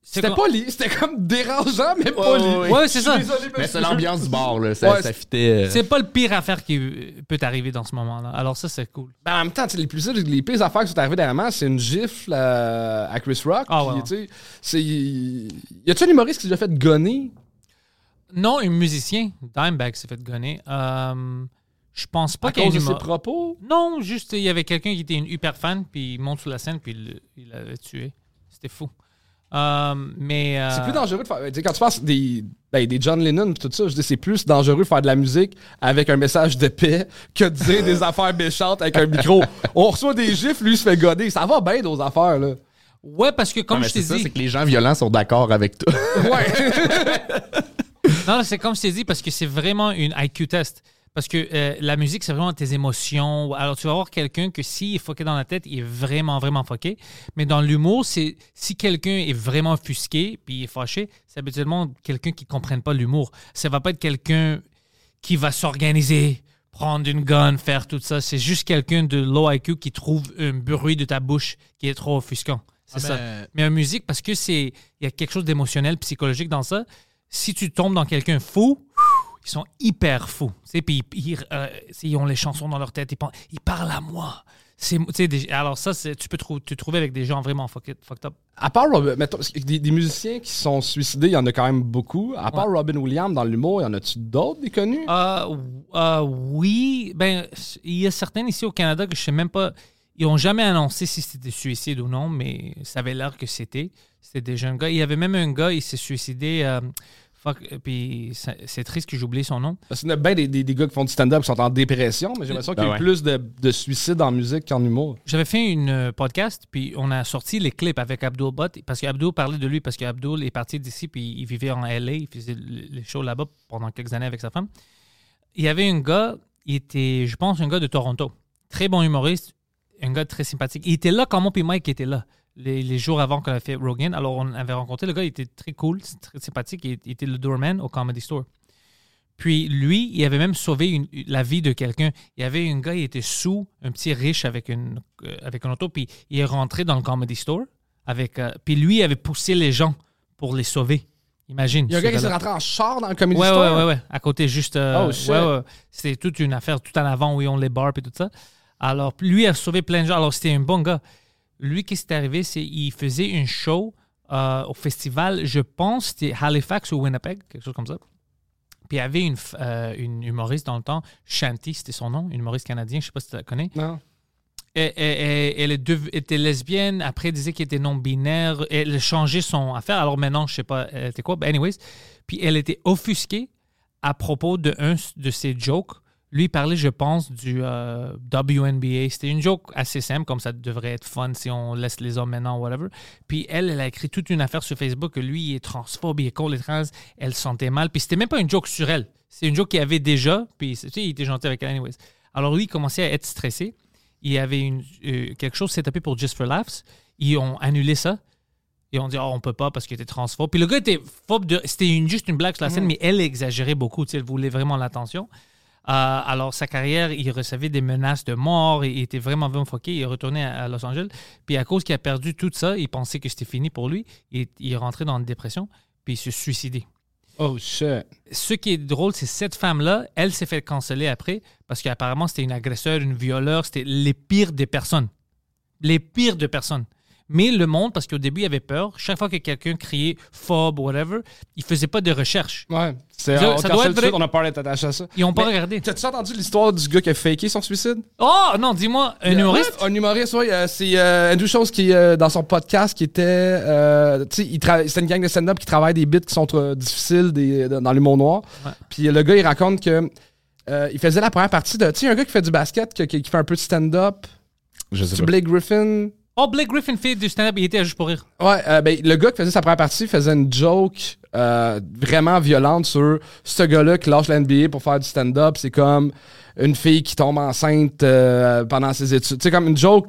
Speaker 1: c'est
Speaker 3: C'était
Speaker 1: quoi-
Speaker 3: poli. C'était comme dérangeant, mais poli.
Speaker 4: ouais,
Speaker 1: Ouais, c'est
Speaker 3: Je suis
Speaker 1: ça.
Speaker 3: désolé,
Speaker 4: Mais
Speaker 3: monsieur.
Speaker 4: c'est l'ambiance du bar, là. Ça,
Speaker 3: Ouais,
Speaker 4: ça
Speaker 3: c'est-
Speaker 4: fitait. euh,
Speaker 1: C'est pas le pire affaire qui euh, peut t'arriver dans ce moment-là. Alors, ça, c'est cool.
Speaker 3: Ben, en même temps, tu sais, les, plus, les pires affaires qui sont arrivées dernièrement, c'est une gifle euh, à Chris Rock.
Speaker 1: Ah,
Speaker 3: puis,
Speaker 1: ouais.
Speaker 3: tu sais, c'est- Y a-tu un humoriste qui s'est déjà fait gonner
Speaker 1: Non, un musicien, Dimebag, s'est fait gonner. Euh, je pense pas
Speaker 3: à
Speaker 1: qu'il y ait
Speaker 3: cause de
Speaker 1: une
Speaker 3: ses
Speaker 1: humo-
Speaker 3: propos?
Speaker 1: Non, juste, il y avait quelqu'un qui était une hyper fan, puis il monte sur la scène, puis il- il l'avait tué. C'était fou. Euh, mais. euh,
Speaker 3: C'est plus dangereux de faire. tu sais, Quand tu passes des, ben, des John Lennon et tout ça, je dis c'est plus dangereux de faire de la musique avec un message de paix que de dire des affaires méchantes avec un micro. On reçoit des gifles, lui il se fait goder. Ça va bien nos affaires là.
Speaker 1: Ouais, parce que
Speaker 4: non,
Speaker 1: comme
Speaker 4: mais
Speaker 1: je t'ai
Speaker 4: c'est ça,
Speaker 1: dit.
Speaker 4: c'est que les gens violents sont d'accord avec toi.
Speaker 1: Non, c'est comme je t'ai dit, parce que c'est vraiment une IQ test. Parce que euh, la musique, c'est vraiment tes émotions. Alors, tu vas voir quelqu'un que s'il est foqué dans la tête, il est vraiment, vraiment foqué. Mais dans l'humour, c'est si quelqu'un est vraiment offusqué puis il est fâché, c'est habituellement quelqu'un qui ne comprenne pas l'humour. Ça va pas être quelqu'un qui va s'organiser, prendre une gun, faire tout ça. C'est juste quelqu'un de low IQ qui trouve un bruit de ta bouche qui est trop offusquant. C'est
Speaker 5: Ah,
Speaker 1: ça.
Speaker 5: mais-
Speaker 1: Mais en musique, parce que c'est il y a quelque chose d'émotionnel, psychologique dans ça. Si tu tombes dans quelqu'un fou, ils sont hyper fous. Tu sais, puis ils, ils, euh, tu sais, ils ont les chansons dans leur tête, ils, pensent, ils parlent à moi. C'est, tu sais, des- alors ça, c'est- tu peux trou- te trouver avec des gens vraiment fucked fucked up.
Speaker 3: À part Robin- mettons, des, des musiciens qui sont suicidés, il y en a quand même beaucoup. À part Robin Williams dans l'humour, il y en a-tu d'autres des connus?
Speaker 1: Euh, ou- euh, oui, ben il y a certains ici au Canada que je sais même pas. Ils ont jamais annoncé si c'était suicide ou non, mais ça avait l'air que c'était. C'était des jeunes gars. Il y avait même un gars, il s'est suicidé. euh, fuck, puis ça- c'est triste que j'ai oublié son nom.
Speaker 3: Parce qu'il y en a bien des, des- des gars qui font du stand-up qui sont en dépression, mais j'ai l'impression qu'il y a eu
Speaker 4: ouais.
Speaker 3: plus de, de suicides en musique qu'en humour.
Speaker 1: J'avais fait une euh, podcast, puis on a sorti les clips avec Abdul Bot, parce qu'Abdul parlait de lui, parce qu'Abdul est parti d'ici, puis il vivait en LA, il faisait le- les shows là-bas pendant quelques années avec sa femme. Il y avait un gars, il était, je pense, un gars de Toronto. Très bon humoriste, un gars très sympathique. Il était là quand mon puis Mike était là, les, les jours avant qu'on a fait Rogan. Alors, on avait rencontré le gars, il était très cool, très sympathique, il, il était le doorman au Comedy Store. Puis lui, il avait même sauvé une- la vie de quelqu'un. Il y avait un gars, il était sous, un petit riche avec une, euh, avec une auto, puis il est rentré dans le comedy store. Avec, euh, puis lui, il avait poussé les gens pour les sauver. Imagine.
Speaker 3: Il y a un
Speaker 1: ce
Speaker 3: gars qui s'est
Speaker 1: gars-là.
Speaker 3: rentré en char dans le comedy
Speaker 1: Ouais,
Speaker 3: store.
Speaker 1: ouais, ouais, ouais. À côté, juste. euh,
Speaker 3: Oh, shit.
Speaker 1: ouais, ouais. C'était toute une affaire, tout en avant, où ils ont les bars et tout ça. Alors, lui a sauvé plein de gens. Alors, c'était un bon gars. Lui, qu'est-ce qui s'est arrivé, c'est qu'il faisait une show euh, au festival, je pense, c'était Halifax ou Winnipeg, quelque chose comme ça. Puis il y avait une, f- euh, une humoriste dans le temps, Shanti, c'était son nom, une humoriste canadienne, je sais pas si tu la connais.
Speaker 3: Non.
Speaker 1: Et- et- et- elle est dev- était lesbienne, après elle disait qu'elle était non-binaire, elle a changé son affaire, alors maintenant je sais pas elle était quoi, but anyways. Puis elle était offusquée à propos de un s- de ses jokes. Lui il parlait, je pense, du euh, WNBA. C'était une joke assez simple, comme ça devrait être fun si on laisse les hommes maintenant, whatever. Puis elle, elle a écrit toute une affaire sur Facebook que lui, il est transphobe, il est contre les trans, elle se sentait mal. Puis c'était même pas une joke sur elle. C'est une joke qu'il avait déjà, puis tu sais, il était gentil avec elle, anyways. Alors lui, il commençait à être stressé il y avait une, euh, quelque chose s'est tapé pour Just for Laughs. Ils ont annulé ça. Ils ont dit, oh, on peut pas parce qu'il était transphobe. Puis le gars était phobe de. C'était une, juste une blague sur la scène, mais elle exagérait beaucoup. tu sais, Elle voulait vraiment l'attention. Euh, alors, sa carrière, il recevait des menaces de mort. Il était vraiment, vraiment foqué. Il est retourné à, à Los Angeles. Puis à cause qu'il a perdu tout ça, il pensait que c'était fini pour lui. Il, il est rentré dans une dépression. Puis il se suicidait
Speaker 3: Oh shit.
Speaker 1: ce qui est drôle, c'est cette femme-là, elle s'est fait canceller après parce qu'apparemment, c'était une agresseur, une violeur, c'était les pires des personnes. Les pires des personnes. Mais le monde, parce qu'au début, il avait peur, chaque fois que quelqu'un criait phobe ou whatever, il faisait pas de recherche.
Speaker 3: Ouais. C'est,
Speaker 1: Ça-
Speaker 3: on
Speaker 1: ça
Speaker 3: te
Speaker 1: doit
Speaker 3: cancelle
Speaker 1: être
Speaker 3: tout de
Speaker 1: vrai.
Speaker 3: suite, on a peur d'être attaché à ça.
Speaker 1: Ils ont pas
Speaker 3: Mais
Speaker 1: regardé.
Speaker 3: T'as-tu entendu l'histoire du gars qui a faké son suicide?
Speaker 1: Oh non, dis-moi, un humoriste?
Speaker 3: Un humoriste, oui. euh, c'est euh, Andrew Schultz qui, euh, dans son podcast, qui était. euh, tu sais, il tra- c'est une gang de stand-up qui travaille des bits qui sont euh, difficiles des, dans l'humour noir. Puis euh, le gars, il raconte que. euh, il faisait la première partie de. Tu sais, un gars qui fait du basket, qui, qui- qui fait un peu de stand-up.
Speaker 4: Je sais
Speaker 3: Tu Blake Griffin.
Speaker 1: Oh, Blake Griffin fait du stand-up, il était à juste pour rire.
Speaker 3: Ouais, euh, ben, le gars qui faisait sa première partie faisait une joke euh, vraiment violente sur ce gars-là qui lâche la NBA pour faire du stand-up. C'est comme une fille qui tombe enceinte euh, pendant ses études. C'est comme une joke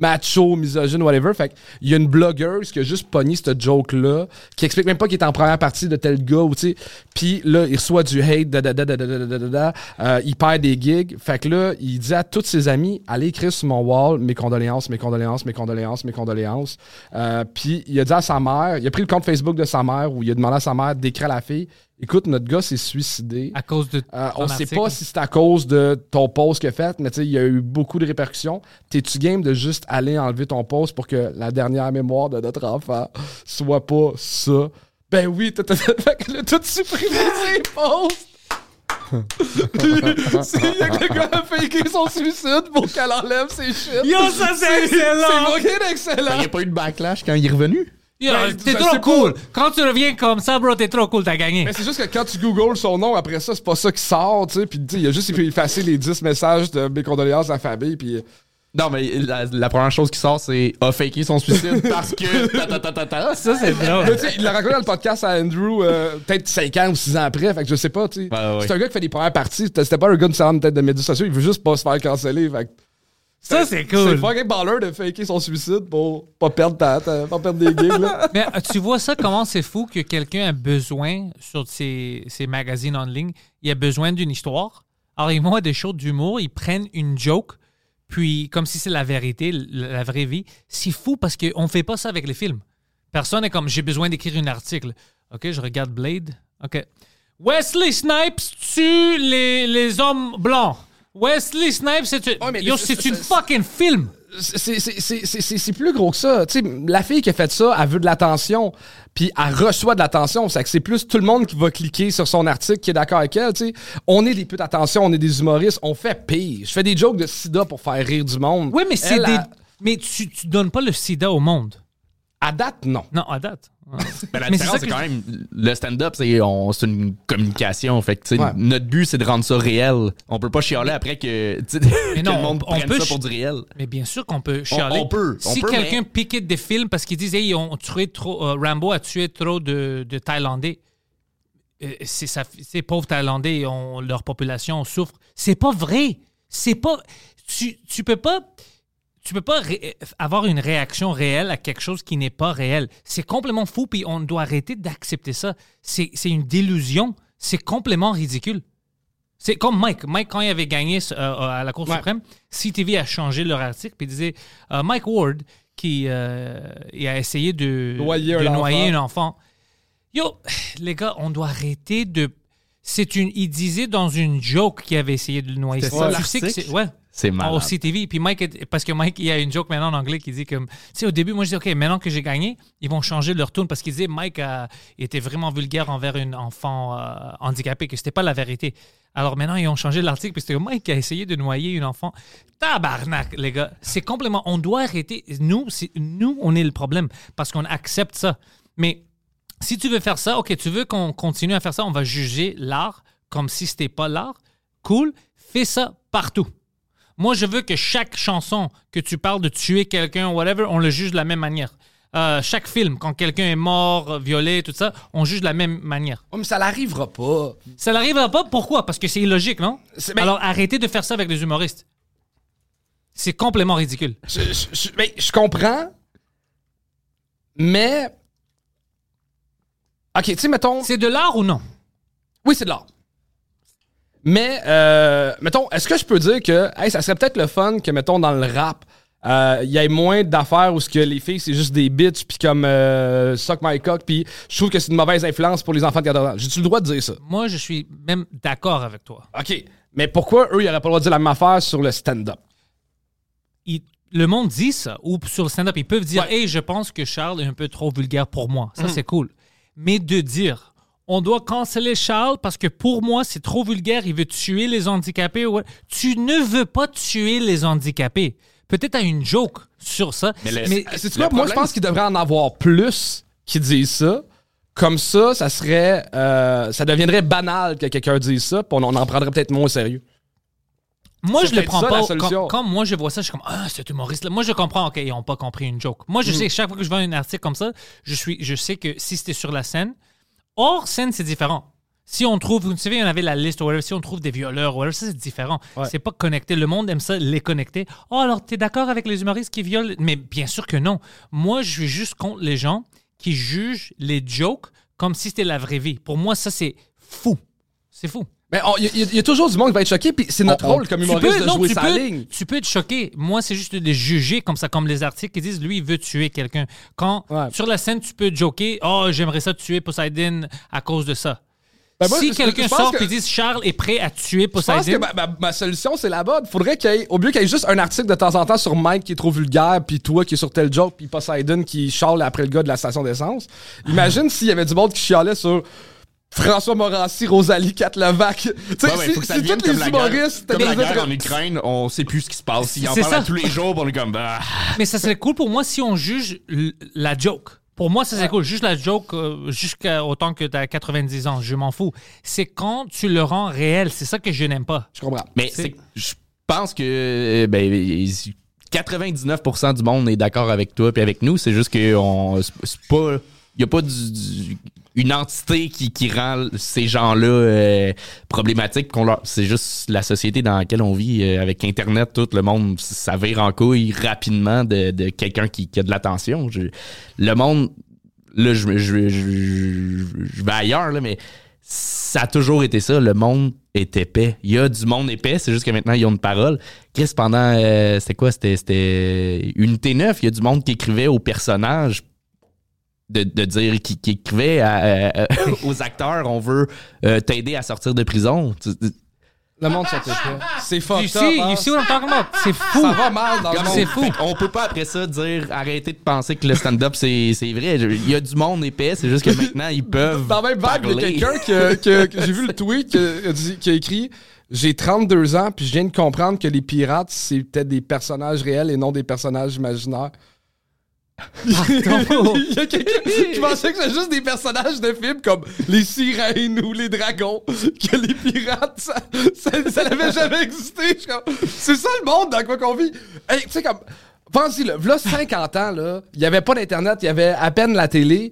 Speaker 3: macho, misogyne, whatever. Fait qu'il y a une blogueuse qui a juste pogné cette joke-là, qui explique même pas qu'il est en première partie de tel gars, ou tu sais. Puis là, il reçoit du hate, da, da, da, da, da, da, da, da, da. Euh, il perd des gigs. Fait que là, il dit à tous ses amis, allez écrire sur mon wall, mes condoléances, mes condoléances, mes condoléances, mes condoléances. Euh, puis il a dit à sa mère, il a pris le compte Facebook de sa mère, où il a demandé à sa mère d'écrire à la fille, écoute, notre gars s'est suicidé.
Speaker 1: À cause de.
Speaker 3: Euh, on
Speaker 1: ton
Speaker 3: sait
Speaker 1: article.
Speaker 3: pas si c'est à cause de ton post que fait, mais tu sais, il y a eu beaucoup de répercussions. T'es-tu game de juste aller enlever ton post pour que la dernière mémoire de notre enfant soit pas ça? Ben oui, t'as t'as- fait que là, tout supprimé ses posts! c'est il y a que le gars a faké son suicide pour qu'elle enlève ses shit.
Speaker 1: Yo, ça c'est
Speaker 3: c'est
Speaker 1: excellent!
Speaker 3: fucking
Speaker 4: Ben, Il
Speaker 3: excellent!
Speaker 4: n'y a pas eu de backlash quand il est revenu?
Speaker 1: Yo,
Speaker 3: Ben,
Speaker 1: t'es
Speaker 3: je
Speaker 1: trop
Speaker 3: sais
Speaker 1: cool! Quand tu reviens comme ça, bro, t'es trop cool, t'as gagné.
Speaker 3: Mais c'est juste que quand tu googles son nom, après ça, c'est pas ça qui sort, tu sais. Puis tu sais, il a juste effacé les 10 messages de mes condoléances à la famille, puis...
Speaker 4: Non, mais la, la première chose qui sort, c'est a faké son suicide parce que. ta, ta, ta, ta, ta.
Speaker 1: Ça, c'est
Speaker 3: Mais
Speaker 1: drôle.
Speaker 3: tu sais, il l'a raconté dans le podcast à Andrew euh, peut-être 5 ans ou 6 ans après. Fait que je sais pas, tu sais.
Speaker 4: Ouais,
Speaker 1: Ben
Speaker 4: ouais,
Speaker 3: C'est un gars qui fait des premières parties. C'était c'était pas un gars de salon de tête de médias sociaux. Il veut juste pas se faire canceller. Fait que
Speaker 1: Ça, c'est
Speaker 3: c'est
Speaker 1: cool.
Speaker 3: fucking baller de faker son suicide pour pas perdre, ta, ta- pas perdre des gigs, là.
Speaker 1: Mais euh, tu vois ça, comment c'est fou que quelqu'un a besoin sur ces, ces magazines en ligne, il a besoin d'une histoire. Alors, ils vont à des shows d'humour, ils prennent une joke, puis comme si c'est la vérité, l- la vraie vie. C'est fou parce qu'on ne fait pas ça avec les films. Personne n'est comme j'ai besoin d'écrire un article. OK, je regarde Blade. OK. Wesley Snipes tue les, les hommes blancs. Wesley Snipes, c'est
Speaker 3: Ouais, mais
Speaker 1: Yo,
Speaker 3: c'est-
Speaker 1: c'est une
Speaker 3: c'est-
Speaker 1: fucking film.
Speaker 3: C'est- c'est- c'est- C'est c'est- c'est plus gros que ça. Tu sais, la fille qui a fait ça, elle veut de l'attention. Puis elle reçoit de l'attention. C'est que c'est plus tout le monde qui va cliquer sur son article qui est d'accord avec elle. tu sais. On est des putes d'attention, on est des humoristes, on fait pire. Je fais des jokes de sida pour faire rire du monde.
Speaker 1: Oui, mais c'est
Speaker 3: Elle,
Speaker 1: des.
Speaker 3: elle-
Speaker 1: Mais tu, tu donnes pas le sida au monde.
Speaker 3: À date, non.
Speaker 1: Non, à date. Ah.
Speaker 4: Mais la
Speaker 1: Mais c'est
Speaker 4: différence,
Speaker 1: ça
Speaker 4: c'est
Speaker 1: que
Speaker 4: quand même. Le stand-up, c'est on- c'est une communication. Fait que, tu sais,
Speaker 3: Ouais.
Speaker 4: notre but, c'est de rendre ça réel. On peut pas chialer après que, tu sais, que
Speaker 1: non,
Speaker 4: le monde
Speaker 1: on- on
Speaker 4: prenne
Speaker 1: peut
Speaker 4: ça
Speaker 1: ch-
Speaker 4: pour du réel.
Speaker 1: Mais bien sûr qu'on peut chialer.
Speaker 4: on peut, on
Speaker 1: si
Speaker 4: peut,
Speaker 1: quelqu'un
Speaker 4: mais-
Speaker 1: piquette des films parce qu'ils disent hey, on tué trop, euh, Rambo a tué trop de, de Thaïlandais. Euh, c'est ça- ces pauvres Thaïlandais, on- leur population souffre. C'est pas vrai. C'est pas. Tu, tu peux pas. Tu peux pas ré- euh, avoir une réaction réelle à quelque chose qui n'est pas réel. C'est complètement fou, puis on doit arrêter d'accepter ça. C'est c'est une délusion. C'est complètement ridicule. C'est comme Mike. Mike, quand il avait gagné euh, euh, à la Cour suprême, CTV a changé leur article puis disait euh, Mike Ward, qui euh, il a essayé de
Speaker 3: Noyer
Speaker 1: de
Speaker 3: un
Speaker 1: noyer
Speaker 3: enfant.
Speaker 1: un enfant. Yo, les gars, on doit arrêter de. C'est une. Il disait dans une joke qu'il avait essayé de le noyer.
Speaker 4: C'était ça,
Speaker 1: Tu sais que
Speaker 4: l'article?
Speaker 1: c'est- Ouais.
Speaker 4: C'est
Speaker 1: Ah,
Speaker 4: malade.
Speaker 1: Au CTV. Puis Mike, est- parce que Mike, il y a une joke maintenant en anglais qui dit comme, tu sais, au début, moi, je dis, OK, maintenant que j'ai gagné, ils vont changer leur tune parce qu'ils disaient, Mike euh, il était vraiment vulgaire envers une enfant euh, handicapée, que c'était pas la vérité. Alors maintenant, ils ont changé l'article parce que Mike a essayé de noyer une enfant. Tabarnak, les gars. C'est complètement, on doit arrêter. Nous, c'est- nous, on est le problème parce qu'on accepte ça. Mais si tu veux faire ça, OK, tu veux qu'on continue à faire ça, on va juger l'art comme si c'était pas l'art. Cool, fais ça partout. Moi, je veux que chaque chanson que tu parles de tuer quelqu'un, whatever, on le juge de la même manière. Euh, chaque film, quand quelqu'un est mort, violé, tout ça, on juge de la même manière.
Speaker 3: Oh, mais ça l'arrivera pas.
Speaker 1: Ça n'arrivera pas, pourquoi? Parce que c'est illogique, non?
Speaker 3: C'est- ben-
Speaker 1: Alors arrêtez de faire ça avec les humoristes. C'est complètement ridicule.
Speaker 3: Je, je, je- mais je comprends, mais. Ok, tu sais, mettons.
Speaker 1: C'est de l'art ou non?
Speaker 3: Oui, c'est de l'art. Mais, euh, mettons, est-ce que je peux dire que hey, ça serait peut-être le fun que, mettons, dans le rap, euh, il y ait moins d'affaires où ce que les filles, c'est juste des bitches, puis comme euh, suck my cock, puis je trouve que c'est une mauvaise influence pour les enfants de 14 ans. J'ai-tu le droit de dire ça?
Speaker 1: Moi, je suis même d'accord avec toi.
Speaker 3: Ok, mais pourquoi eux, ils n'auraient pas le droit de dire la même affaire sur le stand-up?
Speaker 1: Ils- le monde dit ça, ou sur le stand-up, ils peuvent dire Hey, je pense que Charles est un peu trop vulgaire pour moi. Ça, c'est cool. Mais de dire On doit canceller Charles parce que pour moi, c'est trop vulgaire, il veut tuer les handicapés. Ouais. Tu ne veux pas tuer les handicapés. Peut-être à une joke sur ça. Mais,
Speaker 3: C'est quoi? Moi, je pense qu'il devrait en avoir plus qui disent ça. Comme ça, ça serait. euh, ça deviendrait banal que quelqu'un dise ça, puis on, on en prendrait peut-être moins au sérieux.
Speaker 1: Moi,
Speaker 3: C'est
Speaker 1: je le
Speaker 3: peut-être
Speaker 1: prends
Speaker 3: ça, la
Speaker 1: pas.
Speaker 3: solution.
Speaker 1: Quand, quand moi, je vois ça, je suis comme Ah, cet humoriste-là. Moi, je comprends, OK, ils n'ont pas compris une joke. Moi,
Speaker 3: Hmm.
Speaker 1: je sais que chaque fois que je vois un article comme ça, je, suis, je sais que si c'était sur la scène, hors scène, c'est différent. Si on trouve, vous savez, on avait la liste, ou whatever, si on trouve des violeurs, ou whatever, ça, c'est différent. C'est pas connecté. Le monde aime ça, les connecter. Oh, alors, t'es d'accord avec les humoristes qui violent Mais bien sûr que non. Moi, je suis juste contre les gens qui jugent les jokes comme si c'était la vraie vie. Pour moi, ça, c'est fou. C'est fou.
Speaker 3: Mais on- il y, a- il y a toujours du monde qui va être choqué, puis c'est notre rôle comme
Speaker 1: Oh, Tu
Speaker 3: humoriste
Speaker 1: peux-
Speaker 3: de
Speaker 1: non,
Speaker 3: jouer
Speaker 1: tu
Speaker 3: sa
Speaker 1: peux-
Speaker 3: ligne.
Speaker 1: Tu peux être choqué. Moi, c'est juste de les juger comme ça, comme les articles qui disent lui, il veut tuer quelqu'un. Quand
Speaker 3: Ouais.
Speaker 1: sur la scène, tu peux joker Oh, j'aimerais ça tuer Poseidon à cause de ça.
Speaker 3: Ben, moi,
Speaker 1: si
Speaker 3: je-
Speaker 1: quelqu'un
Speaker 3: je pense
Speaker 1: sort
Speaker 3: que-
Speaker 1: et dit Charles est prêt à tuer
Speaker 3: Je pense que
Speaker 1: Poseidon,
Speaker 3: ma, ma- ma solution, c'est la bonne. Faudrait qu'il y ait, au lieu qu'il y ait juste un article de temps en temps sur Mike qui est trop vulgaire, puis toi qui est sur tel joke, puis Poseidon qui charle après le gars de la station d'essence. Imagine s'il y avait du monde qui chialait sur François Morancy, Rosalie Catlevac. Tu sais,
Speaker 4: Ouais, ouais,
Speaker 3: si,
Speaker 4: faut que ça
Speaker 3: si
Speaker 4: vienne
Speaker 3: tous les
Speaker 4: comme la guerre-
Speaker 3: humoristes
Speaker 4: comme la
Speaker 3: étaient-
Speaker 4: guerre en Ukraine, on sait plus ce qui se passe. Ils en
Speaker 1: C'est
Speaker 4: parlent à
Speaker 1: ça.
Speaker 4: tous les jours, puis on est comme. bah.
Speaker 1: mais ça serait cool pour moi si on juge l- la joke. Pour moi, ça serait cool. Juste la joke, euh, jusqu'à autant que t'as 90 ans, je m'en fous. C'est quand tu le rends réel. C'est ça que je n'aime pas.
Speaker 3: Je comprends.
Speaker 4: Mais c'est- je pense que euh, ben, ils- 99% du monde est d'accord avec toi puis avec nous. C'est juste que on- c'est c'est pas, il y a pas du- du- une entité qui, qui rend ces gens-là euh, problématiques. qu'on leur- C'est juste la société dans laquelle on vit euh, avec Internet, tout le monde ça vire en couille rapidement de, de quelqu'un qui, qui a de l'attention. Je- Le monde là, je, je, je, je- je vais ailleurs, là, mais ça a toujours été ça. Le monde est épais. Il y a du monde épais, c'est juste que maintenant, ils ont une parole. Chris, pendant, euh, c'était quoi? C'était- C'était Unité 9, il y a du monde qui écrivait aux personnages de, de dire qui, qui écrivait à, euh, aux acteurs, on veut euh, t'aider à sortir de prison. Tu- tu-
Speaker 3: Le monde s'en fait. C'est fucked
Speaker 1: Ici,
Speaker 3: up, hein.
Speaker 1: ici, on entend comment? C'est fou.
Speaker 3: Ça va mal dans le
Speaker 1: C'est
Speaker 3: monde.
Speaker 1: fou.
Speaker 4: Fait qu'on peut pas après ça dire arrêtez de penser que le stand-up c'est c'est vrai. Je- Il y a du monde épais, c'est juste que maintenant ils peuvent.
Speaker 3: Dans la même vibe, il y a
Speaker 4: parler.
Speaker 3: quelqu'un qui a- qui a- que j'ai vu le tweet qui a, dit- qui a écrit J'ai 32 ans, puis je viens de comprendre que les pirates, c'est peut-être des personnages réels et non des personnages imaginaires. il y a quelqu'un qui pensait que c'était juste des personnages de films comme les sirènes ou les dragons, que les pirates, ça, ça, ça n'avait jamais existé. Je suis comme, C'est ça le monde dans quoi qu'on vit. Hey, tu sais, comme, pensez-y, là, v'là 50 ans, là, il n'y avait pas d'Internet, il y avait à peine la télé.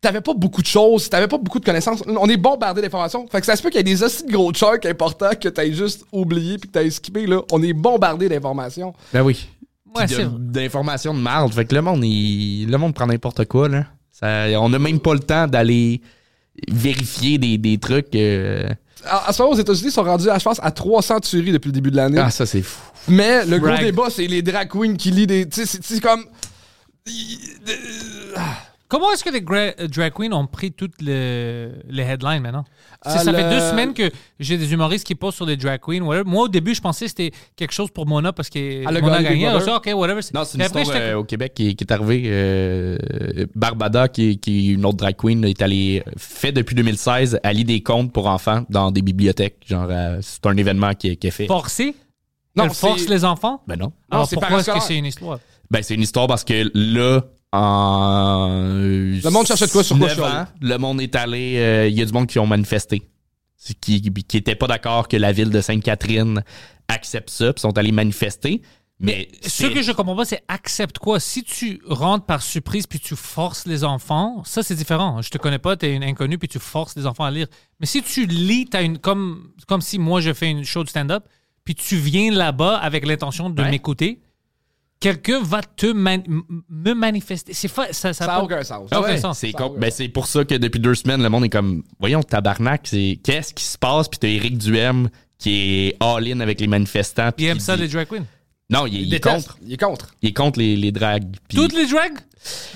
Speaker 3: T'avais pas beaucoup de choses, t'avais pas beaucoup de connaissances. On est bombardé d'informations. Fait que ça se peut qu'il y ait des aussi de gros chunks importants que t'aies juste oublié puis que t'aies skippé, là. On est bombardé d'informations.
Speaker 4: Ben oui.
Speaker 1: Ouais,
Speaker 4: Puis
Speaker 1: Ah, c'est
Speaker 4: de-
Speaker 1: vrai.
Speaker 4: d'informations de marde. Fait que le monde, il- le monde prend n'importe quoi, là. Ça- on n'a même pas le temps d'aller vérifier des, des trucs. euh.
Speaker 3: À, à ce moment, aux États-Unis, ils sont rendus, à, je pense, à 300 tueries depuis le début de l'année.
Speaker 4: Ah, ça, c'est fou.
Speaker 3: Mais le gros
Speaker 1: Brag.
Speaker 3: débat, c'est les drag queens qui lisent des. Tu sais, c'est- c'est comme.
Speaker 1: Comment est-ce que les gra- euh, drag queens ont pris toutes le- les headlines maintenant? Tu sais,
Speaker 3: Euh,
Speaker 1: ça fait
Speaker 3: le-
Speaker 1: deux semaines que j'ai des humoristes qui postent sur des drag queens. whatever. Moi, au début, je pensais que c'était quelque chose pour Mona parce que
Speaker 3: Elle a
Speaker 1: Mona a
Speaker 3: gagné Ah, Big
Speaker 1: gagné. Alors,
Speaker 3: Brother.
Speaker 1: ça, OK, whatever.
Speaker 4: Non, c'est une
Speaker 1: Puis après,
Speaker 4: histoire
Speaker 1: j'étais-
Speaker 4: euh, au Québec qui, qui est arrivée. euh, Barbada, qui, qui est une autre drag queen, est allée, euh, fait depuis 2016, elle lit des comptes pour enfants dans des bibliothèques. Genre, euh, c'est un événement qui, est- qui est fait.
Speaker 1: forcé?
Speaker 3: Non,
Speaker 1: Elle force
Speaker 3: c'est-
Speaker 1: les enfants?
Speaker 4: Ben non.
Speaker 1: Alors,
Speaker 3: c'est
Speaker 1: pourquoi est-ce que
Speaker 3: parascolaire.
Speaker 1: c'est une histoire?
Speaker 4: Ben, c'est une histoire parce que là, en. Le
Speaker 3: monde cherchait de quoi sur quoi chialer.
Speaker 4: Le monde est allé. euh, Il y a du monde qui ont manifesté. C'est- Qui n'étaient pas d'accord que la ville de Sainte-Catherine accepte ça, puis sont allés manifester. Mais.
Speaker 1: Ce
Speaker 4: c'est-
Speaker 1: que je comprends pas, c'est accepte quoi? Si tu rentres par surprise puis tu forces les enfants, ça c'est différent. Je te connais pas, t'es une inconnue puis tu forces les enfants à lire. Mais si tu lis, t'as une comme comme si moi je fais une show de stand-up puis tu viens là-bas avec l'intention de
Speaker 4: Ouais.
Speaker 1: m'écouter, quelqu'un va te man- m- me manifester. C'est fa- ça, ça,
Speaker 3: Ça
Speaker 1: a
Speaker 3: n'a
Speaker 1: pas-
Speaker 3: aucun sens.
Speaker 1: Ah ouais.
Speaker 4: Ouais,
Speaker 1: sens.
Speaker 4: c'est
Speaker 3: Ça
Speaker 4: com-
Speaker 3: a aucun
Speaker 4: ben, c'est pour ça que depuis deux semaines, le monde est comme Voyons, tabarnak, c'est qu'est-ce qui se passe? Puis t'as Éric Duhem qui est all-in avec les manifestants.
Speaker 1: Il
Speaker 4: puis
Speaker 1: aime
Speaker 4: qui
Speaker 1: ça
Speaker 4: dit-
Speaker 1: les drag queens.
Speaker 4: Non, il, il est
Speaker 3: déteste.
Speaker 4: contre.
Speaker 3: Il est contre.
Speaker 4: Il est contre les, les dragues. puis
Speaker 1: Toutes les drags?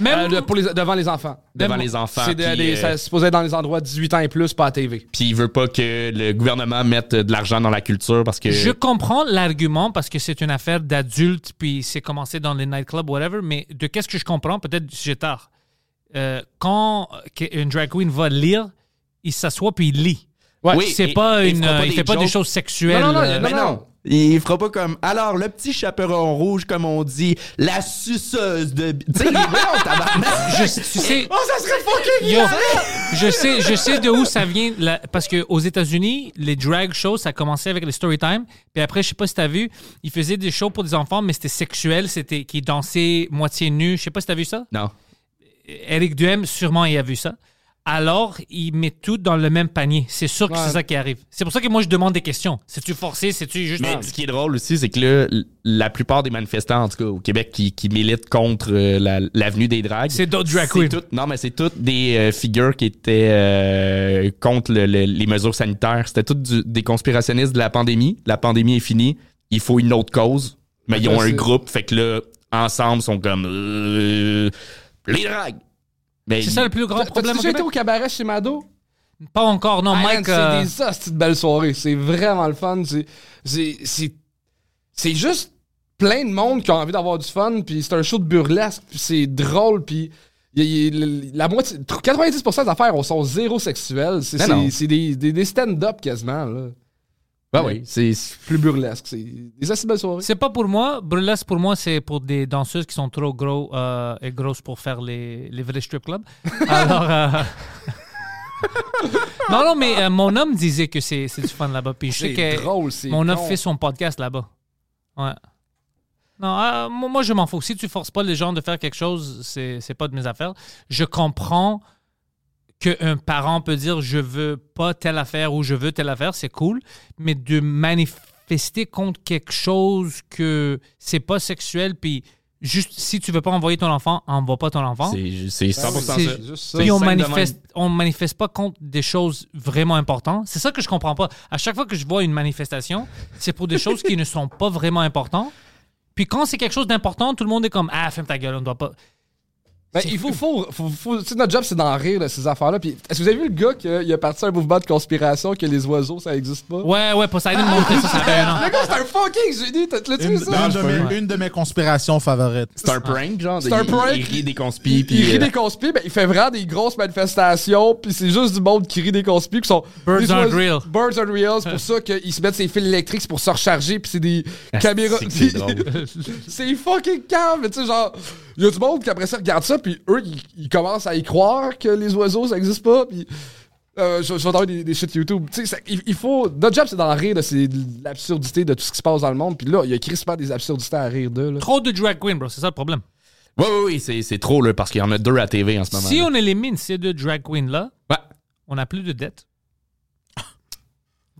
Speaker 1: Même.
Speaker 3: Euh, le- pour les- devant les enfants.
Speaker 4: devant
Speaker 1: même-
Speaker 4: les enfants.
Speaker 3: C'est
Speaker 4: puis,
Speaker 3: de- des- ça
Speaker 4: euh,
Speaker 3: se posait dans les endroits 18 ans et plus, pas à TV.
Speaker 4: puis il veut pas que le gouvernement mette de l'argent dans la culture parce que.
Speaker 1: Je comprends l'argument parce que c'est une affaire d'adultes, puis c'est commencé dans les nightclubs, whatever, mais de qu'est-ce que je comprends, peut-être j'ai tard. Euh, quand que- une drag queen va lire, il s'assoit puis il lit.
Speaker 3: Ouais.
Speaker 4: Oui,
Speaker 1: C'est
Speaker 4: et-
Speaker 1: pas
Speaker 4: et
Speaker 1: une,
Speaker 4: il fera pas
Speaker 1: il
Speaker 4: des
Speaker 1: fait pas des
Speaker 4: jokes.
Speaker 1: choses
Speaker 3: Non,
Speaker 1: sexuelles.
Speaker 3: non, non,
Speaker 1: euh,
Speaker 3: non,
Speaker 4: Mais
Speaker 3: non.
Speaker 4: non. Il fera pas comme. Alors, le petit chaperon rouge, comme on dit, la suceuse de. Tu sais, il est bon, tabarnak.
Speaker 1: je, tu sais,
Speaker 3: Oh, ça serait fucking
Speaker 1: Yo,
Speaker 3: hilarant!
Speaker 1: je sais, je sais de où ça vient, la- parce que aux États-Unis, les drag shows, ça commençait avec les story time, puis après, je sais pas si t'as vu, ils faisaient des shows pour des enfants, mais c'était sexuel, c'était qui dansaient moitié nu. Je sais pas si t'as vu ça.
Speaker 4: Non.
Speaker 1: Eric Duhem, sûrement, il a vu ça. Alors, il met tout dans le même panier. C'est sûr que
Speaker 3: Ouais.
Speaker 1: c'est ça qui arrive. C'est pour ça que moi, je demande des questions. C'est-tu forcé? C'est-tu juste.
Speaker 4: Mais ce qui est drôle aussi, c'est que là, l- la plupart des manifestants, en tout cas au Québec, qui, qui militent contre euh, la- l'avenue des dragues.
Speaker 1: C'est d'autres drag
Speaker 4: c'est
Speaker 1: queens.
Speaker 4: tout- non, mais c'est toutes des euh, figures qui étaient euh, contre le- le- les mesures sanitaires. C'était toutes du- des conspirationnistes de la pandémie. La pandémie est finie. Il faut une autre cause. Mais ils ont
Speaker 3: Ouais,
Speaker 4: un
Speaker 3: c'est-
Speaker 4: groupe. Fait que là, ensemble, sont comme. euh, les dragues! Mais
Speaker 1: C'est ça le plus grand
Speaker 3: T'as-tu
Speaker 1: problème. au
Speaker 3: déjà été
Speaker 1: Québec?
Speaker 3: au cabaret chez Mado?
Speaker 1: Pas encore, non,
Speaker 3: Ah, man,
Speaker 1: Mike. euh,
Speaker 3: C'est des hosties de belles soirées. C'est vraiment le fun. C'est- C'est c'est- c'est juste plein de monde qui a envie d'avoir du fun. Puis c'est un show de burlesque. Puis c'est drôle. Puis y- y- l- la moitié, 90% des affaires on sont zéro sexuelles. C'est
Speaker 4: Ben
Speaker 3: c'est-
Speaker 4: non.
Speaker 3: c'est des, des, des stand-up quasiment. Là.
Speaker 4: Ben oui, c'est.
Speaker 3: Plus burlesque. C'est des hosties de belles soirées.
Speaker 1: C'est pas pour moi. Burlesque, pour moi, c'est pour des danseuses qui sont trop gros euh, et grosses pour faire les, les vrais strip clubs. Alors. euh, non, non, mais euh, mon homme disait que c'est c'est du fun là-bas. Puis je sais
Speaker 3: C'est
Speaker 1: que
Speaker 3: drôle. c'est
Speaker 1: mon homme
Speaker 3: con.
Speaker 1: fait son podcast là-bas. Ouais. Non, euh, moi, moi, je m'en fous. Si tu forces pas les gens de faire quelque chose, c'est c'est pas de mes affaires. Je comprends qu'un parent peut dire je veux pas telle affaire ou je veux telle affaire, c'est cool, mais de manifester contre quelque chose que c'est pas sexuel, puis juste si tu veux pas envoyer ton enfant, envoie pas ton enfant.
Speaker 4: C'est c'est 100% ça.
Speaker 1: C'est-
Speaker 3: C'est juste ça.
Speaker 1: Puis on
Speaker 4: simple de même.
Speaker 1: manifeste, on manifeste pas contre des choses vraiment importantes. C'est ça que je comprends pas. À chaque fois que je vois une manifestation, c'est pour des choses qui ne sont pas vraiment importantes. Puis quand c'est quelque chose d'important, tout le monde est comme ah ferme ta gueule, on ne doit pas.
Speaker 3: Ben, il faut, faut, faut, faut- tu sais, notre job, c'est d'en rire de ces affaires-là. Puis, est-ce que vous avez vu le gars qui a, il a parti un mouvement de conspiration que les oiseaux, ça n'existe pas?
Speaker 1: Ouais ouais Poseidon montrer ça. ça fait- non.
Speaker 3: Le gars, c'est un fucking génie! T'as- T'as-tu
Speaker 5: Une,
Speaker 3: vu ça?
Speaker 5: une de mes, une de mes conspirations favorites.
Speaker 4: C'est un prank, genre.
Speaker 3: C'est un
Speaker 4: il-
Speaker 3: prank.
Speaker 4: Il rit des
Speaker 3: Il,
Speaker 4: conspis.
Speaker 3: il
Speaker 4: puis,
Speaker 3: rit
Speaker 4: euh,
Speaker 3: des conspires, ben, il fait vraiment des grosses manifestations, puis c'est juste du monde qui rit des conspires qui sont...
Speaker 1: Birds
Speaker 3: des
Speaker 1: aren't
Speaker 3: oiseaux-
Speaker 1: real.
Speaker 3: Birds aren't real, c'est pour ça qu'ils se mettent ses fils électriques c'est pour se recharger, puis c'est des caméras...
Speaker 4: Ah, c'est que c'est drôle.
Speaker 3: c'est fucking calme, mais tu sais, genre, il y a du monde qui après ça regarde ça, puis eux, ils, ils commencent à y croire que les oiseaux, ça existe pas, puis... euh, je, je vais envoyer des, des shit YouTube. Tu sais, ça- il, il faut. Notre job, c'est d'en rire de, ces- de l'absurdité de tout ce qui se passe dans le monde. Puis là, il y a crispement des absurdités à rire de. Là.
Speaker 1: Trop de drag queen bro, c'est ça le problème.
Speaker 4: Oui, oui, oui, c'est- c'est trop, là, parce qu'il y en a deux à TV en ce moment.
Speaker 1: Si on élimine ces deux drag queens là,
Speaker 4: Ouais.
Speaker 1: on a plus de dettes,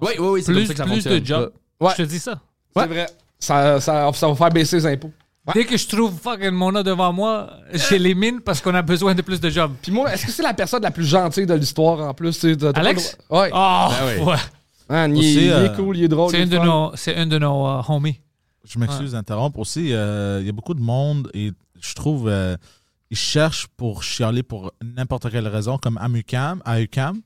Speaker 4: Oui, oui, oui, c'est comme
Speaker 1: plus
Speaker 4: ça que ça
Speaker 1: plus
Speaker 4: fonctionne.
Speaker 1: de jobs.
Speaker 3: Ouais.
Speaker 1: Je te dis ça.
Speaker 3: C'est vrai. Ça, ça, ça va faire baisser les impôts.
Speaker 1: Dès que je trouve fucking Mona devant moi, j'élimine parce qu'on a besoin de plus de jobs.
Speaker 3: Puis moi, est-ce que c'est la personne la plus gentille de l'histoire en plus? tu sais, t'as- t'as
Speaker 1: Alex?
Speaker 3: pas le droit- Ouais.
Speaker 1: Oh,
Speaker 4: Ben oui.
Speaker 1: ouais.
Speaker 3: Ah, il, est-
Speaker 5: Aussi,
Speaker 3: il est
Speaker 5: euh,
Speaker 3: cool, il est drôle. il
Speaker 1: C'est
Speaker 3: est
Speaker 1: un de
Speaker 3: fun.
Speaker 1: nos, c'est un de nos euh, homies.
Speaker 5: Je m'excuse d'interrompre aussi. euh, Il y a beaucoup de monde et je trouve euh, ils cherchent pour chialer pour n'importe quelle raison, comme à UCAM. À UQAM,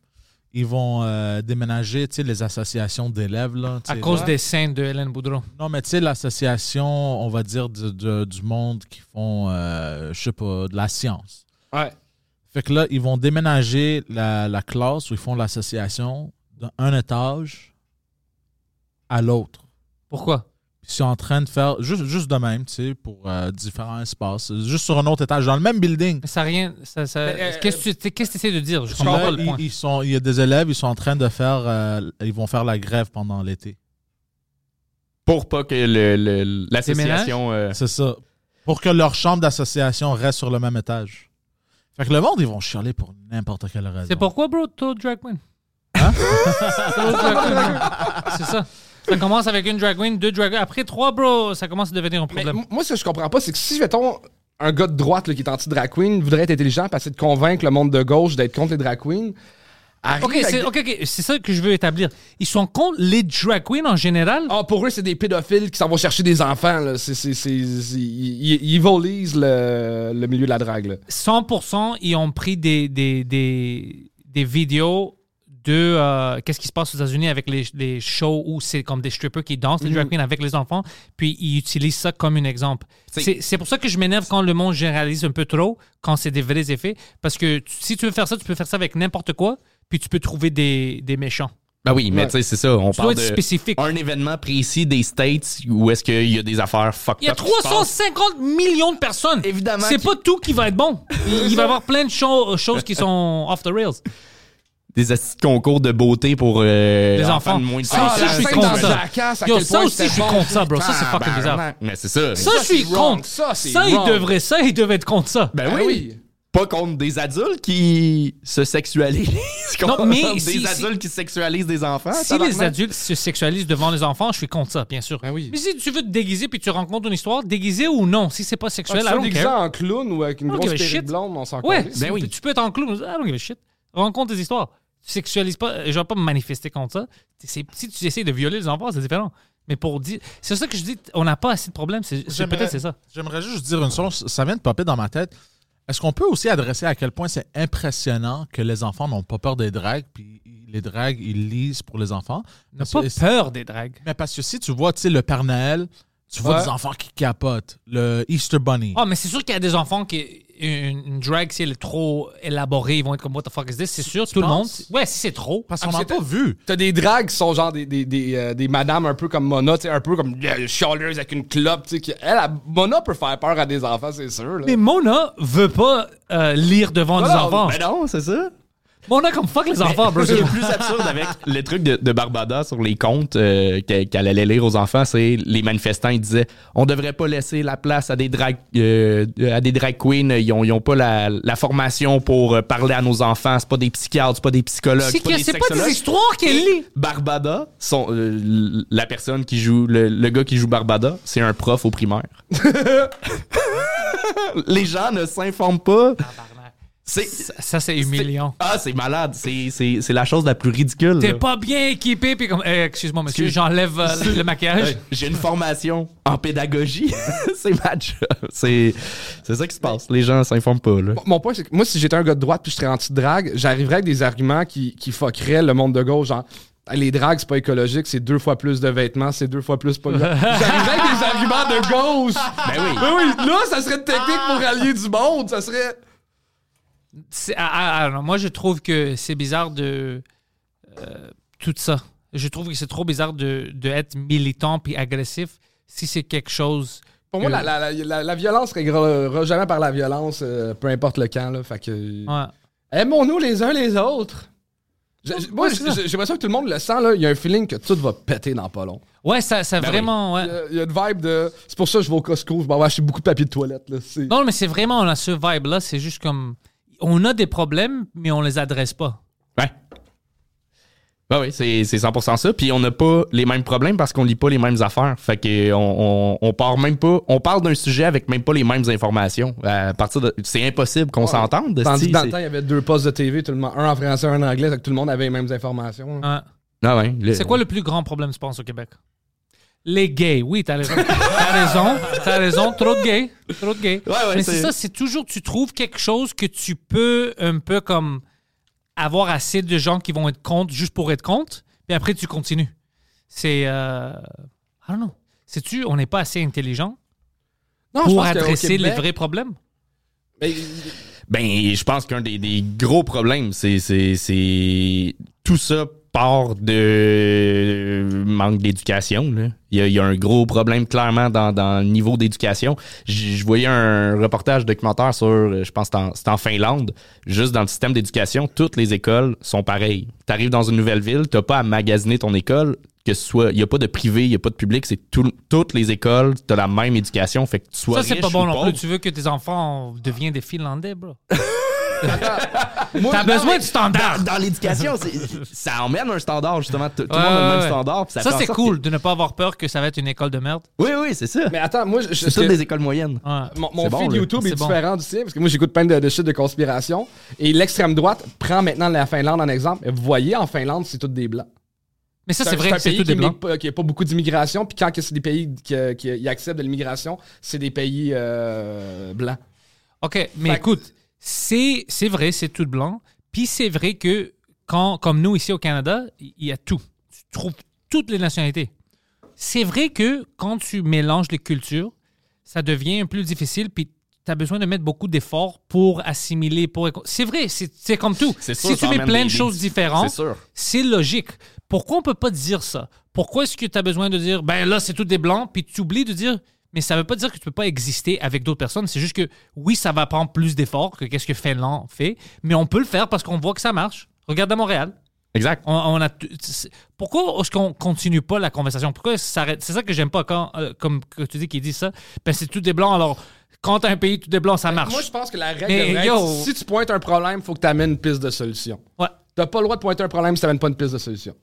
Speaker 5: ils vont euh, déménager tu sais, les associations d'élèves. là, tu
Speaker 1: À
Speaker 5: sais.
Speaker 1: cause des scènes de Hélène Boudreau.
Speaker 5: Non, mais tu sais, l'association, on va dire, du, du- du monde qui font, euh, je sais pas, de la science.
Speaker 3: Ouais.
Speaker 5: Fait que là, ils vont déménager la, la classe où ils font l'association d'un étage à l'autre.
Speaker 1: Pourquoi?
Speaker 5: Puis ils sont en train de faire juste, juste de même, tu sais, pour euh, différents espaces, juste sur un autre étage, dans le même building.
Speaker 1: Mais ça a rien. Ça, ça-
Speaker 3: Mais, euh,
Speaker 1: qu'est-ce que tu qu'est-ce que essaies de dire? Je
Speaker 5: Puis
Speaker 1: comprends
Speaker 5: là,
Speaker 1: pas le
Speaker 5: ils,
Speaker 1: point.
Speaker 5: ils sont, il y a des élèves, ils sont en train de faire, euh, ils vont faire la grève pendant l'été.
Speaker 4: Pour pas que le- le- l'association. euh,
Speaker 5: C'est ça. Pour que leur chambre d'association reste sur le même étage. Fait que le monde, ils vont chialer pour n'importe quelle raison.
Speaker 1: C'est pourquoi, bro, tout drag queen?
Speaker 3: Hein?
Speaker 1: Trop de drag queen. C'est ça. Ça commence avec une drag queen, deux drag queens. Après trois, bro, ça commence à devenir un
Speaker 3: Mais
Speaker 1: problème.
Speaker 3: m- moi, ce que je comprends pas, c'est que si, mettons, un gars de droite là, qui est anti-drag queen voudrait être intelligent, passer de convaincre le monde de gauche d'être contre les drag queens, Arrive
Speaker 1: OK,
Speaker 3: avec
Speaker 1: c'est
Speaker 3: des-
Speaker 1: ok, ok, c'est ça que je veux établir. Ils sont contre les drag queens en général.
Speaker 3: Ah, pour eux, c'est des pédophiles qui s'en vont chercher des enfants. Là. C'est, c'est, c'est, c'est- ils, ils volisent le, le milieu de la drague. là.
Speaker 1: 100% ils ont pris des, des, des, des vidéos de euh, qu'est-ce qui se passe aux États-Unis avec les, les shows où c'est comme des strippers qui dansent,
Speaker 4: Mhm.
Speaker 1: les drag queens avec les enfants, puis ils utilisent ça comme un exemple. C'est c'est pour ça que je m'énerve quand le monde généralise un peu trop, quand c'est des vrais effets, parce que tu- si tu veux faire ça, tu peux faire ça avec n'importe quoi, puis tu peux trouver des, des méchants.
Speaker 4: Ben oui, mais tu sais, c'est ça. On
Speaker 1: dois
Speaker 4: parle
Speaker 1: être
Speaker 4: de
Speaker 1: spécifique.
Speaker 4: un événement précis des States où est-ce qu'il y a des affaires fucked
Speaker 1: Il y a
Speaker 4: up qui se passent.
Speaker 1: 350 millions de personnes.
Speaker 4: Évidemment
Speaker 1: C'est
Speaker 4: qu'il-
Speaker 1: pas tout qui va être bon. Il va y avoir plein de cho- choses qui sont off the rails.
Speaker 4: des astis de concours de beauté pour euh,
Speaker 1: Les enfants. Ah,
Speaker 4: de moins de
Speaker 1: Ça
Speaker 4: cinq
Speaker 1: aussi,
Speaker 4: ans.
Speaker 1: je suis
Speaker 3: la scène
Speaker 1: contre
Speaker 3: Ah, dans
Speaker 1: ça.
Speaker 3: Jackass, à
Speaker 1: Yo,
Speaker 3: quel
Speaker 1: ça
Speaker 3: point
Speaker 1: aussi, je
Speaker 3: c'était
Speaker 1: suis
Speaker 3: bon.
Speaker 1: contre ça, bro. Ça, c'est fucking bizarre.
Speaker 3: Tabarnak.
Speaker 4: Mais c'est ça.
Speaker 1: Ça,
Speaker 3: Ça,
Speaker 1: je suis
Speaker 3: c'est wrong.
Speaker 1: contre.
Speaker 3: Ça,
Speaker 1: Ça,
Speaker 3: c'est
Speaker 1: il
Speaker 3: wrong.
Speaker 1: devrait, ça, il devrait être contre ça.
Speaker 4: Ben
Speaker 3: Ah
Speaker 4: oui.
Speaker 3: oui.
Speaker 4: Pas contre des adultes qui se sexualisent.
Speaker 1: Non,
Speaker 4: contre
Speaker 1: mais
Speaker 4: des
Speaker 1: si-
Speaker 4: adultes qui sexualisent des enfants.
Speaker 3: Ben,
Speaker 1: si les
Speaker 4: tabarnak.
Speaker 1: adultes se sexualisent devant les enfants, je suis contre ça, bien sûr.
Speaker 3: Ben oui.
Speaker 1: Mais si tu veux te déguiser puis tu rencontres une histoire, déguisé ou non, si c'est pas
Speaker 3: Ah, Tu
Speaker 1: sexuel, I
Speaker 3: te
Speaker 1: don't
Speaker 3: déguises
Speaker 1: care.
Speaker 3: en clown ou avec une
Speaker 1: I don't
Speaker 3: grosse
Speaker 1: give a
Speaker 3: perruque
Speaker 1: shit.
Speaker 3: blonde, on s'en
Speaker 1: Ouais, Ben
Speaker 3: calisse.
Speaker 1: tu- tu peux être en clown. I don't give a shit. Rencontre des histoires. Tu sexualises pas. Je vais pas me manifester contre ça. C'est- Si tu essayes de violer les enfants, c'est différent. Mais pour dire. C'est ça que je dis, on n'a pas assez de problèmes. c'est- c'est-
Speaker 5: J'aimerais-
Speaker 1: Peut-être c'est ça.
Speaker 5: J'aimerais juste dire une chose, ça vient de popper dans ma tête. Est-ce qu'on peut aussi adresser à quel point c'est impressionnant que les enfants n'ont pas peur des dragues, puis les dragues, ils lisent pour les enfants?
Speaker 1: N'a
Speaker 5: Parce
Speaker 1: pas
Speaker 5: que-
Speaker 1: peur des dragues.
Speaker 5: Mais parce que si tu vois, tu sais, le Père Noël, tu vois
Speaker 3: Ouais.
Speaker 5: des enfants qui capotent, le Easter Bunny.
Speaker 1: Ah, mais c'est sûr qu'il y a des enfants qui. Une, une drag, si elle est trop élaborée, ils vont être comme What the fuck is this? C'est sûr, tout le monde.
Speaker 5: penses?
Speaker 1: Ouais, si c'est trop.
Speaker 5: parce
Speaker 3: Ah,
Speaker 5: qu'on n'a
Speaker 3: c'était-
Speaker 5: pas vu.
Speaker 3: T'as des dragues qui sont genre des, des, des, euh, des madames un peu comme Mona, tu sais, un peu comme euh, chialeuse avec une clope. tu sais, Qui, elle, elle- Mona peut faire peur à des enfants, c'est sûr. là.
Speaker 1: Mais Mona veut pas euh, lire devant
Speaker 3: Non,
Speaker 1: des
Speaker 3: non,
Speaker 1: enfants.
Speaker 4: Ben non, c'est ça.
Speaker 1: Mona, comme fuck les enfants, bro.
Speaker 4: Ce qui est le plus euh, absurde avec le truc de, de Barbada sur les comptes euh, que- qu'elle allait lire aux enfants, c'est les manifestants, ils disaient on devrait pas laisser la place à des drag, euh, à des drag queens, ils ont, ils ont pas la, la formation pour euh, parler à nos enfants, c'est pas des psychiatres, c'est pas des psychologues,
Speaker 1: C'est que
Speaker 4: des
Speaker 1: c'est pas des
Speaker 4: sexologues.
Speaker 1: histoires qu'elle lit.
Speaker 4: Barbada, son, euh, l- la personne qui joue, le, le gars qui joue Barbada, c'est un prof au primaire. les gens ne s'informent pas. C'est,
Speaker 1: Ça, ça, c'est humiliant.
Speaker 4: ah, c'est malade. C'est, c'est, c'est la chose la plus ridicule.
Speaker 1: T'es
Speaker 4: là.
Speaker 1: pas bien équipé, puis comme. Eh, Excuse-moi, monsieur,
Speaker 4: Excuse-
Speaker 1: j'enlève euh, le maquillage.
Speaker 4: Hey, J'ai une formation en pédagogie. c'est ma job. C'est, c'est ça qui se passe. Les gens s'informent pas. Là.
Speaker 3: Mon point, c'est que moi, si j'étais un gars de droite puis je serais anti-drague, j'arriverais avec des arguments qui, qui fuckeraient le monde de gauche, genre les dragues, c'est pas écologique, c'est deux fois plus de vêtements, c'est deux fois plus polluant. J'arriverais avec des arguments de gauche.
Speaker 4: Ben oui.
Speaker 3: Ben oui, là, ça serait une technique pour rallier du monde. Ça serait.
Speaker 1: C'est- ah, ah, ah, non, moi, je trouve que c'est bizarre de euh, tout ça. Je trouve que c'est trop bizarre de, de être militant puis agressif si c'est quelque chose.
Speaker 3: Pour moi,
Speaker 1: que-
Speaker 3: la, la, la, la- la violence réglera jamais par la violence, euh, peu importe le camp. Là, fait que...
Speaker 1: Ouais.
Speaker 3: Aimons-nous les uns les autres. Je- je- moi,
Speaker 1: Ouais,
Speaker 3: j'ai
Speaker 1: c'est ça.
Speaker 3: j'ai l'impression que tout le monde le sent. là. Il y a un feeling que tout va péter dans pas long.
Speaker 1: Ouais, ça, ça
Speaker 3: Ben
Speaker 4: oui.
Speaker 1: vraiment. ouais.
Speaker 3: Il y a- Euh, il y, a une vibe de. C'est pour ça que je vais au Costco, je vais acheter beaucoup de papier de toilette. Là. C'est-
Speaker 1: Non, mais c'est vraiment, on a ce vibe-là. C'est juste comme. On a des problèmes, mais on les adresse pas.
Speaker 4: Ouais. Ben oui, c'est c'est 100% ça. Puis on n'a pas les mêmes problèmes parce qu'on lit pas les mêmes affaires. Fait que on, on, on part même pas. On parle d'un sujet avec même pas les mêmes informations. Euh, À partir de, c'est impossible qu'on s'entende.
Speaker 3: Tandis
Speaker 4: si,
Speaker 3: que dans
Speaker 4: c'est-
Speaker 3: le temps, il y avait deux postes de TV, tout le monde, un en français, un en anglais, fait que tout le monde avait les mêmes informations. là.
Speaker 1: Ouais.
Speaker 4: Ah ouais, le-
Speaker 1: C'est quoi le plus grand problème, je pense, au Québec? Les gays, oui, t'as raison. t'as raison, t'as raison, trop de gays. Trop de gays.
Speaker 4: Ouais, ouais,
Speaker 1: Mais c'est
Speaker 4: c'est-
Speaker 1: ça, c'est toujours, tu trouves quelque chose que tu peux un peu comme avoir assez de gens qui vont être contre juste pour être contre, puis après tu continues. C'est. Euh, I don't know. Sais-tu, on n'est pas assez intelligent
Speaker 3: Non, je
Speaker 1: pour
Speaker 3: pense qu'au
Speaker 1: adresser les
Speaker 3: Québec-
Speaker 1: vrais problèmes?
Speaker 3: Mais-
Speaker 4: Ben, je pense qu'un des, des gros problèmes, c'est- c'est c'est- tout ça part de manque d'éducation. là. Il y, a, il y a un gros problème clairement dans, dans le niveau d'éducation. J- Je voyais un reportage documentaire sur, euh, je pense, que c'est en- c'est en Finlande, juste dans le système d'éducation, toutes les écoles sont pareilles. Tu arrives dans une nouvelle ville, t'as pas à magasiner ton école. Que ce soit, il n'y a pas de privé, il n'y a pas de public, c'est tout- toutes les écoles, tu as la même éducation, fait que tu sois
Speaker 1: Ça, c'est
Speaker 4: riche
Speaker 1: pas bon
Speaker 4: ou
Speaker 1: non
Speaker 4: pauvre.
Speaker 1: plus. Tu veux que tes enfants deviennent des Finlandais, bro.
Speaker 3: Moi,
Speaker 1: T'as
Speaker 3: non,
Speaker 1: besoin
Speaker 3: mais-
Speaker 1: de standard.
Speaker 4: Dans l'éducation, c'est- ça emmène un standard, justement. Tout tout le
Speaker 1: Ouais,
Speaker 4: monde a le
Speaker 1: ouais,
Speaker 4: même
Speaker 1: ouais.
Speaker 4: standard. puis
Speaker 1: Ça,
Speaker 4: fait en
Speaker 1: c'est
Speaker 4: sorte
Speaker 1: cool de ne pas avoir peur que ça va être une école de merde.
Speaker 4: que- Oui, oui, c'est ça.
Speaker 3: Mais attends, moi, je, je-
Speaker 4: C'est
Speaker 3: que-
Speaker 4: toutes des écoles moyennes.
Speaker 1: Ouais.
Speaker 3: mon, mon
Speaker 4: C'est bon,
Speaker 3: feed
Speaker 4: là.
Speaker 3: YouTube est,
Speaker 1: C'est bon.
Speaker 3: différent du sien, parce que moi, j'écoute plein de, de shit de conspiration. Et l'extrême droite prend maintenant la Finlande en exemple. Et vous voyez, en Finlande, c'est toutes des blancs.
Speaker 1: Mais ça, c'est
Speaker 3: un-
Speaker 1: vrai
Speaker 3: un
Speaker 1: que c'est
Speaker 3: pays
Speaker 1: tout des
Speaker 3: qui
Speaker 1: blancs.
Speaker 3: n'est pas- Qui n'a pas beaucoup d'immigration, puis quand que c'est des pays qui, euh, qui- ils acceptent de l'immigration, c'est des pays euh, blancs.
Speaker 1: OK, mais
Speaker 3: Fait que-
Speaker 1: écoute, c'est c'est vrai, c'est tout blanc. Puis c'est vrai que, quand, comme nous ici au Canada, il y a tout. Tu trouves toutes les nationalités. C'est vrai que quand tu mélanges les cultures, ça devient plus difficile, puis tu as besoin de mettre beaucoup d'efforts pour assimiler. pour C'est vrai, c'est c'est comme tout.
Speaker 4: C'est sûr,
Speaker 1: si
Speaker 4: ça
Speaker 1: tu mets
Speaker 4: emmène
Speaker 1: plein de
Speaker 4: des
Speaker 1: choses
Speaker 4: limites.
Speaker 1: différentes,
Speaker 4: C'est sûr.
Speaker 1: c'est logique. Pourquoi on peut pas dire ça? Pourquoi est-ce que tu as besoin de dire, ben là, c'est tout des blancs, puis tu oublies de dire, mais ça veut pas dire que tu peux pas exister avec d'autres personnes. C'est juste que, oui, ça va prendre plus d'efforts que qu'est-ce que Finlande fait, mais on peut le faire parce qu'on voit que ça marche. Regarde à Montréal.
Speaker 4: Exact.
Speaker 1: On, on a t- c'est- pourquoi est-ce qu'on continue pas la conversation? Pourquoi est-ce que ça s'arrête? C'est ça que j'aime pas quand, euh, comme que tu dis, qu'il dit ça. Ben, c'est tout des blancs, alors quand t'as un pays tout des blancs, ça marche.
Speaker 3: Ben, Moi, je pense que la règle
Speaker 1: Mais
Speaker 3: devrait être,
Speaker 1: yo-
Speaker 3: si tu pointes un problème, faut que tu amènes une piste de solution.
Speaker 1: Ouais.
Speaker 3: T'as pas le droit de pointer un problème si t'amènes pas une piste de solution.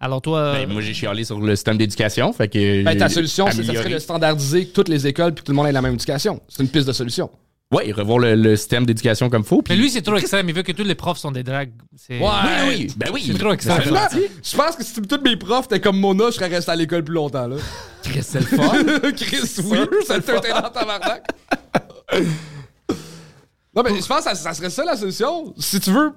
Speaker 1: Alors toi, euh,
Speaker 4: Ben, moi, j'ai chialé sur le système d'éducation. Fait que.
Speaker 3: Ben, ta
Speaker 4: j'ai
Speaker 3: solution, c'est ça serait
Speaker 4: amélioré.
Speaker 3: de standardiser toutes les écoles puis que tout le monde ait la même éducation. C'est une piste de solution.
Speaker 4: Ouais, revoir le, le système d'éducation comme faut.
Speaker 1: mais
Speaker 4: puis-
Speaker 1: lui, c'est trop extrême. Il veut que tous les profs sont des dragues. C'est-
Speaker 4: Oui, oui. Ben oui.
Speaker 1: C'est trop extrême.
Speaker 4: Mais
Speaker 3: Là, je pense que si tous mes profs étaient comme Mona, je serais resté à l'école plus longtemps. Là.
Speaker 4: C'est le fun.
Speaker 3: Chris, oui, ça te fait dans tabarnak. Non, mais je pense que ça, ça serait ça la solution. Si tu veux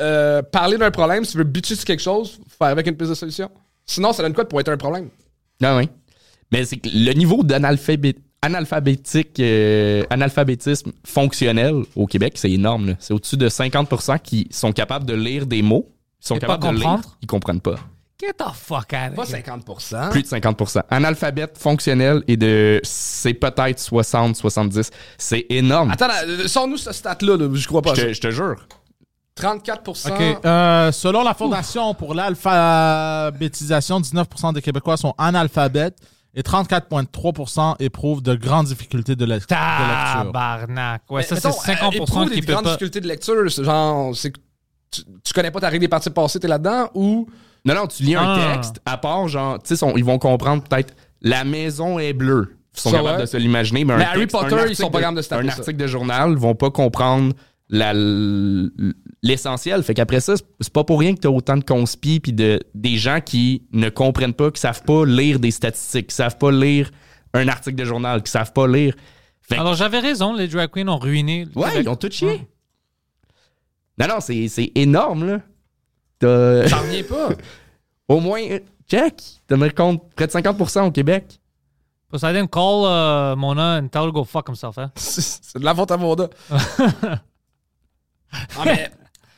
Speaker 3: euh, parler d'un problème, si tu veux bitcher sur quelque chose, faire avec une piste de solution. Sinon, ça donne quoi de pointer un problème?
Speaker 4: Non, Ah oui. Mais c'est que le niveau d'analphabétisme analphabétisme fonctionnel au Québec, c'est énorme. là. C'est au-dessus de 50 qui sont capables de lire des mots. Ils sont
Speaker 1: Et pas
Speaker 4: capables de
Speaker 1: comprendre.
Speaker 4: lire. Ils comprennent pas.
Speaker 1: Get the fuck out
Speaker 3: Pas
Speaker 1: of here.
Speaker 3: 50%.
Speaker 4: Plus de 50 Analphabète fonctionnel et de. C'est peut-être 60, 70. C'est énorme.
Speaker 3: Attends, euh, sors-nous ce stat-là, là, je crois pas.
Speaker 4: je, te, je te jure.
Speaker 3: 34%.
Speaker 5: OK. euh, selon la Fondation pour l'alphabétisation, 19 des Québécois sont analphabètes et 34,3 éprouvent de grandes difficultés de, la- de lecture.
Speaker 1: Tabarnak. Ouais,
Speaker 3: Mais
Speaker 1: ça, c'est
Speaker 3: mettons, euh, éprouve
Speaker 1: 50%
Speaker 3: des
Speaker 1: qui peut
Speaker 3: grandes
Speaker 1: pas.
Speaker 3: difficultés de lecture, c'est genre, c'est que tu, tu connais pas ta règle des parties passées, t'es là-dedans, ou...
Speaker 4: Non, non, tu lis
Speaker 1: Ah.
Speaker 4: un texte, à part genre. Tu sais, sont- ils vont comprendre peut-être. La maison est bleue. Ils sont
Speaker 3: Ça,
Speaker 4: capables
Speaker 3: ouais.
Speaker 4: de se l'imaginer. Mais, un
Speaker 3: Mais Harry
Speaker 4: texte, un
Speaker 3: Potter, ils
Speaker 4: article
Speaker 3: sont pas capables de se taper
Speaker 4: Un
Speaker 3: ça.
Speaker 4: article de journal, vont pas comprendre la- l'essentiel. Fait qu'après ça, c'est- c'est pas pour rien que t'as autant de conspis puis de, des gens qui ne comprennent pas, qui savent pas lire des statistiques, qui savent pas lire un article de journal, qui savent pas lire. Fait que-
Speaker 1: Alors, j'avais raison, les drag queens ont ruiné. le
Speaker 4: ouais,
Speaker 1: Québec.
Speaker 4: ils ont tout chié. Ah. Non, non, c'est c'est énorme, là. T'as-
Speaker 3: T'en reviens pas.
Speaker 4: au moins, euh, check, tenir compte, près de 50% au Québec.
Speaker 1: Poseidon call euh, Mona and tell her go fuck himself. Hein?
Speaker 3: C'est de la faute à Vonda. Ah, mais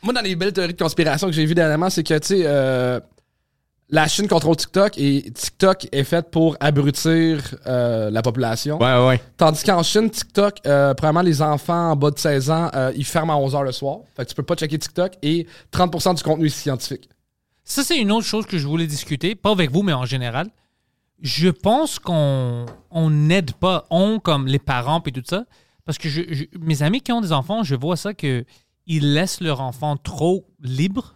Speaker 3: moi, dans les belles théories de conspiration que j'ai vues dernièrement, c'est que, tu sais, euh, la Chine contrôle TikTok et TikTok est faite pour abrutir euh, la population.
Speaker 4: Ouais, ouais.
Speaker 3: Tandis qu'en Chine, TikTok, euh, probablement les enfants en bas de 16 ans, euh, ils ferment à 11h le soir. Fait que tu peux pas checker TikTok et 30% du contenu est scientifique.
Speaker 1: Ça, c'est une autre chose que je voulais discuter, pas avec vous, mais en général. Je pense qu'on on n'aide pas, on comme les parents et tout ça, parce que je- je- mes amis qui ont des enfants, je vois ça que ils laissent leur enfant trop libre,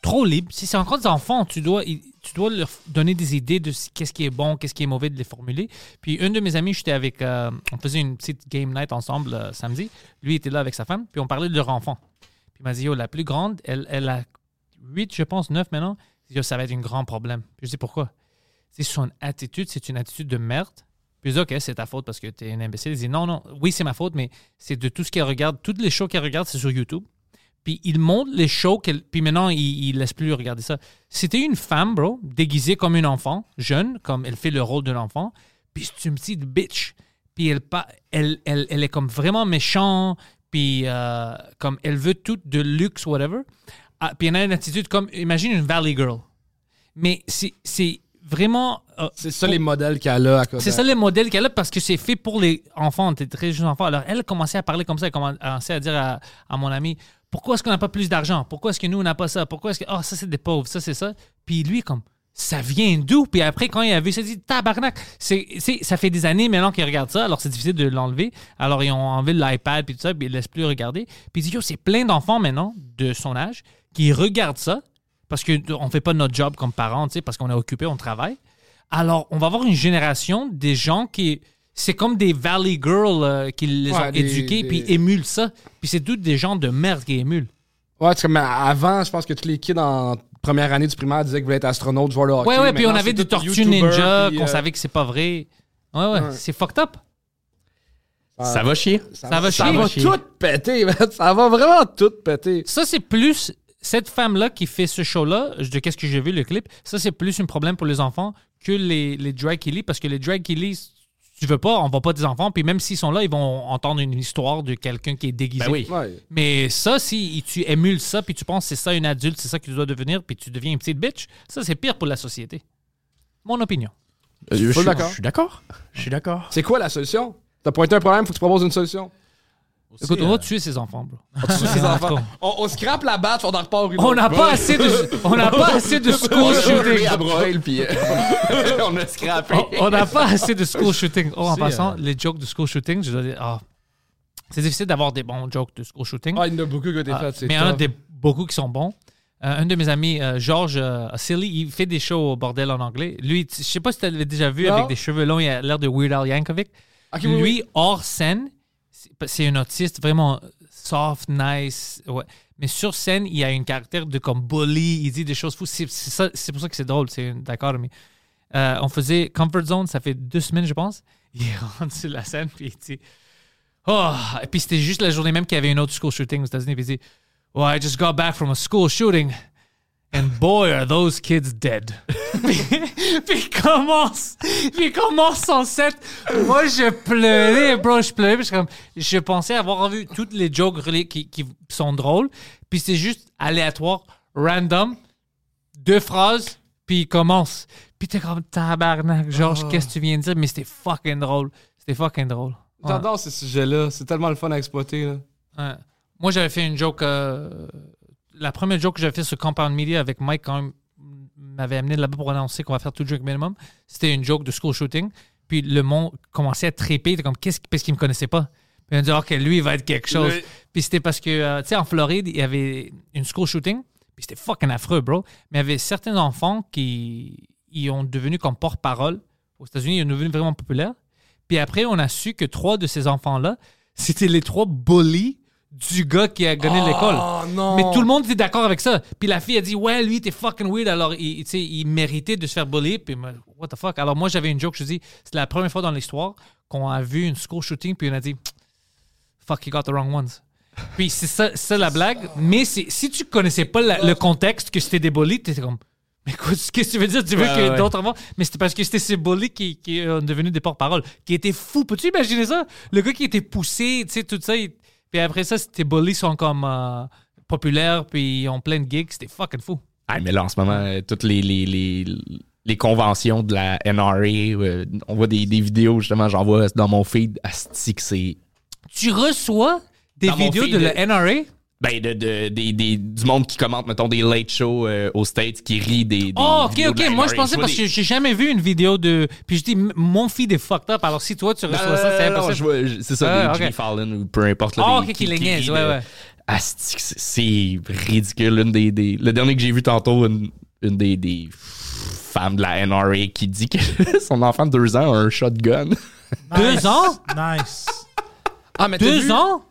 Speaker 1: trop libre. Si c'est encore des enfants, tu dois il- tu dois leur donner des idées de ce- qu'est-ce qui est bon, qu'est-ce qui est mauvais, de les formuler. Puis une de mes amies, j'étais avec, euh, on faisait une petite game night ensemble euh, samedi. Lui était là avec sa femme, puis on parlait de leur enfant. Puis il m'a dit, yo, la plus grande, elle, elle a 8, je pense, 9 maintenant. Il dit, Yo, ça va être un grand problème. Puis je dis, pourquoi? C'est son attitude, c'est une attitude de merde. Puis je dis, OK, c'est ta faute parce que t'es un imbécile. Il dit, non, non, oui, c'est ma faute, mais c'est de tout ce qu'elle regarde. Toutes les shows qu'elle regarde, c'est sur YouTube. Puis il montre les shows, qu'elle- puis maintenant, il, il laisse plus regarder ça. C'était une femme, bro, déguisée comme une enfant, jeune, comme elle fait le rôle de l'enfant. Puis c'est une petite bitch. Puis elle, pa- elle, elle, elle est comme vraiment méchant. Puis euh, comme elle veut tout de luxe, whatever. Ah, puis elle a une attitude comme, imagine une Valley Girl. Mais c'est- c'est vraiment... euh,
Speaker 3: C'est ça les modèles qu'elle a à côté.
Speaker 1: c'est ça le modèle qu'elle a parce que c'est fait pour les enfants, des très jeunes enfants. Alors elle commençait à parler comme ça, elle commençait à dire à, à mon ami ah, pourquoi est-ce qu'on n'a pas plus d'argent Pourquoi est-ce que nous on n'a pas ça Pourquoi est-ce que oh ça c'est des pauvres, ça c'est ça Puis lui comme ça vient d'où? Puis après, quand il a vu, ça, il s'est dit tabarnak. C'est, c'est- ça fait des années maintenant qu'il regarde ça, alors c'est difficile de l'enlever. Alors ils ont enlevé l'iPad puis tout ça, puis ils ne laissent plus regarder. Puis il dit, yo, c'est plein d'enfants maintenant de son âge qui regardent ça parce qu'on ne fait pas notre job comme parents, tu sais, parce qu'on est occupé, on travaille. Alors, on va avoir une génération des gens qui. C'est comme des Valley Girls euh, qui les
Speaker 3: Ouais,
Speaker 1: ont
Speaker 3: des-
Speaker 1: éduqués,
Speaker 3: des-
Speaker 1: puis émulent ça. Puis c'est tous des gens de merde qui émulent.
Speaker 3: Ouais, c'est comme avant, je pense que tous les kids en première année du primaire disaient qu'ils voulaient être astronautes, joueurs de hockey.
Speaker 1: ouais, ouais, puis on
Speaker 3: Maintenant,
Speaker 1: avait
Speaker 3: c'est
Speaker 1: des
Speaker 3: tout
Speaker 1: Tortues
Speaker 3: YouTubers,
Speaker 1: Ninja
Speaker 3: puis,
Speaker 1: qu'on
Speaker 3: euh,
Speaker 1: savait que c'est pas vrai. Ouais, ouais,
Speaker 3: ouais.
Speaker 1: c'est fucked up.
Speaker 3: Ah.
Speaker 4: Ça va chier.
Speaker 1: ça va
Speaker 3: ça
Speaker 1: chier.
Speaker 3: va tout péter, man. ça va vraiment tout péter.
Speaker 1: Ça, c'est plus. Cette femme-là qui fait ce show-là, de qu'est-ce que j'ai vu le clip, ça, c'est plus un problème pour les enfants que les, les drag killies, parce que les drag killies, tu veux pas, on va pas des enfants, puis même s'ils sont là, ils vont entendre une histoire de quelqu'un qui est déguisé.
Speaker 4: Ben oui.
Speaker 3: Ouais.
Speaker 1: Mais ça, si tu émules ça, puis tu penses c'est ça une adulte, c'est ça que tu dois devenir, puis tu deviens une petite bitch, ça c'est pire pour la société. Mon opinion.
Speaker 4: Euh, je, suis-
Speaker 3: d'accord.
Speaker 4: je suis d'accord. Je suis d'accord.
Speaker 3: C'est quoi la solution? T'as pointé un problème, faut que tu proposes une solution.
Speaker 1: Écoute, on va tuer ces enfants, bro.
Speaker 3: Ces
Speaker 1: en
Speaker 3: enfants.
Speaker 1: tout cas.
Speaker 3: On, on scrape la batte, on en repart au rideau.
Speaker 1: On n'a pas assez de, on n'a pas assez de school shooting.
Speaker 4: à Broil, puis euh, on a scrappé.
Speaker 3: Oh,
Speaker 1: On- Oh, On n'a pas assez de school shooting. Oh, en
Speaker 3: hein.
Speaker 1: passant, les jokes de school shooting, je dois dire, ah, c'est difficile d'avoir des bons jokes de school shooting.
Speaker 3: Ah, il y en a beaucoup qui ont été
Speaker 1: Ah,
Speaker 3: faits, c'est
Speaker 1: mais il y en a
Speaker 3: tough.
Speaker 1: des, beaucoup qui sont bons. Euh, un de mes amis, euh, George euh, Silly, il fait des shows au bordel en anglais. Lui, tu- je sais pas si tu l'avais déjà vu
Speaker 3: Non.
Speaker 1: avec des cheveux longs, il a l'air de Weird Al Yankovic.
Speaker 3: Ok, oui,
Speaker 1: Lui,
Speaker 3: oui.
Speaker 1: hors scène, c'est- c'est un autiste vraiment soft, nice. ouais. Mais sur scène, il a un caractère de comme bully, il dit des choses fous. C'est c'est ça- c'est pour ça que c'est drôle, c'est une dichotomie. Euh, on faisait Comfort Zone, ça fait deux semaines, je pense. Il rentre sur la scène, puis il dit Oh, et puis c'était juste la journée même qu'il y avait un autre school shooting aux États-Unis. Puis il dit Well, I just got back from a school shooting. And boy, are those kids dead. puis, puis il commence, puis il commence en set. Moi, je pleurais, bro, je pleurais. Parce que comme, je pensais avoir vu toutes les jokes relais- qui, qui sont drôles. Puis c'est juste aléatoire, random deux phrases, puis il commence. Puis t'es comme tabarnak, Georges, qu'est-ce que tu viens de dire? Mais c'était fucking drôle. C'était fucking drôle. Ouais.
Speaker 3: J'adore ce sujet-là, c'est tellement le fun à exploiter. Là.
Speaker 1: Ouais. Moi, j'avais fait une joke. euh, la première joke que j'avais fait sur Compound Media avec Mike quand il m'avait amené là-bas pour annoncer qu'on va faire tout drink minimum, c'était une joke de school shooting. Puis le monde commençait à tréper, il était comme qu'est-ce parce qu'il me connaissait pas. Puis on dit ok, lui il va être quelque chose. Puis c'était parce que euh, tu sais en Floride il y avait une school shooting. Puis c'était fucking affreux, bro. Mais il y avait certains enfants qui ils ont devenu comme porte-parole aux États-Unis, ils sont devenus vraiment populaires. Puis après, on a su que trois de ces enfants-là, c'était les trois bullies du gars qui a gagné l'école.
Speaker 3: non.
Speaker 1: Mais tout le monde était d'accord avec ça. Puis la fille a dit, ouais, lui, t'es fucking weird. Alors, il, tu sais, il méritait de se faire bully. Puis, moi, what the fuck. Alors, moi, j'avais une joke. Je dis, c'est la première fois dans l'histoire qu'on a vu une school shooting. Puis, on a dit, fuck, you got the wrong ones. Puis, c'est ça, c'est ça la blague. Mais c'est- si tu connaissais pas la- le contexte que c'était des bullies, t'étais comme, mais écoute, qu'est-ce que tu veux dire? Tu veux que d'autres avant? Mais c'était parce que c'était ces bullies qui, qui ont devenu des porte-parole, qui étaient fous. Peux-tu imaginer ça? Le gars qui était poussé, tu sais, tout ça. il- Puis après ça, ces bullies sont comme euh, populaires, puis ils ont plein de gigs. C'était fucking fou.
Speaker 4: Ah, mais là, en ce moment, euh, toutes les, les, les, les conventions de la NRA, euh, on voit des, des vidéos, justement, j'en vois dans mon feed, asti que c'est...
Speaker 1: Tu reçois des
Speaker 4: Dans mon
Speaker 1: vidéos
Speaker 4: feed,
Speaker 1: de la NRA?
Speaker 4: Ben, de, de- des- des- du monde qui commente, mettons, des late shows euh, aux States, qui rit des... des
Speaker 1: Oh, ok,
Speaker 4: vidéos de
Speaker 1: ok.
Speaker 4: la
Speaker 1: Moi, je
Speaker 4: NRA.
Speaker 1: pensais
Speaker 4: vois
Speaker 1: parce
Speaker 4: des-
Speaker 1: que j'ai jamais vu une vidéo de. Puis je dis, m- mon feed est fucked up. Alors si toi, tu reçois
Speaker 4: Non,
Speaker 1: ça, c'est
Speaker 4: non, non,
Speaker 1: impossible.
Speaker 4: Euh, je vois- je- C'est ça,
Speaker 1: Ah,
Speaker 4: des
Speaker 1: ok.
Speaker 4: Jimmy Fallon ou peu importe. là,
Speaker 1: Ah,
Speaker 4: des-
Speaker 1: ok, qui les niaise,
Speaker 4: rit
Speaker 1: ouais,
Speaker 4: de-
Speaker 1: ouais.
Speaker 4: Asti que c'est- c'est ridicule. Une des, des- le dernier que j'ai vu tantôt, une, une des, des femmes de la NRA qui dit que son enfant de deux ans a un shotgun.
Speaker 1: Deux ans?
Speaker 5: Nice.
Speaker 3: Ah, mais t'as
Speaker 1: deux
Speaker 3: vu?
Speaker 1: ans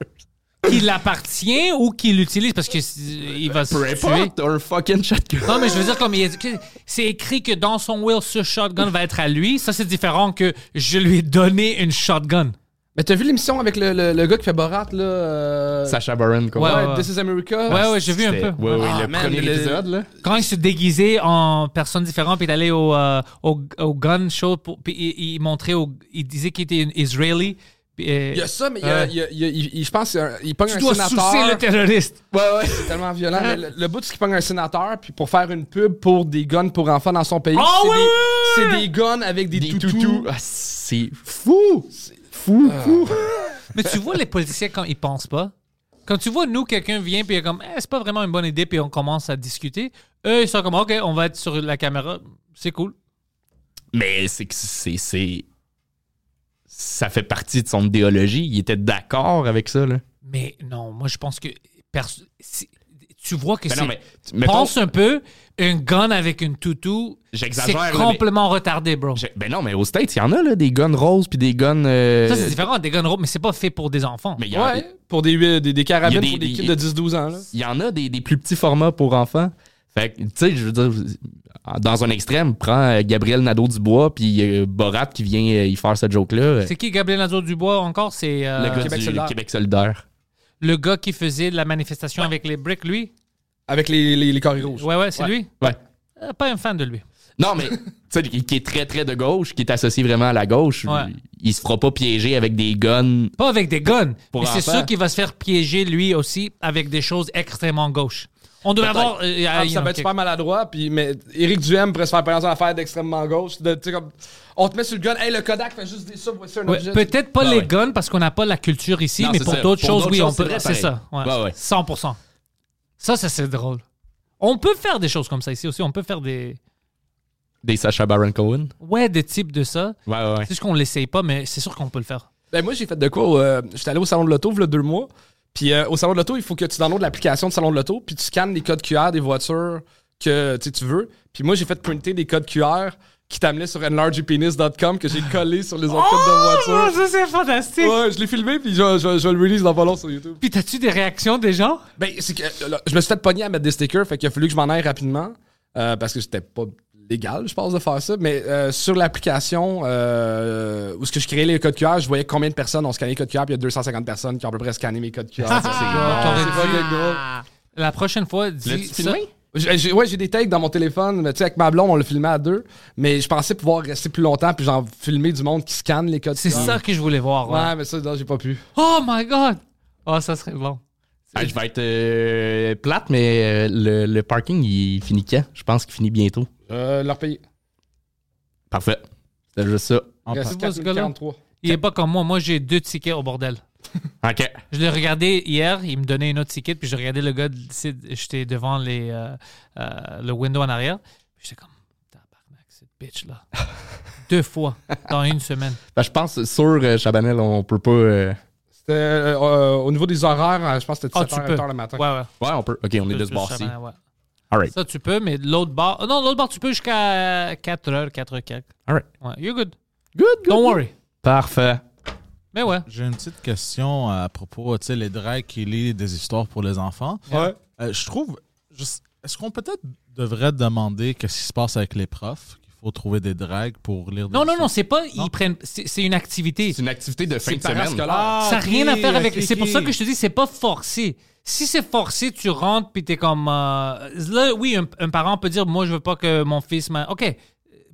Speaker 1: qu'il appartient ou qu'il l'utilise parce que c'est- il va se
Speaker 4: Peu
Speaker 1: tuer.
Speaker 4: importe, t'as un fucking shotgun.
Speaker 1: Non, mais je veux dire, comme il est- que- c'est écrit que dans son will, ce shotgun va être à lui. Ça, c'est différent que je lui ai donné une shotgun.
Speaker 3: Mais t'as vu l'émission avec le, le- le gars qui fait Borat, là? euh,
Speaker 4: Sacha Baron, quoi.
Speaker 1: Ouais,
Speaker 3: Ah. ouais,
Speaker 1: ouais.
Speaker 3: This is America.
Speaker 1: Ouais, ouais, j'ai vu un
Speaker 4: C'était-
Speaker 1: peu.
Speaker 4: Ouais, ouais, le
Speaker 3: man,
Speaker 4: premier
Speaker 3: le-
Speaker 4: épisode, là.
Speaker 1: Quand il se déguisait en personne différente, puis il allait au, euh, au, au gun show, pour- puis il, il montrait, au- il disait qu'il était un Israeli. puis, euh,
Speaker 3: Il y a ça, mais il y a-
Speaker 1: Ouais.
Speaker 3: il y a- il y a- il- il- je pense qu'il y a un- il pogne
Speaker 1: tu
Speaker 3: un
Speaker 1: dois
Speaker 3: sénateur.
Speaker 1: soucier le terroriste.
Speaker 3: Ouais, ouais, c'est tellement violent. mais le, le bout, c'est qu'il pogne un sénateur, puis pour faire une pub pour des guns pour enfants dans son pays,
Speaker 1: Oh,
Speaker 3: c'est
Speaker 1: ouais,
Speaker 3: des-
Speaker 1: ouais,
Speaker 3: c'est
Speaker 1: ouais.
Speaker 3: des, guns avec des,
Speaker 4: Des
Speaker 3: toutous.
Speaker 4: toutous. Ah, c'est fou. Fou, fou.
Speaker 1: Ah. Mais tu vois les politiciens quand ils pensent pas. Quand tu vois nous, quelqu'un vient puis il est comme Eh, c'est pas vraiment une bonne idée puis on commence à discuter. Eux ils sont comme ok on va être sur la caméra. C'est cool.
Speaker 4: Mais c'est que c'est. c'est- Ça fait partie de son idéologie. Il était d'accord avec ça, là.
Speaker 1: Mais non, moi, je pense que. perso- si- Tu vois que
Speaker 4: Ben
Speaker 1: c'est.
Speaker 4: non, mais, mettons-
Speaker 1: Pense un peu, un gun avec une toutou, c'est
Speaker 4: J'exagère, là, mais-
Speaker 1: complètement retardé, bro.
Speaker 4: J'ai- Ben non, mais aux States, il y en a, là, des guns roses puis des guns. euh,
Speaker 1: Ça, c'est différent des guns ropes, mais c'est pas fait pour des enfants.
Speaker 4: Mais il y, en-
Speaker 3: Ouais, pour des, euh, des, des carabines
Speaker 4: Il y a
Speaker 3: pour
Speaker 4: des-
Speaker 3: des kids
Speaker 4: des-
Speaker 3: de 10-12 ans. Là.
Speaker 4: il y en a des, des plus petits formats pour enfants. Fait que, tu sais, je veux dire, dans un extrême, prends euh, Gabriel Nadeau-Dubois puis euh, Borat qui vient euh, y faire ce joke-là.
Speaker 1: C'est qui Gabriel Nadeau Dubois encore? C'est euh,
Speaker 4: Le gars
Speaker 3: Québec
Speaker 4: du
Speaker 3: solidaire.
Speaker 4: Québec solidaire.
Speaker 1: le gars qui faisait la manifestation avec les bricks, lui?
Speaker 3: Avec les, les, les carrés rouges.
Speaker 1: Ouais, ouais, c'est lui?
Speaker 4: Ouais.
Speaker 1: Euh, Pas un fan de lui.
Speaker 4: Non, mais, tu sais, qui qui est très, très de gauche, qui est associé vraiment à la gauche,
Speaker 1: Ouais.
Speaker 4: il se fera pas piéger avec des guns.
Speaker 1: Pas avec des guns.
Speaker 4: Pour
Speaker 1: mais c'est
Speaker 4: enfants.
Speaker 1: sûr qu'il va se faire piéger lui aussi avec des choses extrêmement gauches. On devrait
Speaker 4: Peut-être.
Speaker 1: avoir. euh, euh,
Speaker 3: Ah,
Speaker 1: you
Speaker 3: ça
Speaker 1: know,
Speaker 3: va
Speaker 1: quelque-
Speaker 3: être super maladroit, puis mais Éric Duhem pourrait se faire prendre dans une affaire d'extrêmement gauche. De, tu sais, comme, on te met sur le gun, hey, le Kodak fait juste des ça, voici un
Speaker 1: Ouais,
Speaker 3: objet.
Speaker 1: Peut-être pas
Speaker 4: Ah,
Speaker 1: les
Speaker 4: ouais.
Speaker 1: guns parce qu'on n'a pas la culture ici,
Speaker 4: Non,
Speaker 1: mais
Speaker 4: c'est
Speaker 1: pour
Speaker 4: ça.
Speaker 1: d'autres
Speaker 4: Pour
Speaker 1: choses,
Speaker 4: d'autres
Speaker 1: oui,
Speaker 4: choses,
Speaker 1: on peut.
Speaker 4: c'est vrai,
Speaker 1: C'est ça.
Speaker 4: pareil. Bah Ouais, ouais.
Speaker 1: 100%. Ça, ça c'est drôle. On peut faire des choses comme ça ici aussi. On peut faire des.
Speaker 4: Des Sacha Baron Cohen.
Speaker 1: Ouais, des types de ça.
Speaker 4: Ouais, ouais, ouais.
Speaker 1: C'est juste qu'on l'essaye pas, mais c'est sûr qu'on peut le faire.
Speaker 3: Ben, moi, j'ai fait de quoi? au, euh, J'étais allé au salon de l'auto, il y a deux mois. Puis euh, au salon de l'auto, il faut que tu downloades l'application du salon de l'auto, puis tu scannes les codes QR des voitures que tu sais, tu veux. Puis moi, j'ai fait printer des codes QR qui t'amenaient sur enlargepenis.com que j'ai collé sur les autres codes de voitures.
Speaker 1: Oh, c'est fantastique!
Speaker 3: Ouais, je l'ai filmé, puis je, vais- je vais- je vais le release dans pas long sur YouTube.
Speaker 1: Puis t'as-tu des réactions des gens?
Speaker 3: Ben, c'est que euh, là, je me suis fait pogner à mettre des stickers, fait qu'il a fallu que je m'en aille rapidement. euh, parce que c'était pas légal, je pense, de faire ça. Mais euh, sur l'application euh, où ce que je créais les codes QR, je voyais combien de personnes ont scanné les codes QR, puis il y a 250 personnes qui ont à peu près scanné mes codes QR.
Speaker 4: Ah,
Speaker 1: T'aurais
Speaker 3: c'est pas
Speaker 1: dû-
Speaker 3: le gros.
Speaker 1: Ah! La prochaine fois, dis
Speaker 4: L'as-tu
Speaker 1: ça.
Speaker 4: filmé?
Speaker 3: J'ai- j'ai- ouais, j'ai des takes dans mon téléphone. mais Tu sais, avec ma blonde, on le filmait à deux. Mais je pensais pouvoir rester plus longtemps, puis genre filmer du monde qui scanne les codes QR.
Speaker 1: C'est ça que je voulais voir. ouais.
Speaker 3: Ouais, mais ça, non, j'ai pas pu.
Speaker 1: Oh my god! Oh, ça serait bon.
Speaker 4: Ah, je vais être euh, plate, mais euh, le, le parking, il finit quand? Je pense qu'il finit bientôt.
Speaker 3: Euh, leur payer.
Speaker 4: Parfait. C'était juste ça.
Speaker 5: En
Speaker 3: Il
Speaker 5: pa-
Speaker 3: reste
Speaker 1: pas ce gars-là.
Speaker 3: 43.
Speaker 1: Il est pas comme moi. Moi, j'ai deux tickets au bordel.
Speaker 4: OK.
Speaker 1: Je l'ai regardé hier, il me donnait une autre ticket, puis je regardais le gars, d'ici, j'étais devant les, euh, euh, le window en arrière. Puis J'étais comme, tabarnak, cette bitch-là. Deux fois dans une semaine.
Speaker 4: Ben, je pense, sur euh, Chabanel, on peut pas. euh,
Speaker 3: C'était euh, euh, au niveau des horaires, euh, je pense que c'était
Speaker 1: Ah,
Speaker 3: 17
Speaker 1: tu
Speaker 3: h
Speaker 1: peux.
Speaker 3: le matin.
Speaker 1: Ouais, ouais.
Speaker 4: Ouais, on peut. OK, on est de ce
Speaker 1: Tu-
Speaker 4: bord-ci.
Speaker 1: justement, ouais.
Speaker 4: All right.
Speaker 1: Ça, tu peux, mais l'autre bar. Non, l'autre bar, tu peux jusqu'à 4h, 4h15.
Speaker 4: All right.
Speaker 1: Ouais, you're good.
Speaker 4: Good,
Speaker 1: Don't worry.
Speaker 4: Parfait.
Speaker 1: Mais ouais.
Speaker 5: J'ai une petite question euh, à propos, tu sais, les drags qui lisent des histoires pour les enfants.
Speaker 3: Ouais.
Speaker 5: Euh, je trouve, je s- est-ce qu'on peut-être devrait demander qu'est-ce qui se passe avec les profs? Qu'il faut trouver des drags pour lire des
Speaker 1: Non, non,
Speaker 5: histoires?
Speaker 1: non, c'est pas.
Speaker 5: Non.
Speaker 1: Ils prennent. C'est c'est une activité.
Speaker 4: C'est une activité de fin
Speaker 3: C'est
Speaker 4: de semaine.
Speaker 3: parascolaire.
Speaker 1: ça n'a rien à faire avec.
Speaker 5: ok,
Speaker 1: C'est pour
Speaker 5: ok.
Speaker 1: ça que je te dis, c'est pas forcé. Si c'est forcé, tu rentres puis t'es comme. euh, là, oui, un, un parent peut dire, moi, je veux pas que mon fils. m'a- Ok,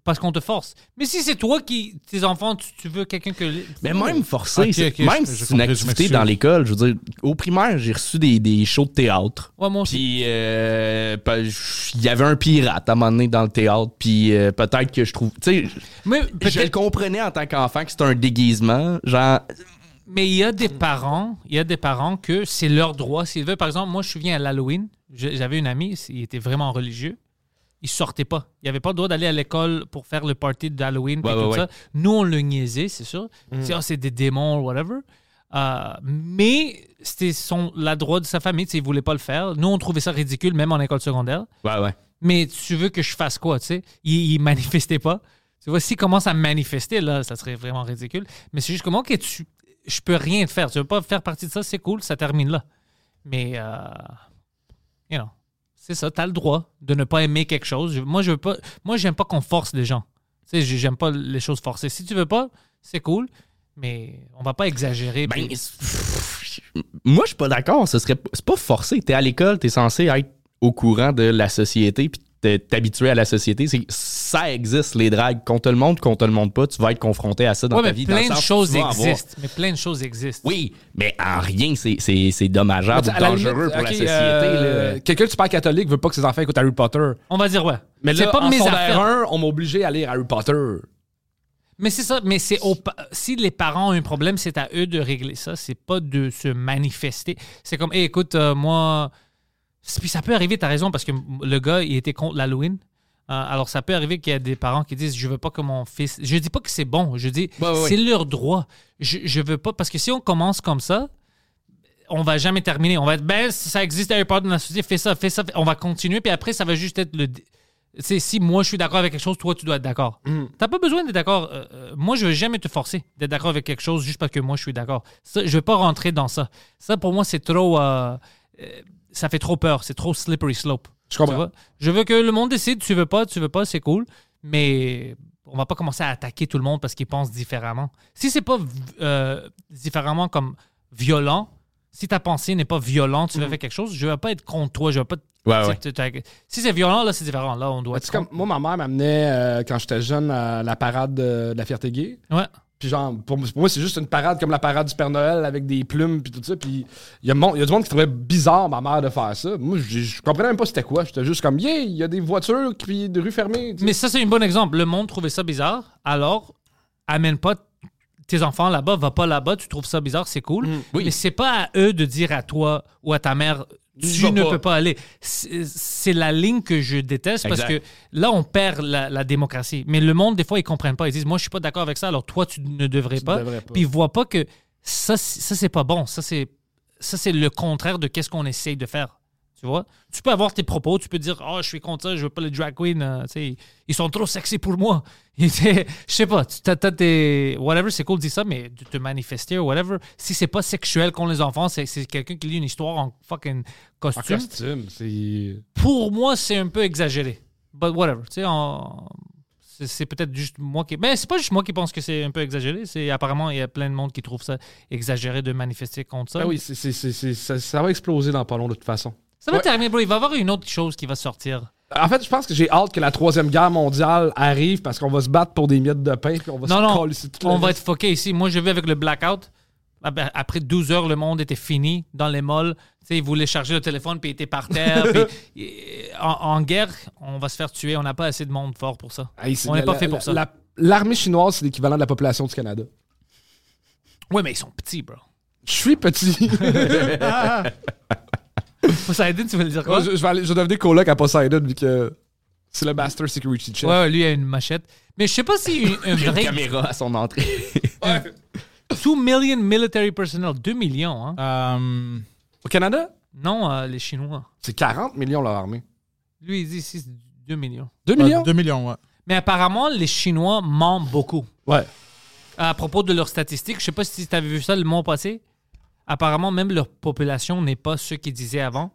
Speaker 1: parce qu'on te force. Mais si c'est toi qui, tes enfants, tu, tu veux quelqu'un que.
Speaker 4: Mais même forcé,
Speaker 5: Ok,
Speaker 4: c'est-
Speaker 5: ok,
Speaker 4: même
Speaker 5: je-
Speaker 4: si
Speaker 5: je
Speaker 4: c'est une
Speaker 5: comprends, je
Speaker 4: activité
Speaker 5: m'excuse.
Speaker 4: dans l'école, je veux dire, au primaire, j'ai reçu des, des shows de théâtre.
Speaker 1: Ouais, moi aussi.
Speaker 4: Puis, euh, pa- il y avait un pirate à un moment donné dans le théâtre. Puis, euh, peut-être que je trouve. Tu sais,
Speaker 1: Mais
Speaker 4: je le
Speaker 1: peut-être.
Speaker 4: comprenais en tant qu'enfant que c'était un déguisement. Genre,
Speaker 1: Mais il y a des parents, il y a des parents que c'est leur droit s'ils veulent. Par exemple, moi, je me souviens à l'Halloween, je- j'avais une amie, il était vraiment religieux. Il sortait pas. Il avait pas le droit d'aller à l'école pour faire le party d'Halloween et
Speaker 4: Ouais, ouais,
Speaker 1: tout
Speaker 4: ouais. Mm.
Speaker 1: ça. Nous, on le niaisait, c'est sûr. C'est, Ah, c'est des démons, whatever. Euh, mais c'était son, la droit de sa famille, tu sais, il voulait pas le faire. Nous, on trouvait ça ridicule, même en école secondaire.
Speaker 4: ouais, ouais.
Speaker 1: Mais tu veux que je fasse quoi, tu sais? Il, il manifestait pas. Tu vois, s'il commence à manifester, là, ça serait vraiment ridicule. Mais c'est juste comme, OK, tu, je peux rien te faire. Tu veux pas faire partie de ça, c'est cool, ça termine là. Mais, euh, you know, c'est ça, t'as le droit de ne pas aimer quelque chose. Je- Moi, je veux pas, moi, j'aime pas qu'on force les gens. Tu sais, j'ai- j'aime pas les choses forcées. Si tu veux pas, c'est cool, mais on va pas exagérer.
Speaker 4: Ben,
Speaker 1: puis-
Speaker 4: c'est- pff, moi, je suis pas d'accord. Ce serait, c'est pas forcé. T'es à l'école, t'es censé être au courant de la société, puis t'es- t'habituer à la société. C'est, ça existe, les dragues. Qu'on te le montre, qu'on te le montre pas, tu vas être confronté à ça dans
Speaker 1: Ouais,
Speaker 4: ta
Speaker 1: mais
Speaker 4: vie. dans le
Speaker 1: plein de
Speaker 4: sens où
Speaker 1: choses
Speaker 4: tu vas avoir-
Speaker 1: existent. Mais plein de choses existent.
Speaker 4: Oui, mais en rien, c'est, c'est, c'est dommageable
Speaker 3: Mais
Speaker 4: ou
Speaker 3: à la
Speaker 4: dangereux
Speaker 3: limite,
Speaker 4: pour
Speaker 3: ok,
Speaker 4: la société.
Speaker 3: euh,
Speaker 4: là.
Speaker 3: Quelqu'un de super catholique veut pas que ses enfants écoutent Harry Potter.
Speaker 1: On va dire, ouais.
Speaker 3: Mais
Speaker 1: c'est
Speaker 3: là,
Speaker 1: pas
Speaker 3: en
Speaker 1: mes
Speaker 3: secondaire
Speaker 1: affaires.
Speaker 3: 1, on m'a obligé à lire Harry Potter.
Speaker 1: Mais c'est ça, mais c'est au pa- si les parents ont un problème, c'est à eux de régler ça, c'est pas de se manifester. C'est comme, Hey, écoute, euh, moi. Puis ça peut arriver, t'as raison, parce que m- le gars, il était contre l'Halloween. Euh, alors, ça peut arriver qu'il y a des parents qui disent Je veux pas que mon fils. Je dis pas que c'est bon. Je dis
Speaker 3: Ouais, ouais, ouais.
Speaker 1: C'est leur droit. Je, je veux pas. Parce que si on commence comme ça, on va jamais terminer. On va être Ben, ça existe Harry Potter dans la société, fais ça, fais ça. On va continuer. Puis après, ça va juste être le. C'est si moi je suis d'accord avec quelque chose, toi tu dois être d'accord. T'as pas besoin d'être d'accord. Euh, euh, moi je veux jamais te forcer d'être d'accord avec quelque chose juste parce que moi je suis d'accord. Ça, je veux pas rentrer dans ça. Ça pour moi c'est trop. euh, euh, ça fait trop peur. C'est trop slippery slope.
Speaker 3: Je comprends.
Speaker 1: Tu vois? Je veux que le monde décide. Tu veux pas, tu veux pas, c'est cool. Mais on va pas commencer à attaquer tout le monde parce qu'ils pensent différemment. Si c'est pas euh, différemment comme violent, si ta pensée n'est pas violente, tu veux faire quelque chose, je vais pas être contre toi. Je vais pas. te-
Speaker 4: Ah Ouais, ouais.
Speaker 1: tu- tu- Si c'est violent, là c'est différent. Là on doit.
Speaker 3: Tu
Speaker 1: être
Speaker 3: sais, comme, moi, ma mère m'amenait, euh, quand j'étais jeune, à la parade euh, de, de la fierté gay.
Speaker 1: contre. Ouais.
Speaker 3: Puis genre, pour, pour moi, c'est juste une parade comme la parade du Père Noël avec des plumes puis tout ça. Puis il y, a mon- il y a du monde qui trouvait bizarre ma mère de faire ça. Moi, je, je comprenais même pas c'était quoi. J'étais juste comme, yeah, il y a des voitures puis des rues fermées. tu sais.
Speaker 1: Mais ça, c'est un bon exemple. Le monde trouvait ça bizarre. Alors, amène pas tes enfants là-bas, va pas là-bas, tu trouves ça bizarre, c'est cool. Mais c'est pas à eux de dire à toi ou à ta mère, tu
Speaker 3: vas
Speaker 1: ne
Speaker 3: pas.
Speaker 1: peux pas aller. C'est c'est la ligne que je déteste parce
Speaker 4: Exact.
Speaker 1: que là, on perd la, la démocratie. Mais le monde, des fois, ils comprennent pas. Ils disent, moi, je suis pas d'accord avec ça, alors toi, tu ne devrais pas.
Speaker 3: devrais pas.
Speaker 1: Puis ils voient pas que ça, c'est- ça c'est pas bon. Ça, c'est ça, c'est le contraire de qu'est-ce qu'on essaye de faire. Tu vois? Tu peux avoir tes propos, tu peux dire « Oh, je suis contre ça, je veux pas les drag queens, euh, tu sais, ils sont trop sexy pour moi. » Et t'es- Je sais pas, tu t'as t'as des... Whatever, c'est cool de dire ça, mais de te manifester ou whatever, si c'est pas sexuel contre les enfants, c'est c'est quelqu'un qui lit une histoire en fucking
Speaker 3: En
Speaker 1: costume.
Speaker 3: costume, c'est.
Speaker 1: Pour moi, c'est un peu exagéré. But whatever, tu sais, on- c'est- c'est peut-être juste moi qui... Mais c'est pas juste moi qui pense que c'est un peu exagéré, c'est apparemment, il y a plein de monde qui trouve ça exagéré de manifester contre ça.
Speaker 3: Ben oui, c'est, c'est- c'est- c'est- ça, ça va exploser dans pas long de toute façon.
Speaker 1: Ça va
Speaker 3: Ouais.
Speaker 1: terminer, bro. Il va y avoir une autre chose qui va sortir.
Speaker 3: En fait, je pense que j'ai hâte que la Troisième Guerre mondiale arrive parce qu'on va se battre pour des miettes de pain puis on va
Speaker 1: Non,
Speaker 3: se
Speaker 1: non,
Speaker 3: coller sur tout le
Speaker 1: on va
Speaker 3: reste.
Speaker 1: être foqué ici. Moi, je vais avec le blackout. Ah ben, Après 12 heures, le monde était fini dans les malls. Tu sais, ils voulaient charger le téléphone, puis ils étaient par terre. puis, eh, en, en guerre, on va se faire tuer. On n'a pas assez de monde fort pour ça.
Speaker 3: Hey, c'est-
Speaker 1: on n'est
Speaker 3: la-
Speaker 1: pas
Speaker 3: la-
Speaker 1: fait pour
Speaker 3: la-
Speaker 1: ça.
Speaker 3: la- l'armée chinoise, c'est l'équivalent de la population du Canada.
Speaker 1: Ouais, mais ils sont petits, bro.
Speaker 3: Je suis petit.
Speaker 1: Poseidon, tu veux le dire quoi?
Speaker 3: Moi, je, je vais aller- je vais devenir coloc à Poseidon vu que c'est le Master Security Check.
Speaker 1: Ouais, ouais, lui, il a une machette. Mais je sais pas si une- un
Speaker 4: J'ai une
Speaker 1: vrai
Speaker 4: caméra à son entrée.
Speaker 1: 2 million military personnel, 2 millions, hein?
Speaker 5: Euh,
Speaker 3: Au Canada,
Speaker 1: Non, euh, les Chinois.
Speaker 3: c'est 40 millions leur armée.
Speaker 1: Lui, il dit ici, c'est 2 millions.
Speaker 3: 2
Speaker 5: ouais,
Speaker 3: millions?
Speaker 5: 2 millions, ouais.
Speaker 1: Mais apparemment, les Chinois mentent beaucoup.
Speaker 3: Ouais.
Speaker 1: à propos de leurs statistiques, je sais pas si tu avais vu ça le mois passé. Apparemment, même leur population n'est pas ce qu'ils disaient avant.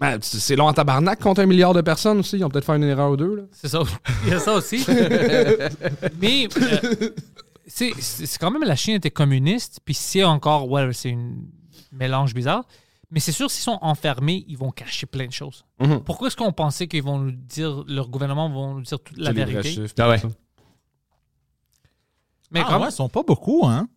Speaker 3: Ben, c'est c'est long en tabarnak contre un milliard de personnes aussi. Ils ont peut-être fait une erreur ou deux. Là.
Speaker 1: C'est ça. Il y a ça aussi. Mais euh, c'est c'est- c'est quand même la Chine était communiste, puis c'est encore, ouais, c'est un mélange bizarre. Mais c'est sûr, s'ils sont enfermés, ils vont cacher plein de choses. Pourquoi est-ce qu'on pensait qu'ils vont nous dire, leur gouvernement vont nous dire toute la
Speaker 3: C'est les vrais
Speaker 1: vérité?
Speaker 3: chiffres.
Speaker 4: Ah ouais.
Speaker 1: Mais
Speaker 5: ah,
Speaker 1: quand
Speaker 5: ouais, ils sont pas beaucoup, hein?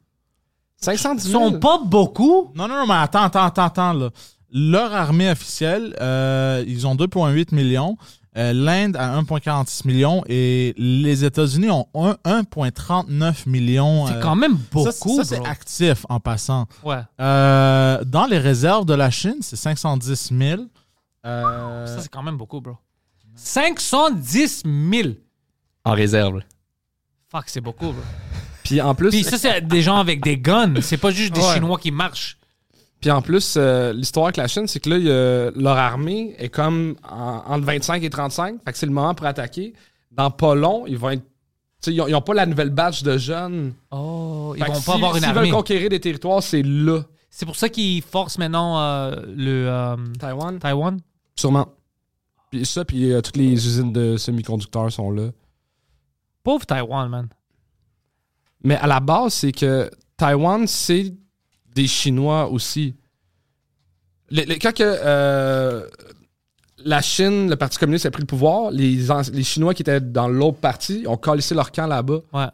Speaker 3: 510
Speaker 1: ils
Speaker 3: 000.
Speaker 1: sont pas beaucoup.
Speaker 5: Non, non, non, mais attends, attends, attends, attends, là. Leur armée officielle, euh, ils ont 2,8 millions. euh, L'Inde a 1,46 millions et les États-Unis ont un- 1,39 millions.
Speaker 1: C'est
Speaker 5: euh,
Speaker 1: quand même
Speaker 5: ça,
Speaker 1: beaucoup.
Speaker 5: Ça, c'est
Speaker 1: bro.
Speaker 5: actif en passant.
Speaker 1: Ouais.
Speaker 5: Euh, dans les réserves de la Chine, c'est 510 000. Euh,
Speaker 1: Ça, c'est quand même beaucoup, bro. 510 000.
Speaker 4: En réserve.
Speaker 1: Fuck, c'est beaucoup, bro.
Speaker 3: Puis en plus,
Speaker 1: Puis ça, c'est des gens avec des guns. C'est pas juste des
Speaker 3: Ouais.
Speaker 1: Chinois qui marchent.
Speaker 3: puis en plus euh, l'histoire avec la Chine, c'est que là, il y a- leur armée est comme en- entre 25 et 35. Fait que c'est le moment pour attaquer. Dans pas long, ils vont être. tu sais, Ils ont, ils ont pas la nouvelle batch de jeunes.
Speaker 1: Oh, ils
Speaker 3: Fait que
Speaker 1: vont
Speaker 3: si-
Speaker 1: pas avoir une
Speaker 3: s'ils veulent
Speaker 1: armée.
Speaker 3: conquérir des territoires, c'est là.
Speaker 1: C'est pour ça qu'ils forcent maintenant euh, le euh,
Speaker 3: Taïwan.
Speaker 1: Taïwan.
Speaker 3: Sûrement. Puis ça, puis euh, toutes les usines de semi-conducteurs sont là.
Speaker 1: Pauvre Taïwan, man.
Speaker 3: Mais à la base, c'est que Taïwan, c'est des Chinois aussi. Le- le- quand que, euh, la Chine, le Parti communiste a pris le pouvoir, les, ans- les Chinois qui étaient dans l'autre parti ont collissé leur camp là-bas.
Speaker 1: Ouais.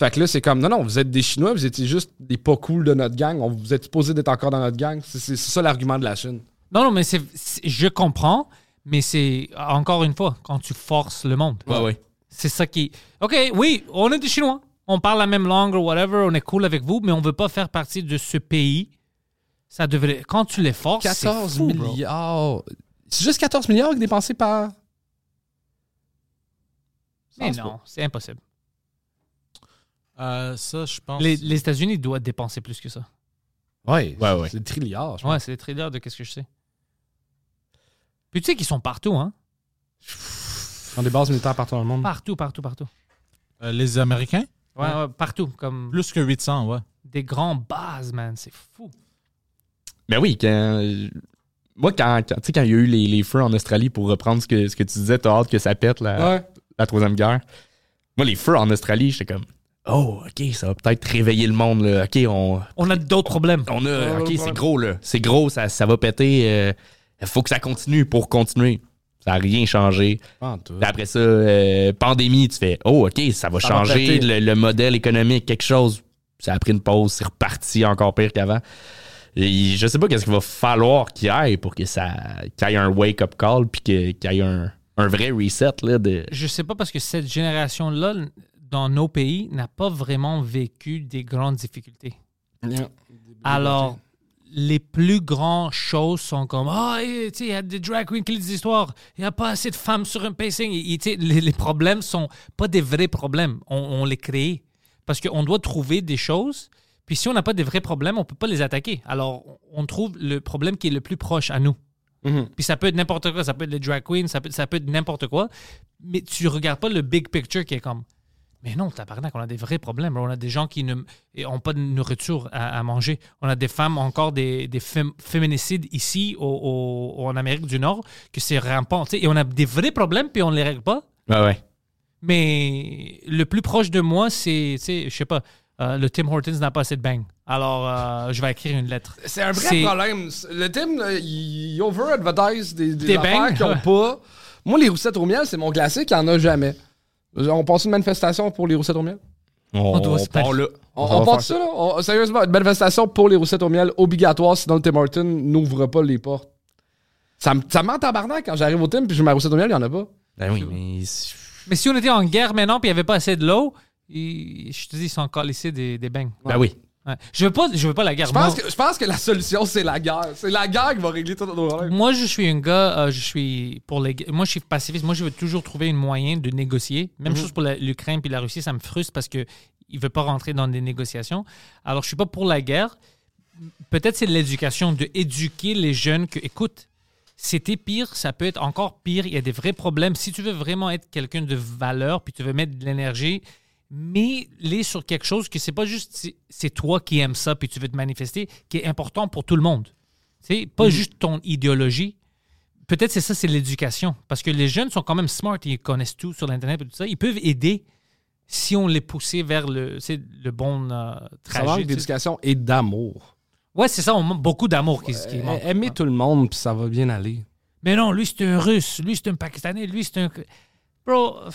Speaker 3: Fait que là, c'est comme, non, non, vous êtes des Chinois, vous étiez juste des pas cool de notre gang, on, vous êtes supposés d'être encore dans notre gang. C'est c'est- c'est ça l'argument de la Chine.
Speaker 1: Non, non, mais c'est, c'est- je comprends, mais c'est encore une fois quand tu forces le monde.
Speaker 4: Ouais, ouais.
Speaker 1: C'est ça qui. OK, oui, on est des Chinois. On parle la même langue ou whatever, on est cool avec vous, mais on veut pas faire partie de ce pays. Ça devrait. Quand tu les forces. c'est
Speaker 3: 14
Speaker 1: fou, bro.
Speaker 3: milliards. C'est juste 14 milliards dépensés par.
Speaker 1: Mais non, c'est impossible.
Speaker 5: Euh, ça, je pense.
Speaker 1: Les, les États-Unis doivent dépenser plus que ça.
Speaker 3: Ouais,
Speaker 4: Ouais, ouais.
Speaker 3: c'est trilliard.
Speaker 1: Ouais, c'est des traders de qu'est-ce que je sais. Puis tu sais qu'ils sont partout, hein?
Speaker 3: On des bases militaires partout dans le monde.
Speaker 1: Mm. Partout, partout, partout.
Speaker 5: Euh, les Américains?
Speaker 1: Ouais, ouais, partout. Comme
Speaker 5: Plus que 800, ouais.
Speaker 1: des grands bases, man. C'est fou.
Speaker 4: Ben oui, quand. Moi, quand, quand, tu sais, quand il y a eu les, les feux en Australie, pour reprendre ce que, ce que tu disais, t'as hâte que ça pète la,
Speaker 3: Ouais.
Speaker 4: la Troisième Guerre. Moi, les feux en Australie, j'étais comme, oh, OK, ça va peut-être réveiller le monde. Là. OK, on,
Speaker 1: On a d'autres problèmes.
Speaker 4: on a. OK, c'est gros, là. C'est gros, ça, ça va péter. Il faut que ça continue pour continuer. Ça n'a rien changé.
Speaker 3: Ah, tout.
Speaker 4: Puis Après ça, euh, pandémie, tu fais Oh, OK, ça va
Speaker 3: Ça va
Speaker 4: changer
Speaker 3: péter.
Speaker 4: le, le modèle économique, quelque chose. Ça a pris une pause, c'est reparti encore pire qu'avant. Et je sais pas qu'est-ce qu'il va falloir qu'il y ait pour que ça qu'il y ait un wake-up call puis que- qu'il y ait un, un vrai reset là, de.
Speaker 1: Je sais pas parce que cette génération-là, dans nos pays, n'a pas vraiment vécu des grandes difficultés. Alors, les plus grandes choses sont comme Ah, eh, tu sais, il y a des drag queens qui lisent des histoires, il n'y a pas assez de femmes sur un pacing. Et, et, tu sais, les, les problèmes sont pas des vrais problèmes, on, on les crée. Parce qu'on doit trouver des choses, puis si on n'a pas des vrais problèmes, on peut pas les attaquer. Alors, on trouve le problème qui est le plus proche à nous. Puis ça peut être n'importe quoi, ça peut être les drag queens, ça peut, ça peut être n'importe quoi, mais tu regardes pas le big picture qui est comme mais non, tabarnak, on a des vrais problèmes. On a des gens qui n'ont pas de nourriture à, à manger. On a des femmes, encore des, des fém- féminicides ici, au- au- en Amérique du Nord, que c'est rampant. tu sais. Et on a des vrais problèmes, puis on ne les règle pas.
Speaker 4: Ouais, ouais.
Speaker 1: Mais le plus proche de moi, c'est, tu sais, je sais pas, euh, le Tim Hortons n'a pas assez de bang. Alors, euh, je vais écrire une lettre.
Speaker 3: C'est un vrai
Speaker 1: C'est-
Speaker 3: problème. Le team, là, il over-advertise des, des,
Speaker 1: Des
Speaker 3: affaires
Speaker 1: bangs,
Speaker 3: qu'ils ont
Speaker 1: ouais.
Speaker 3: pas. Moi, les roussettes au miel, c'est mon classique, il n'y en a jamais. On passe une manifestation pour les roussettes au miel?
Speaker 4: On,
Speaker 1: doit se
Speaker 4: part
Speaker 1: parler.
Speaker 4: là.
Speaker 3: On,
Speaker 4: va
Speaker 3: on
Speaker 4: faire
Speaker 3: part ça, là? On- sérieusement, une manifestation pour les roussettes au miel obligatoire, sinon le Tim Hortons n'ouvre pas les portes. Ça me ça me met en tabarnak quand j'arrive au team puis j'ai ma roussette au miel, il n'y en a pas.
Speaker 4: Ben oui, mais c'est-
Speaker 1: Mais si on était en guerre maintenant, puis il n'y avait pas assez de l'eau, il- je te dis, ils sont encore laissés des, des bangs.
Speaker 4: ben oui.
Speaker 1: Ouais. Je veux pas, je veux pas la guerre.
Speaker 3: Je pense,
Speaker 1: Moi-
Speaker 3: que, je pense que la solution, c'est la guerre. C'est la guerre qui va régler tous nos problèmes.
Speaker 1: Moi, je suis un gars, euh, je suis pour les. Moi, je suis pacifiste. Moi, je veux toujours trouver un moyen de négocier. Même chose pour la- l'Ukraine puis la Russie, ça me frustre parce que ils veulent pas rentrer dans des négociations. Alors, je suis pas pour la guerre. Peut-être c'est de l'éducation, de éduquer les jeunes que, écoute, c'était pire, ça peut être encore pire. Il y a des vrais problèmes. Si tu veux vraiment être quelqu'un de valeur, puis tu veux mettre de l'énergie, mais les sur quelque chose que c'est pas juste c'est- c'est toi qui aimes ça, puis tu veux te manifester, qui est important pour tout le monde. Tu sais,
Speaker 3: Mm.
Speaker 1: pas juste ton idéologie. Peut-être c'est ça, c'est l'éducation. Parce que les jeunes sont quand même smart, ils connaissent tout sur l'Internet et tout ça. Ils peuvent aider si on les poussait vers le, tu sais, le bon euh,
Speaker 3: Ça
Speaker 1: trajet.
Speaker 3: manque
Speaker 1: tu sais.
Speaker 3: d'éducation et d'amour.
Speaker 1: Ouais, c'est ça, on manque beaucoup d'amour qui, qui manque.
Speaker 3: Aimer eh, tout le monde, puis ça va bien aller.
Speaker 1: Mais non, lui, c'est un russe, lui, c'est un pakistanais, lui, c'est un. Bro, euh,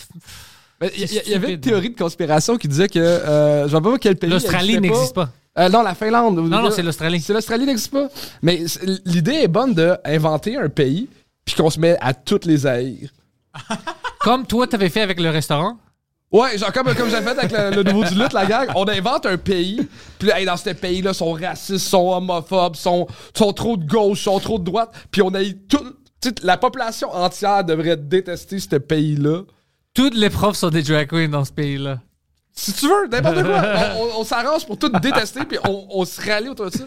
Speaker 3: Il y,
Speaker 1: C'est
Speaker 3: y- y avait une
Speaker 1: stupide,
Speaker 3: théorie de conspiration qui disait que. Euh, je ne sais pas quel pays.
Speaker 1: l'Australie
Speaker 3: existait
Speaker 1: n'existe pas.
Speaker 3: Euh, non, la Finlande.
Speaker 1: Non, non, c'est l'Australie.
Speaker 3: C'est l'Australie n'existe pas. Mais c'est- l'idée est bonne d'inventer un pays, puis qu'on se met à toutes les haïr.
Speaker 1: Comme toi, t'avais fait avec le restaurant.
Speaker 3: Ouais, genre comme, comme j'ai fait avec le, le nouveau du lutte, la gang, on invente un pays, puis là, hey, dans ce pays-là, ils sont racistes, sont homophobes, sont, sont trop de gauche, sont trop de droite, puis on a tout. toute La population entière devrait détester ce pays-là.
Speaker 1: Toutes les profs sont des drag queens dans ce pays-là.
Speaker 3: Si tu veux, n'importe quoi. On, on- on s'arrange pour tout détester, puis on, on se rallie autour de ça.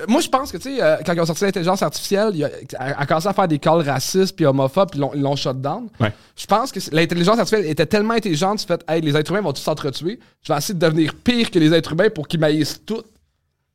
Speaker 3: Euh, Moi, je pense que, tu sais, euh, quand ils ont sorti l'intelligence artificielle, il a, elle a commencé à faire des calls racistes puis homophobes, puis ils l'ont- ils l'ont shut down.
Speaker 4: Ouais.
Speaker 3: Je pense que c'est- l'intelligence artificielle était tellement intelligente, tu fais, hey, les êtres humains vont tous s'entretuer. Je vais essayer de devenir pire que les êtres humains pour qu'ils maïssent tout.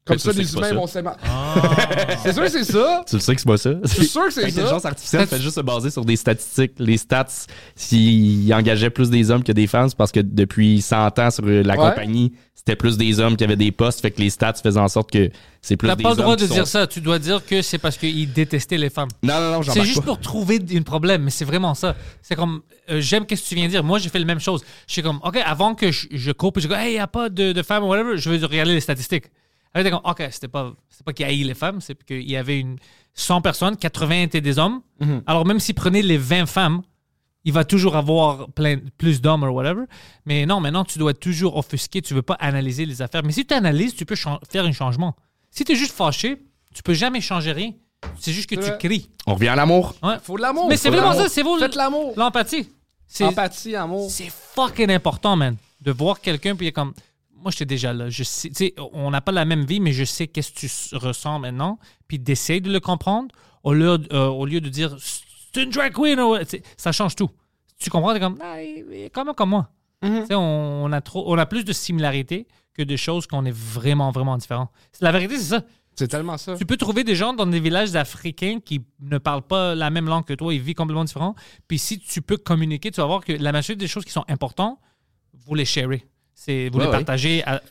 Speaker 3: Comme
Speaker 4: Mais tu
Speaker 3: ça,
Speaker 4: sais que
Speaker 3: les
Speaker 4: c'est
Speaker 3: humains
Speaker 4: pas ça.
Speaker 3: vont s'aimer. c'est sûr, que c'est ça.
Speaker 4: Tu le sais que c'est pas ça?
Speaker 3: suis sûr que c'est ça.
Speaker 4: L'intelligence artificielle fait juste se baser sur des statistiques. Les stats, s'ils engageaient plus des hommes que des femmes, c'est parce que depuis 100 ans sur euh, la
Speaker 3: Ouais.
Speaker 4: compagnie, c'était plus des hommes qui avaient des postes. Fait que les stats faisaient en sorte que c'est plus
Speaker 1: T'as
Speaker 4: des
Speaker 1: pas le
Speaker 4: hommes
Speaker 1: droit de
Speaker 4: qui
Speaker 1: dire
Speaker 4: sont-
Speaker 1: ça. Tu dois dire que c'est parce qu'ils détestaient les femmes.
Speaker 4: Non, non, non, j'en
Speaker 1: C'est juste pour trouver un problème, mais c'est vraiment ça. C'est comme, euh, j'aime qu'est-ce que tu viens dire. Moi, j'ai fait la même chose. Je suis comme, OK, avant que je, je coupe et je dis, hey, il n'y a pas de, de femmes ou whatever, je veux regarder les statistiques. Après, t'es comme, OK, c'était pas, c'était pas qu'il haït les femmes, c'est qu'il y avait une 100 personnes, 80 étaient des hommes. Alors, même s'il prenait les 20 femmes, il va toujours avoir plein, plus d'hommes ou whatever. Mais non, maintenant, tu dois toujours offusquer. Tu veux pas analyser les affaires. Mais si tu analyses, tu peux chan- faire un changement. Si tu es juste fâché, tu peux jamais changer rien. C'est juste que tu
Speaker 3: vrai.
Speaker 1: cries.
Speaker 4: On revient à l'amour.
Speaker 1: Ouais.
Speaker 3: Faut de l'amour.
Speaker 1: Mais c'est
Speaker 3: faut de
Speaker 1: vraiment
Speaker 3: l'amour.
Speaker 1: ça, c'est vous.
Speaker 3: Faites l'amour.
Speaker 1: L'empathie. C'est-
Speaker 3: Empathie, amour.
Speaker 1: C'est fucking important, man, de voir quelqu'un puis il est comme moi j'étais déjà là, je sais, tu sais, on n'a pas la même vie mais je sais qu'est-ce que tu s- ressens maintenant, puis d'essayer de le comprendre au lieu de, euh, au lieu de dire c'est une drag queen, ou- tu sais, ça change tout. Tu comprends t'es comme ah, il il est quand même comme moi. Tu sais, on, on a trop on a plus de similarités que de choses qu'on est vraiment vraiment différents. C'est- La vérité c'est ça.
Speaker 3: C'est tellement ça.
Speaker 1: Tu peux trouver des gens dans des villages africains qui ne parlent pas la même langue que toi, ils vivent complètement différent. Puis si tu peux communiquer, tu vas voir que la majorité des choses qui sont importantes, vous les sharez. C'est, vous
Speaker 4: Ouais,
Speaker 1: les
Speaker 4: ouais.
Speaker 1: partagez. à-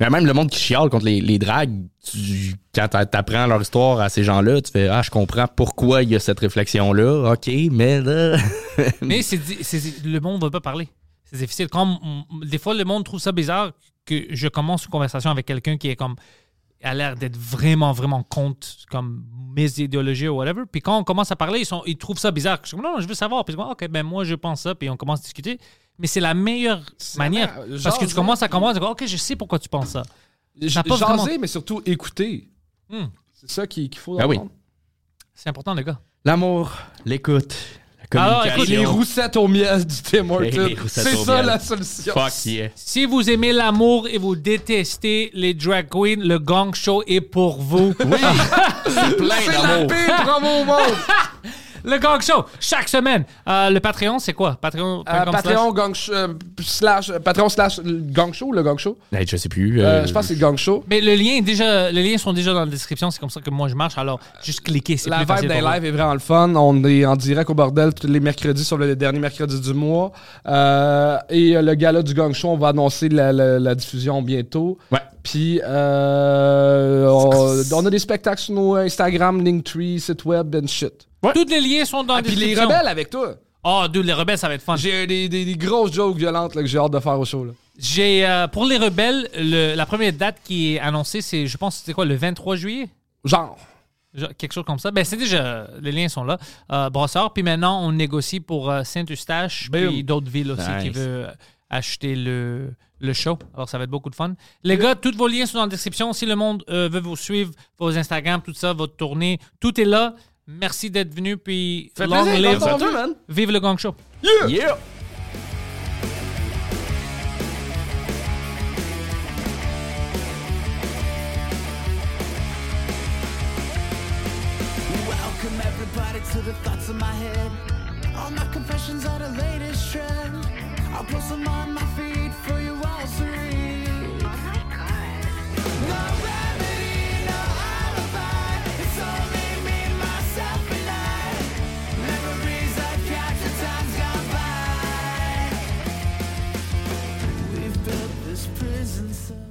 Speaker 4: Mais même le monde qui chiale contre les, les dragues, tu- quand t'a- t'apprends leur histoire à ces gens-là, tu fais Ah, je comprends pourquoi il y a cette réflexion-là. OK, mais là.
Speaker 1: Mais c'est, di- c'est- le monde ne veut pas parler. C'est difficile. Quand, m- m- des fois, le monde trouve ça bizarre que je commence une conversation avec quelqu'un qui est comme a l'air d'être vraiment, vraiment contre comme mes idéologies ou whatever. Puis quand on commence à parler, ils, sont, ils trouvent ça bizarre. Je suis comme, non, non, je veux savoir. Puis je dis, OK, ben moi, je pense ça. Puis on commence à discuter. Mais c'est la meilleure
Speaker 3: C'est
Speaker 1: manière.
Speaker 3: la meilleure-
Speaker 1: parce que tu
Speaker 3: jaser.
Speaker 1: commences à comprendre. tu dis, OK, je sais pourquoi tu penses ça.
Speaker 3: J-
Speaker 1: t'as pas
Speaker 3: Jaser,
Speaker 1: vraiment-
Speaker 3: mais surtout écouter.
Speaker 1: Hmm.
Speaker 3: C'est ça qu'il qu'il faut
Speaker 4: Ah oui.
Speaker 3: entendre.
Speaker 1: C'est important, les gars.
Speaker 4: L'amour, l'écoute, la
Speaker 1: Alors,
Speaker 4: communication.
Speaker 1: écoute,
Speaker 3: Les roussettes au miel du Tim Hortons.
Speaker 4: Les roussettes
Speaker 3: C'est
Speaker 4: au
Speaker 3: ça
Speaker 4: miel.
Speaker 3: la solution.
Speaker 4: Fuck yeah.
Speaker 1: Si vous aimez l'amour et vous détestez les drag queens, le gang show est pour vous.
Speaker 3: C'est la pire promo au monde.
Speaker 1: Le Gang Show, chaque semaine. Euh, le Patreon, c'est quoi? Patreon.
Speaker 3: Euh, Patreon gang sh- euh, slash euh, Patreon slash le gang show, le gang show.
Speaker 4: Hey, je sais plus.
Speaker 3: Euh,
Speaker 4: euh,
Speaker 3: je pense que c'est le gang show.
Speaker 1: Mais le lien est déjà, les liens sont déjà dans la description. C'est comme ça que moi je marche. Alors, juste cliquer, c'est
Speaker 3: La
Speaker 1: plus
Speaker 3: vibe
Speaker 1: facile.
Speaker 3: des
Speaker 1: pour vous.
Speaker 3: lives est vraiment le fun. On est en direct au bordel tous les mercredis sur le dernier mercredi du mois. Euh, et euh, le gala du gang show, on va annoncer la, la- la diffusion bientôt.
Speaker 4: Ouais.
Speaker 3: Puis euh, on, on a des spectacles sur nos Instagram, Linktree, site web and shit.
Speaker 1: Tous les liens sont dans la
Speaker 3: Ah, Puis les
Speaker 1: description.
Speaker 3: rebelles avec toi.
Speaker 1: Oh, dude, les rebelles, ça va être fun.
Speaker 3: J'ai des, des- des grosses jokes violentes là, que j'ai hâte de faire au show. là.
Speaker 1: J'ai euh, pour les rebelles, le- la première date qui est annoncée, c'est, je pense, c'était quoi, le 23 juillet,
Speaker 3: Genre.
Speaker 1: Genre, quelque chose comme ça. Ben, c'est déjà, les liens sont là. Euh, Brossard. Puis maintenant, on négocie pour euh, Saint-Eustache,
Speaker 3: Boom.
Speaker 1: puis d'autres villes aussi qui
Speaker 4: Nice.
Speaker 1: veulent acheter le, le show. Alors, ça va être beaucoup de fun. Les gars, tous vos liens sont dans la description. Si le monde euh, veut vous suivre, vos Instagram, tout ça, votre tournée, tout est là. Merci d'être venu, puis long
Speaker 3: plaisir,
Speaker 1: live.
Speaker 3: content de vous, man.
Speaker 1: Vive le gang show.
Speaker 4: Yeah!
Speaker 2: Welcome everybody to the thoughts in my head. All my confessions are the latest trend. I'll post them on my feed for you all to read. Oh my god. No remedy, no alibi. It's only me, myself, and I. Memories I capture, time's gone by. We've built this prison cell.